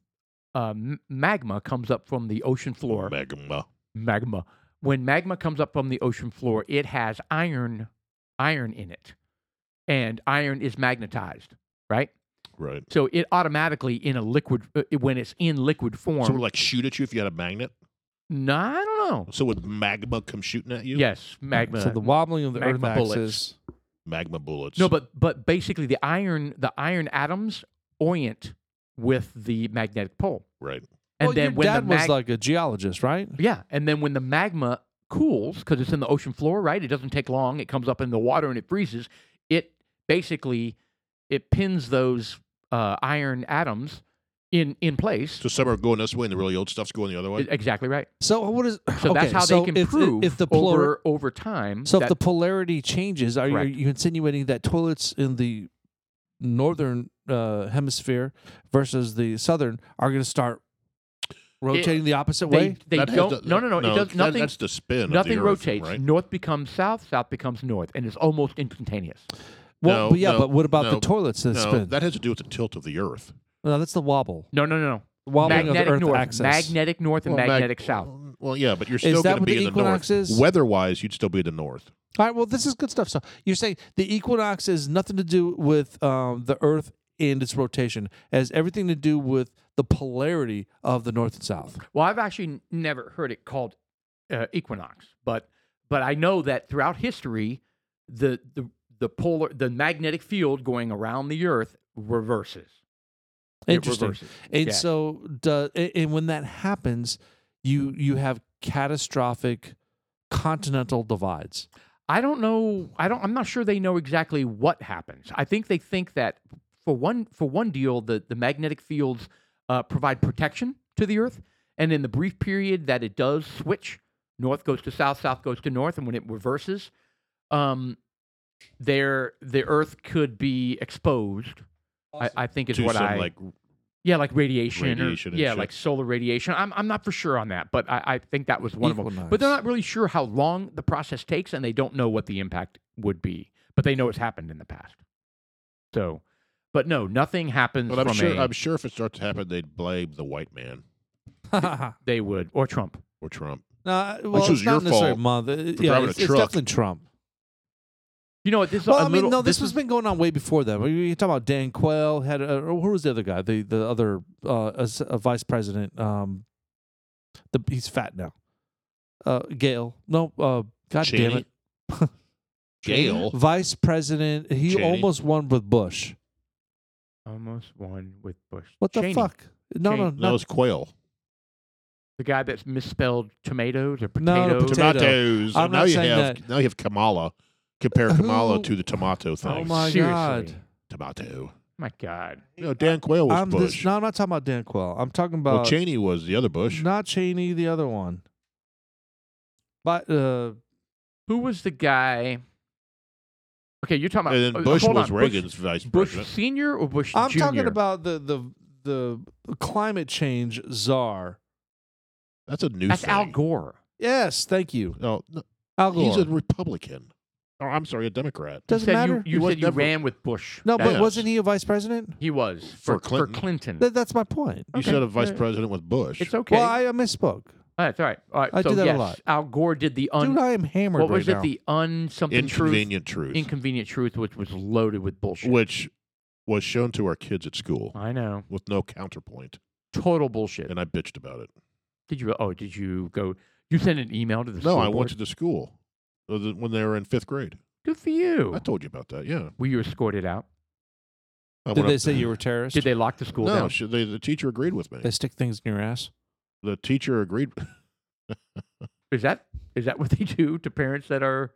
S3: uh, m- magma comes up from the ocean floor.
S2: Magma.
S3: magma. When magma comes up from the ocean floor, it has iron, iron in it, and iron is magnetized, right?
S2: Right.
S3: So it automatically in a liquid uh, when it's in liquid form.
S2: So it would like shoot at you if you had a magnet.
S3: no, I don't know.
S2: So would magma come shooting at you?
S3: Yes, magma.
S1: So the wobbling of the Earth
S3: Magma bullets.
S1: axis.
S2: Magma bullets.
S3: no, but but basically the iron the iron atoms orient with the magnetic pole,
S2: right.
S3: and
S1: well,
S3: then
S1: your
S3: when
S1: dad
S3: the mag-
S1: was like a geologist, right?
S3: Yeah, and then when the magma cools because it's in the ocean floor, right? It doesn't take long. It comes up in the water and it freezes. It basically it pins those uh, iron atoms in in place.
S2: So some are going this way, and the really old stuff's going the other way.
S3: E- exactly right.
S1: So what is?
S3: So that's
S1: okay,
S3: how
S1: so
S3: they can
S1: if,
S3: prove
S1: if the polar,
S3: over over time.
S1: so if
S3: that-
S1: the polarity changes, are you, are
S3: Correct.
S1: you insinuating that toilets in the northern uh, hemisphere versus the southern are going to start rotating the opposite
S3: they,
S1: way?
S3: they
S2: That has
S3: don't.
S2: the-
S3: no, no, no. It does
S2: that-
S3: nothing.
S2: that's the spin. of the
S3: nothing
S2: Earth,
S3: rotates.
S2: Right?
S3: North becomes south. South becomes north, and it's almost instantaneous.
S1: Well,
S2: no,
S1: but yeah,
S2: no,
S1: but what about
S2: no,
S1: the toilets that
S2: no,
S1: spin?
S2: that has to do with the tilt of the Earth.
S1: no, that's the wobble,
S3: No, no, no, no.
S1: wobbling of
S3: magnetic
S1: the Earth
S3: north,
S1: axis.
S3: magnetic north, and
S2: Well, mag-
S3: magnetic south.
S2: well, Well, yeah, but you're
S1: that
S2: still going to
S1: what
S2: be
S1: the
S2: in the
S1: equinox
S2: north.
S1: is?
S2: Weather-wise, you'd still be in the north.
S1: All right. Well, this is good stuff. So you're saying the equinox has nothing to do with um, the Earth and its rotation. It has everything to do with the polarity of the North and South.
S3: Well, I've actually n- never heard it called uh, equinox, but but I know that throughout history, the the the polar the magnetic field going around the Earth reverses. It
S1: Interesting.
S3: reverses.
S1: And
S3: Yeah.
S1: so, do, a- and when that happens, you you have catastrophic continental divides.
S3: I don't know. I don't. I'm not sure they know exactly what happens. I think they think that for one for one deal, the the magnetic fields uh, provide protection to the Earth, and in the brief period that it does switch, north goes to south, south goes to north, and when it reverses, um, there the Earth could be exposed. I, I think is
S2: to
S3: what
S2: some,
S3: I
S2: like
S3: yeah like radiation, or-
S2: Radiation and
S3: yeah
S2: shit.
S3: like solar radiation. I'm I'm not for sure on that, but I, I think that was one of them. But they're
S1: Equinox.
S3: not really sure how long the process takes, and they don't know what the impact would be. But they know it's happened in the past. So, but no, nothing happens.
S2: But I'm
S3: from
S2: sure.
S3: a-
S2: I'm sure if it starts to happen, they'd blame the white man
S3: they would or Trump.
S2: or Trump.
S1: no, well,
S2: was
S1: it's
S2: your
S1: not necessarily month.
S2: fault for
S1: yeah,
S2: driving a
S1: it's, it's
S2: truck.
S1: definitely Trump.
S3: You know what? This
S1: Well,
S3: a
S1: I mean,
S3: little-
S1: no, this,
S3: is-
S1: has been going on way before that. We- You're talking about Dan Quayle had, a, or who was the other guy? The the other uh, as- uh, vice president. Um, the he's fat now. Uh, Gail, no, uh, God damn
S2: Cheney?
S1: it,
S2: Gail.
S1: vice president. He
S2: Cheney?
S1: almost won with Bush.
S3: almost one with Bush.
S1: What the
S3: Cheney,
S1: fuck? No, no,
S3: Cheney.
S2: That
S1: no,
S2: was quail.
S3: The guy that's misspelled tomatoes or
S1: No, no,
S3: potatoes.
S1: Potato.
S2: Tomatoes.
S1: I'm
S2: now
S1: not
S2: you
S1: saying
S2: have
S1: that.
S2: now you have Kamala. Compare Kamala
S1: Who-
S2: to the tomato thing.
S1: Oh my
S3: Seriously.
S1: god!
S2: Tomato.
S3: Oh My God.
S2: No, Dan Quayle was
S1: I'm
S2: Bush.
S1: this, no, I'm not talking about Dan Quayle. I'm talking about
S2: well, Cheney was the other Bush.
S1: not Cheney, the other one. But uh,
S3: Who was the guy? Okay, you're talking about.
S2: and then
S3: uh,
S2: Bush
S3: hold
S2: was
S3: on,
S2: Reagan's vice
S3: Bush, Bush
S2: president.
S3: Senior or Bush
S1: I'm
S3: Junior?
S1: talking about the the the climate change czar.
S2: That's a new
S3: That's
S2: thing.
S3: Al Gore.
S1: Yes, thank you.
S2: No, no,
S1: Al Gore.
S2: he's a Republican. Or I'm sorry, a Democrat.
S3: You
S1: Doesn't
S3: said
S1: matter.
S3: You, you
S2: was
S3: said you
S2: never-
S3: ran with Bush.
S1: no,
S3: That-
S1: but wasn't he a vice president?
S3: He was
S2: For
S3: for, for
S2: Clinton.
S3: Clinton.
S1: Th- that's my point.
S2: You
S3: Okay.
S2: said a vice
S3: Yeah.
S2: president was Bush.
S3: It's okay.
S1: Well, I uh, misspoke.
S3: all right, all right. All right.
S1: I
S3: so
S1: do that a
S3: yes,
S1: lot.
S3: Al Gore did the un.
S1: Dude, I am hammered
S3: what
S1: right
S3: was
S1: now.
S3: it? The un something truth.
S2: Inconvenient truth,
S3: Inconvenient truth, which was loaded with bullshit.
S2: which was shown to our kids at school
S3: I know.
S2: with no counterpoint,
S3: Total bullshit.
S2: and I bitched about it.
S3: Did you? Oh, did you go? You sent an email to the
S2: No,
S3: school
S2: I went
S3: board?
S2: to the school uh, the- when they were in fifth grade.
S3: Good for you.
S2: I told you about that. Yeah.
S3: were you escorted out?
S2: I
S1: Did
S2: went
S1: they
S2: up-
S1: say you were a terrorist?
S3: Did they lock the school
S2: No,
S3: down?
S2: she, they, the teacher agreed with me.
S1: They stick things in your ass.
S2: The teacher agreed.
S3: Is that is that what they do to parents that are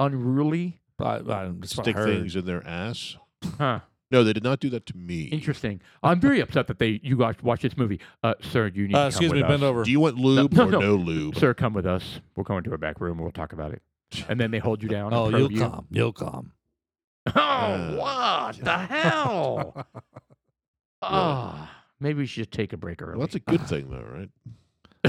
S3: unruly?
S1: I, I, that's what I
S2: stick
S1: heard.
S2: things in their ass.
S3: Huh.
S2: No, they did not do that to me.
S3: Interesting. I'm very upset that they you guys watch this movie. Uh, sir, you need.
S1: Uh,
S3: to come
S1: excuse
S3: with
S1: me,
S3: us.
S1: bend over.
S2: Do you want lube
S3: No,
S2: or
S3: no.
S2: no, lube?
S3: Sir, come with us. We'll go into a back room. We'll talk about it. And then they hold you down.
S1: oh,
S3: and
S1: you'll
S3: probe you.
S1: come. You'll come.
S3: Oh,
S2: Uh.
S3: what the hell? Ah, maybe we should take a break early.
S2: Well, that's a good thing, though, right?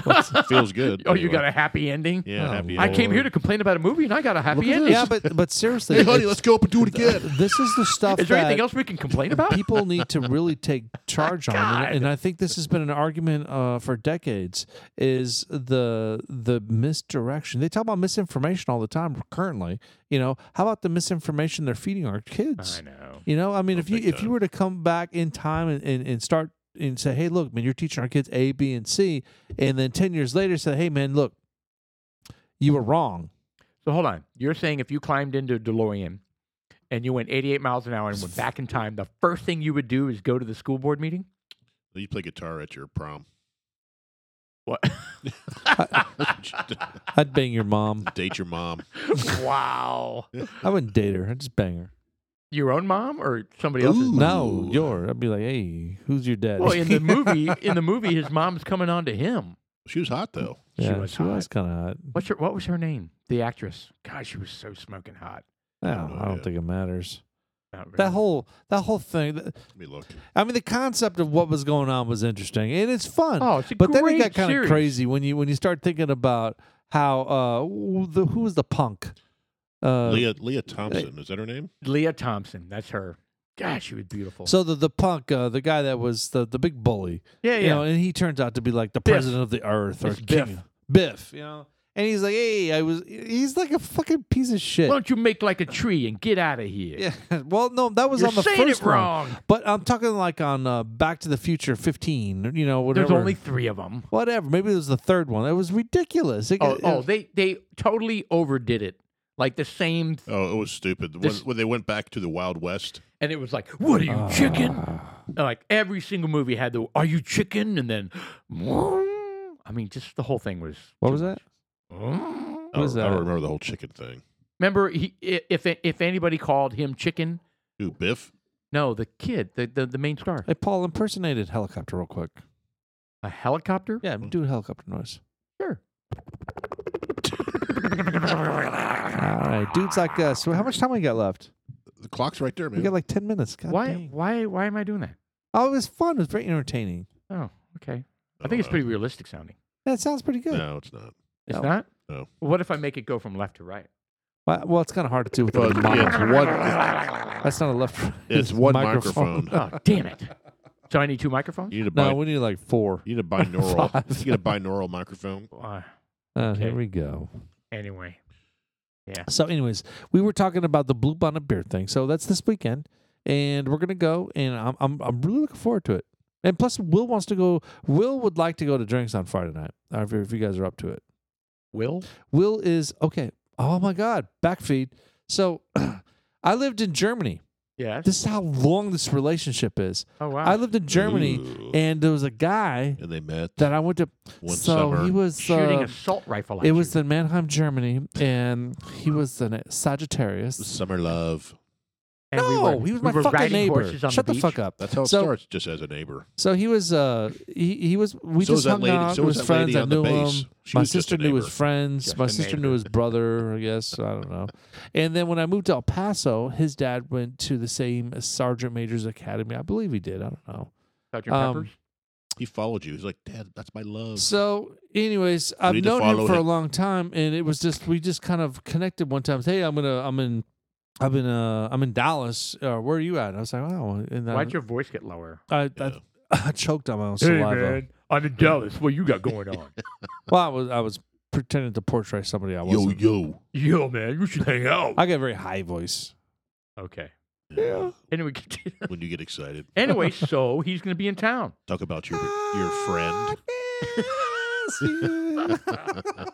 S1: What's-
S2: Feels good.
S3: oh, you
S2: anyway.
S3: got a happy ending?
S2: Yeah,
S1: Oh,
S2: happy.
S3: I came
S2: hour.
S3: here to complain about a movie, and I got a happy
S2: at
S3: ending.
S1: yeah, but but seriously,
S2: Hey, honey,
S1: it's-
S2: let's go up and do it
S1: th-
S2: again.
S1: This is the stuff.
S3: Is there
S1: that
S3: anything else we can complain about?
S1: people need to really take charge on, and-
S3: Oh God.
S1: and I think this has been an argument uh, for decades. Is the the misdirection? They talk about misinformation all the time. Currently, you know, how about the misinformation they're feeding our kids?
S3: I know.
S1: You know, I mean,
S2: Oh,
S1: if you
S2: big
S1: if you
S2: time.
S1: were to come back in time and, and, and start and say, hey, look, man, you're teaching our kids A, B, and C, and then ten years later say, hey, man, look, you were wrong.
S3: So hold on. You're saying if you climbed into a DeLorean and you went 88 miles an hour and went back in time, the first thing you would do is go to the school board meeting?
S2: You play guitar at your prom.
S3: What?
S1: I'd bang your mom.
S2: Date your mom.
S3: wow.
S1: I wouldn't date her. I'd just bang her.
S3: Your own mom or somebody else's?
S2: Ooh.
S1: No,
S2: Ooh.
S1: your. I'd be like, hey, who's your dad?
S3: Well, in the movie, in the movie, his mom's coming on to him.
S2: She was hot though.
S3: She
S1: Yeah,
S3: was
S1: she was kind of hot.
S3: What's her, what was her name? The actress. God, she was so smoking hot.
S1: No,
S2: don't know
S1: I don't
S2: yet.
S1: think it matters.
S3: Not really.
S1: That whole that whole thing. th-
S2: Let me look.
S1: I mean, the concept of what was going on was interesting, and it's fun.
S3: Oh, it's a
S1: but then it
S3: great
S1: got kind of
S3: series.
S1: crazy when you when you start thinking about how uh w- the who was the punk? Uh,
S2: Leah Leah Thompson is that her name?
S3: Leah Thompson. That's her. God, she was beautiful.
S1: So the the punk, uh, the guy that was the the big bully,
S3: yeah,
S1: you know, and he turns out to be like the
S3: Biff.
S1: president of the earth or
S3: It's
S1: king.
S3: Biff.
S1: Biff, you know. And he's like, hey, I was. He's like a fucking piece of shit.
S3: Why don't you make like a tree and get out of here?
S1: yeah. Well, no, that was
S3: You're
S1: on the
S3: saying
S1: first
S3: it
S1: one.
S3: wrong.
S1: But I'm talking like on uh, Back to the Future 15. You know, whatever.
S3: There's only three of them.
S1: whatever. Maybe it was the third one. That was ridiculous. It-
S3: Oh,
S1: it-
S3: oh, they they totally overdid it. Like the same, th-
S2: Oh, it was stupid. When-
S3: This-
S2: when, they went back to the Wild West,
S1: Oh.
S3: and it was like, "What are you,
S1: Ah.
S3: chicken?" Like every single movie had the "Are you chicken?" and then, I mean, just the whole thing was.
S1: what
S3: too
S1: was that?
S3: much.
S2: I
S1: What is
S2: don't,
S1: that?
S2: I don't remember the whole chicken thing.
S3: Remember, he, i- if if anybody called him chicken,
S2: Who, Biff?
S3: no, the kid, the the, the main star,
S1: Hey, Paul, impersonated helicopter real quick.
S3: a helicopter.
S1: Yeah, do a helicopter noise.
S3: Sure.
S1: All right, dudes like us. So, how much time we got left?
S2: The clock's right there,
S1: We
S2: man.
S1: got like ten minutes. God
S3: why
S1: dang.
S3: why why am I doing that?
S1: Oh, it was fun. It was very entertaining.
S3: Oh, okay. I
S2: don't
S3: think it's
S2: know.
S3: pretty realistic sounding.
S1: That sounds pretty good.
S2: No, it's not.
S3: It's
S1: Oh, No.
S3: not.
S2: No.
S3: What if I make it go from left to right?
S1: Well, well, it's kind of hard to do with
S2: Well,
S1: the
S2: yeah, it's
S1: microphone.
S2: one,
S1: That's not a left.
S2: it's one microphone.
S3: Oh, damn it. So I need two microphones?
S2: You need a bi-
S1: No, we need like four.
S2: you need a binaural.
S1: Five.
S2: you get a binaural microphone.
S3: Uh,
S1: Uh, Here
S3: Okay.
S1: we go.
S3: anyway.
S1: So, anyways, we were talking about the Blue Bonnet Beard thing. So that's this weekend, and we're gonna go, and I'm I'm I'm really looking forward to it. And plus, Will wants to go. Will would like to go to drinks on Friday night. uh, If, if you guys are up to it,
S3: Will?
S1: Will is okay. Oh my God, backfeed. So, I lived in Germany.
S3: Yes.
S1: This is how long this relationship is.
S3: oh, wow.
S1: I lived in Germany,
S2: Ooh.
S1: and there was a guy
S2: And they met.
S1: that I went to.
S2: One
S1: so
S2: summer.
S1: he was
S3: shooting
S1: uh,
S3: a assault rifle at
S1: It
S3: you.
S1: was in Mannheim, Germany, and he was a Sagittarius.
S2: Summer love.
S3: And we
S1: no,
S3: were-
S1: he was
S3: we
S1: my
S3: were
S1: fucking
S3: riding
S1: neighbor.
S3: horses on
S1: Shut the,
S3: the, beach.
S1: fuck up.
S2: That's how it
S1: So-
S2: starts, just as a neighbor.
S1: So he was, uh, he, he was. We just
S2: so was that
S1: hung
S2: lady.
S1: out.
S2: so
S1: with
S2: was
S1: his
S2: that
S1: friends
S2: lady
S1: that
S2: on the
S1: knew
S2: base.
S1: him.
S2: She
S1: My
S2: was just
S1: sister
S2: a
S1: knew his
S2: neighbor.
S1: friends.
S3: Just
S1: my
S3: a
S1: sister
S3: neighbor.
S1: knew his brother. I guess I don't know. And then when I moved to El Paso, his dad went to the same sergeant major's academy. I believe he did. I don't know.
S3: Sergeant
S1: Um,
S3: Peppers.
S2: He followed you. He's like, Dad, that's my love.
S1: So, anyways, I've
S2: Hmm. need to
S1: known him
S2: follow
S1: for a
S2: him.
S1: long time, and it was just we just kind of connected one time. Hey, I'm gonna, I'm in, I'm in, uh, I'm in Dallas. Uh, where are you at? And I was like, wow. And I,
S3: Why'd your voice get lower?
S1: I, I,
S2: Yeah.
S1: I choked on my own saliva.
S3: I'm in Dallas. What you got going on?
S1: Well, I was, I was pretending to portray somebody I
S2: yo,
S1: wasn't.
S2: yo.
S3: Yo, man, you should hang out.
S1: I got a very high voice.
S3: okay.
S2: Yeah.
S3: Anyway, continue.
S2: When you get excited,
S3: anyway, so he's going to be in town.
S2: talk about your your
S3: Ah,
S2: friend.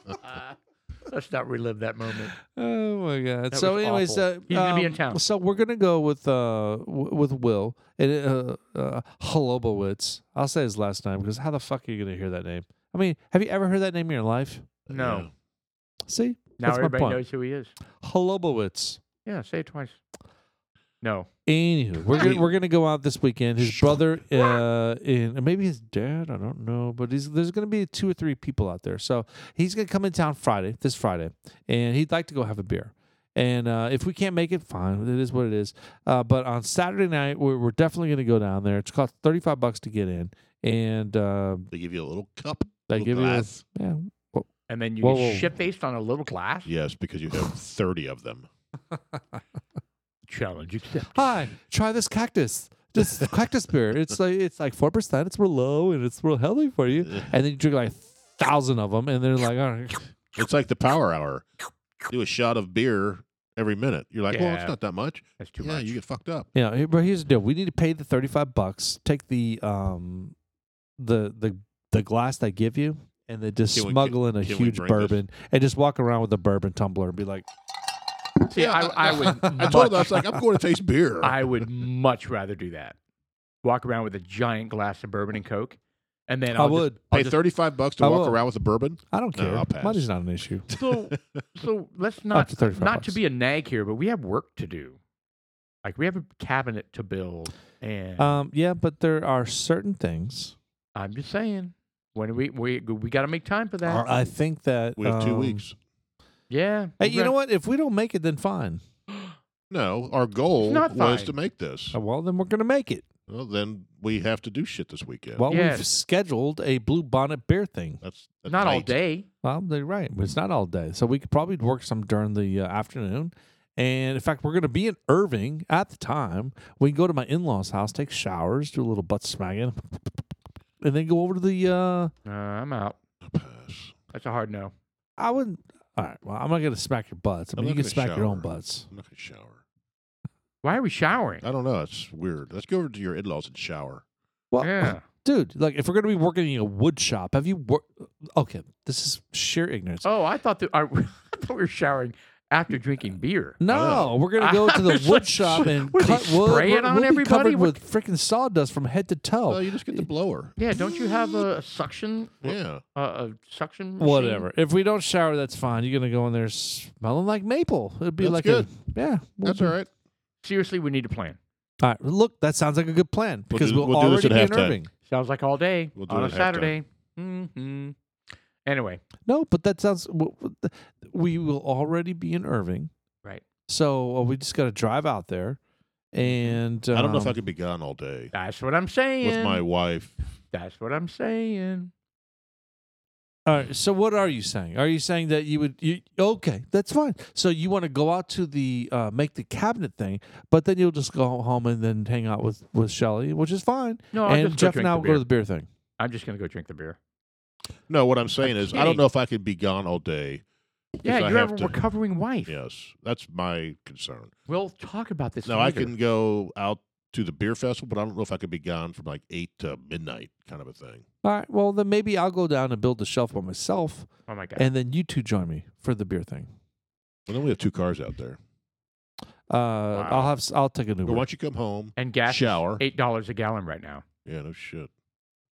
S3: Let's not relive that moment.
S1: Oh my god!
S3: That
S1: so,
S3: was
S1: anyways,
S3: awful.
S1: uh,
S3: He's gonna be in town.
S1: So we're gonna go with uh w- with Will and uh, uh Holobowitz. I'll say his last name because how the fuck are you gonna hear that name? I mean, have you ever heard that name in your life?
S3: No.
S2: Yeah.
S1: See,
S3: Now
S1: that's my
S3: everybody
S1: point.
S3: knows who he is.
S1: Holobowitz.
S3: Yeah, say it twice. No.
S1: Anywho, we're gonna, we're gonna go out this weekend. His brother, uh, in and maybe his dad, I don't know, but he's, there's gonna be two or three people out there. So he's gonna come in town Friday, this Friday, and he'd like to go have a beer. And uh, if we can't make it, fine, it is what it is. Uh, but on Saturday night, we're, we're definitely gonna go down there. It's cost thirty five bucks to get in, and uh,
S2: They give you a little cup.
S1: They
S2: little
S1: give you a-
S2: glass.
S1: yeah,
S3: And then you
S1: Whoa,
S3: get
S1: whoa.
S3: shit faced on a little glass?
S2: Yes, because you have thirty of them.
S3: Challenge accepted.
S1: hi, try this cactus. This cactus beer. It's like it's like four percent. It's real low and it's real healthy for you. And then you drink like a thousand of them, and they're like, all right.
S2: It's like the power hour. Do a shot of beer every minute. You're like, well,
S3: Yeah.
S2: it's not that much.
S3: That's too
S2: yeah,
S3: much.
S2: you get fucked up.
S1: Yeah, here- but here's the deal: we need to pay the thirty-five bucks. Take the um, the the the glass they give you, and then just
S2: Can we-
S1: smuggle in a
S2: can we
S1: huge
S2: drink this?
S1: bourbon, and just walk around with a bourbon tumbler and be like,
S3: See, I, I uh, would
S2: I
S3: much,
S2: told him I was like, I'm going to taste beer.
S3: I would much rather do that. Walk around with a giant glass of bourbon and Coke. And then
S1: I
S3: I'll just-
S1: would.
S3: I'll
S2: Pay
S3: just-
S2: thirty five bucks to
S1: I
S2: walk
S1: will.
S2: around with a bourbon.
S1: I don't
S2: No,
S1: care.
S2: I'll pass.
S1: Money's not an issue.
S3: So, so let's not
S1: to 35
S3: not to
S1: bucks.
S3: be a nag here, but we have work to do. Like we have a cabinet to build, and
S1: Um, yeah, but there are certain things.
S3: I'm just saying, when we we we got to make time for that.
S1: I think that
S2: We have two
S1: um,
S2: weeks.
S3: Yeah.
S1: Hey,
S3: we're
S1: you know
S3: gonna-
S1: what? If we don't make it, then fine.
S2: No, our goal
S3: It's not
S2: was
S3: fine. Oh.
S2: to make this.
S1: Uh, Well, then we're gonna make it.
S2: Well, then we have to do shit this weekend.
S1: Well,
S3: Yeah.
S1: we've scheduled a blue bonnet beer thing.
S2: that's, that's
S3: Not all
S2: night.
S3: day.
S1: Well, they're right. But it's not all day. So we could probably work some during the uh, afternoon. And in fact, we're going to be in Irving at the time. We can go to my in law's house, take showers, do a little butt smacking, and then go over to the. Uh,
S3: Uh, I'm out.
S2: Pass.
S3: That's a hard no.
S1: I wouldn't. All right. Well, I'm not going to smack your butts. I
S2: I'm
S1: mean, you
S2: not
S1: can
S2: gonna
S1: smack your own
S2: shower.
S1: butts.
S2: I'm not gonna shower.
S3: Why are we showering?
S2: I don't know. It's weird. Let's go over to your in-laws and shower.
S1: Well,
S3: Yeah.
S1: dude, like if we're going to be working in a wood shop, have you worked? Okay, this is sheer ignorance.
S3: Oh, I thought that I, I thought we were showering after drinking beer.
S1: No, we're gonna go to the
S3: It's
S1: wood
S3: like,
S1: shop and
S3: what, they
S1: cut wood.
S3: spray it
S1: We're-
S3: on
S1: we'll be
S3: everybody?
S1: covered
S3: What-
S1: with freaking sawdust from head to toe.
S2: Well, you just get the blower.
S3: Yeah, don't you have a, a suction?
S2: Yeah.
S3: A, a suction? machine?
S1: Whatever. If we don't shower, that's fine. You're gonna go in there smelling like maple. It'd be
S2: That's
S1: like
S2: good.
S1: a yeah. we'll
S2: That's
S1: be-
S2: all right.
S3: Seriously, we need a plan.
S1: All right. Look, that sounds like a good plan because
S2: do-
S1: we'll,
S2: we'll do this
S1: already
S2: at
S1: be in
S2: halftime.
S1: Irving.
S3: Sounds like all day
S2: We'll do
S3: on
S2: it
S3: a
S2: at halftime.
S3: Saturday. hmm Anyway,
S1: No, but that sounds. w- w- th- We will already be in Irving,
S3: Right.
S1: So uh, we just got to drive out there, and um,
S2: Mm-hmm. I don't know if I could be gone all day
S3: that's what I'm saying.
S2: with my wife.
S3: That's what I'm saying.
S1: All right. So what are you saying? Are you saying that you would? You, okay, that's fine. So you want to go out to the uh, make the cabinet thing, but then you'll just go home and then hang out with with Shelly, which is fine.
S3: No, I'm
S1: and
S3: just
S1: Jeff
S3: go
S1: and
S3: drink
S1: I
S3: the
S1: will
S3: beer.
S1: go to the beer thing.
S3: I'm just gonna go drink the beer.
S2: No, what I'm saying
S3: I'm
S2: is I don't
S3: kidding.
S2: know if I could be gone all day.
S3: Yeah,
S2: I
S3: you
S2: have
S3: have, a
S2: to-
S3: recovering wife.
S2: Yes, that's my concern.
S3: We'll talk about this.
S2: Now I
S3: later.
S2: can go out to the beer festival, but I don't know if I could be gone from like eight to midnight, kind of a thing.
S1: All right. Well, then maybe I'll go down and build the shelf by myself,
S3: Oh my god.
S1: and then you two join me for the beer thing.
S2: Well, then we have two cars out there.
S1: Uh, I'll have s- I'll take an
S2: But
S1: Uber.
S2: why don't you come home,
S3: and gas is
S2: shower?
S3: eight dollars a gallon right now.
S2: Yeah, no shit.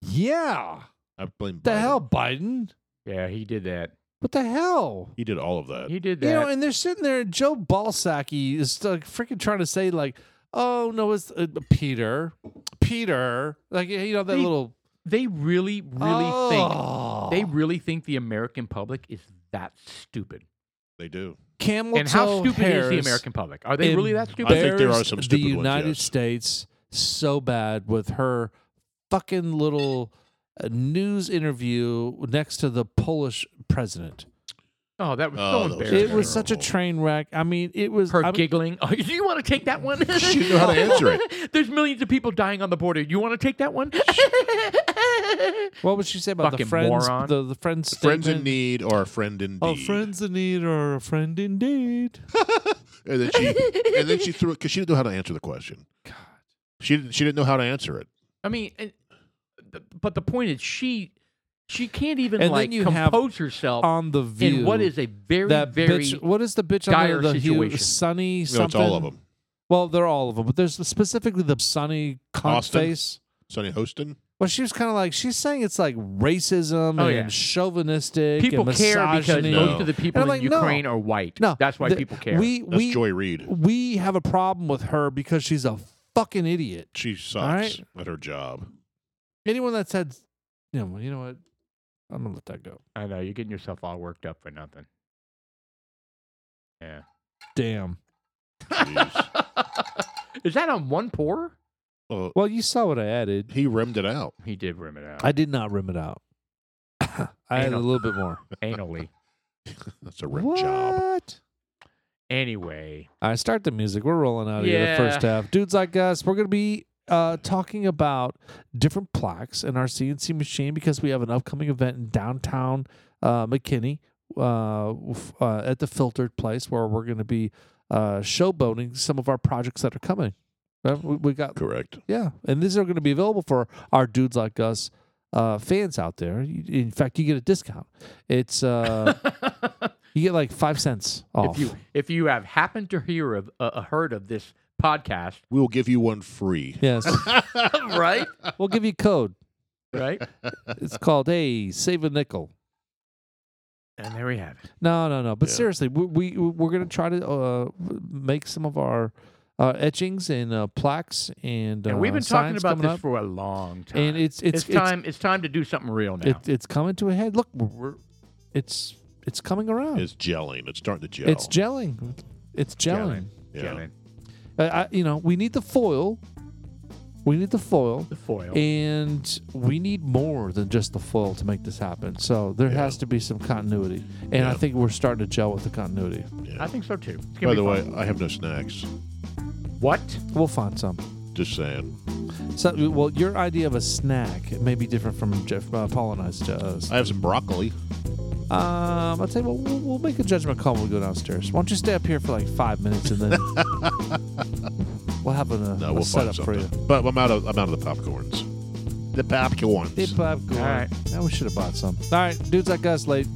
S1: yeah.
S2: I blame
S1: The
S2: Biden.
S1: hell, Biden?
S3: Yeah, he did that.
S1: What the hell?
S2: He did all of that.
S3: He did that.
S1: You know, and they're sitting there, and Joe Balsacki is like freaking trying to say, like, oh, no, it's uh, Peter. Peter. Like, you know, that
S3: They
S1: little.
S3: they really, really
S1: Oh.
S3: think they really think the American public is that stupid.
S2: They do.
S1: Camel
S3: and how
S1: toe
S3: stupid is the
S1: hairs
S3: American public? Are they really that stupid?
S2: I think there are
S1: embarrassed
S2: some stupid
S1: The
S2: ones,
S1: United
S2: yes.
S1: States so bad with her fucking little uh, news interview next to the Polish president.
S3: oh, that was
S2: Oh,
S3: so
S2: that was
S3: embarrassing.
S1: It was such a
S2: Terrible.
S1: train wreck. I mean, it was.
S3: her
S1: I mean,
S3: giggling. Oh, you want to take that one?
S2: She didn't know how to answer it.
S3: There's millions of people dying on the border. You want to take that one?
S1: what would she say about the
S3: Fucking
S1: friends?
S3: moron.
S1: The, the friends.
S2: Friends
S1: statement?
S2: in need or a friend indeed.
S1: A friend's in need or a friend indeed.
S2: And then she and then she threw it because she didn't know how to answer the question. God. She didn't. She didn't know how to answer it.
S3: I mean, and, th- but the point is, she she can't even
S1: And then
S3: like
S1: you have
S3: compose herself
S1: On the view.
S3: in Oh, what is a very
S1: that
S3: very
S1: bitch? What is the bitch
S3: dire
S1: on the, the Hugh,
S3: situation.
S1: Sunny
S2: No, it's
S1: something?
S2: all of them.
S1: Well, they're all of them, but there's specifically the Sunny cunt
S2: Austin?
S1: face.
S2: Sonny Hostin.
S1: Well, she was kind of like she's saying it's like racism
S3: Oh,
S1: and
S3: yeah.
S1: chauvinistic.
S3: people
S1: and
S3: care because
S1: misogyny.
S3: most
S2: No.
S3: of the people
S1: And I'm
S3: in
S1: like, no.
S3: Ukraine are white.
S1: No,
S3: that's why
S1: the-
S3: people care.
S1: We
S2: That's
S1: we
S2: Joy Reid.
S1: we have a problem with her because she's a fucking idiot.
S2: She sucks
S1: right.
S2: at her job.
S1: Anyone that said, you know, you know what, I'm gonna let that go.
S3: I know you're getting yourself all worked up for nothing. Yeah.
S1: Damn.
S2: Jeez.
S3: Is that on one pour?
S2: well,
S1: Well, you saw what I added.
S2: he rimmed it out.
S3: He did rim it out
S1: I did not rim it out. I had a
S3: Anal.
S1: little bit more.
S3: anally.
S2: That's a rim job.
S3: Anyway,
S1: I start the music. We're rolling out of here.
S3: Yeah.
S1: The first half, dudes like us. We're gonna be uh, talking about different plaques in our CNC machine because we have an upcoming event in downtown uh, McKinney uh, f- uh, at the Filtered Place where we're gonna be uh, showboating some of our projects that are coming. Uh, We, we got
S2: Correct.
S1: yeah, and these are going to be available for our dudes like us uh, fans out there. You- In fact, you get a discount. It's uh, you get like five cents off.
S3: if you if you have happened to hear of uh, uh, heard of this podcast,
S2: We will give you one free.
S1: yes,
S3: right,
S1: we'll give you code.
S3: right,
S1: It's called "Hey, save a nickel."
S3: and there we have it.
S1: No, no, no. But
S2: Yeah.
S1: seriously, we, we we're going to try to uh, make some of our uh, etchings and uh, plaques, and,
S3: And
S1: uh,
S3: we've been talking
S1: signs
S3: about
S1: coming
S3: this
S1: up.
S3: for a long time.
S1: and it's
S3: it's,
S1: it's
S3: time it's time to do something real now.
S1: It's, it, it's coming to a head. Look, we're, we're- it's it's coming around.
S2: It's gelling. It's starting to gel.
S1: It's gelling. It's gelling.
S2: Yeah.
S3: Gentlemen,
S1: I, I, you know, we need the foil. We need the foil.
S3: the foil.
S1: And we need more than just the foil to make this happen. So there has to be some continuity. And I
S2: Yeah.
S1: think we're starting to gel with the continuity.
S2: Yeah.
S3: I think so too. It's gonna
S2: By
S3: be
S2: the way,
S3: fun.
S2: I have no snacks.
S3: what?
S1: We'll find some.
S2: Just saying.
S1: So, well, your idea of a snack may be different from Jeff uh, Paul and I's. Uh,
S2: I have some broccoli.
S1: Um, I'll tell you what, we'll, we'll make a judgment call when we go downstairs. Why don't you stay up here for like five minutes and then we'll have a,
S2: No,
S1: a
S2: we'll find
S1: setup for you.
S2: something. But I'm out of I'm out of the popcorns. The popcorns.
S1: Hey, popcorn.
S3: All right.
S1: Now we should have bought some. All right, dudes like us late.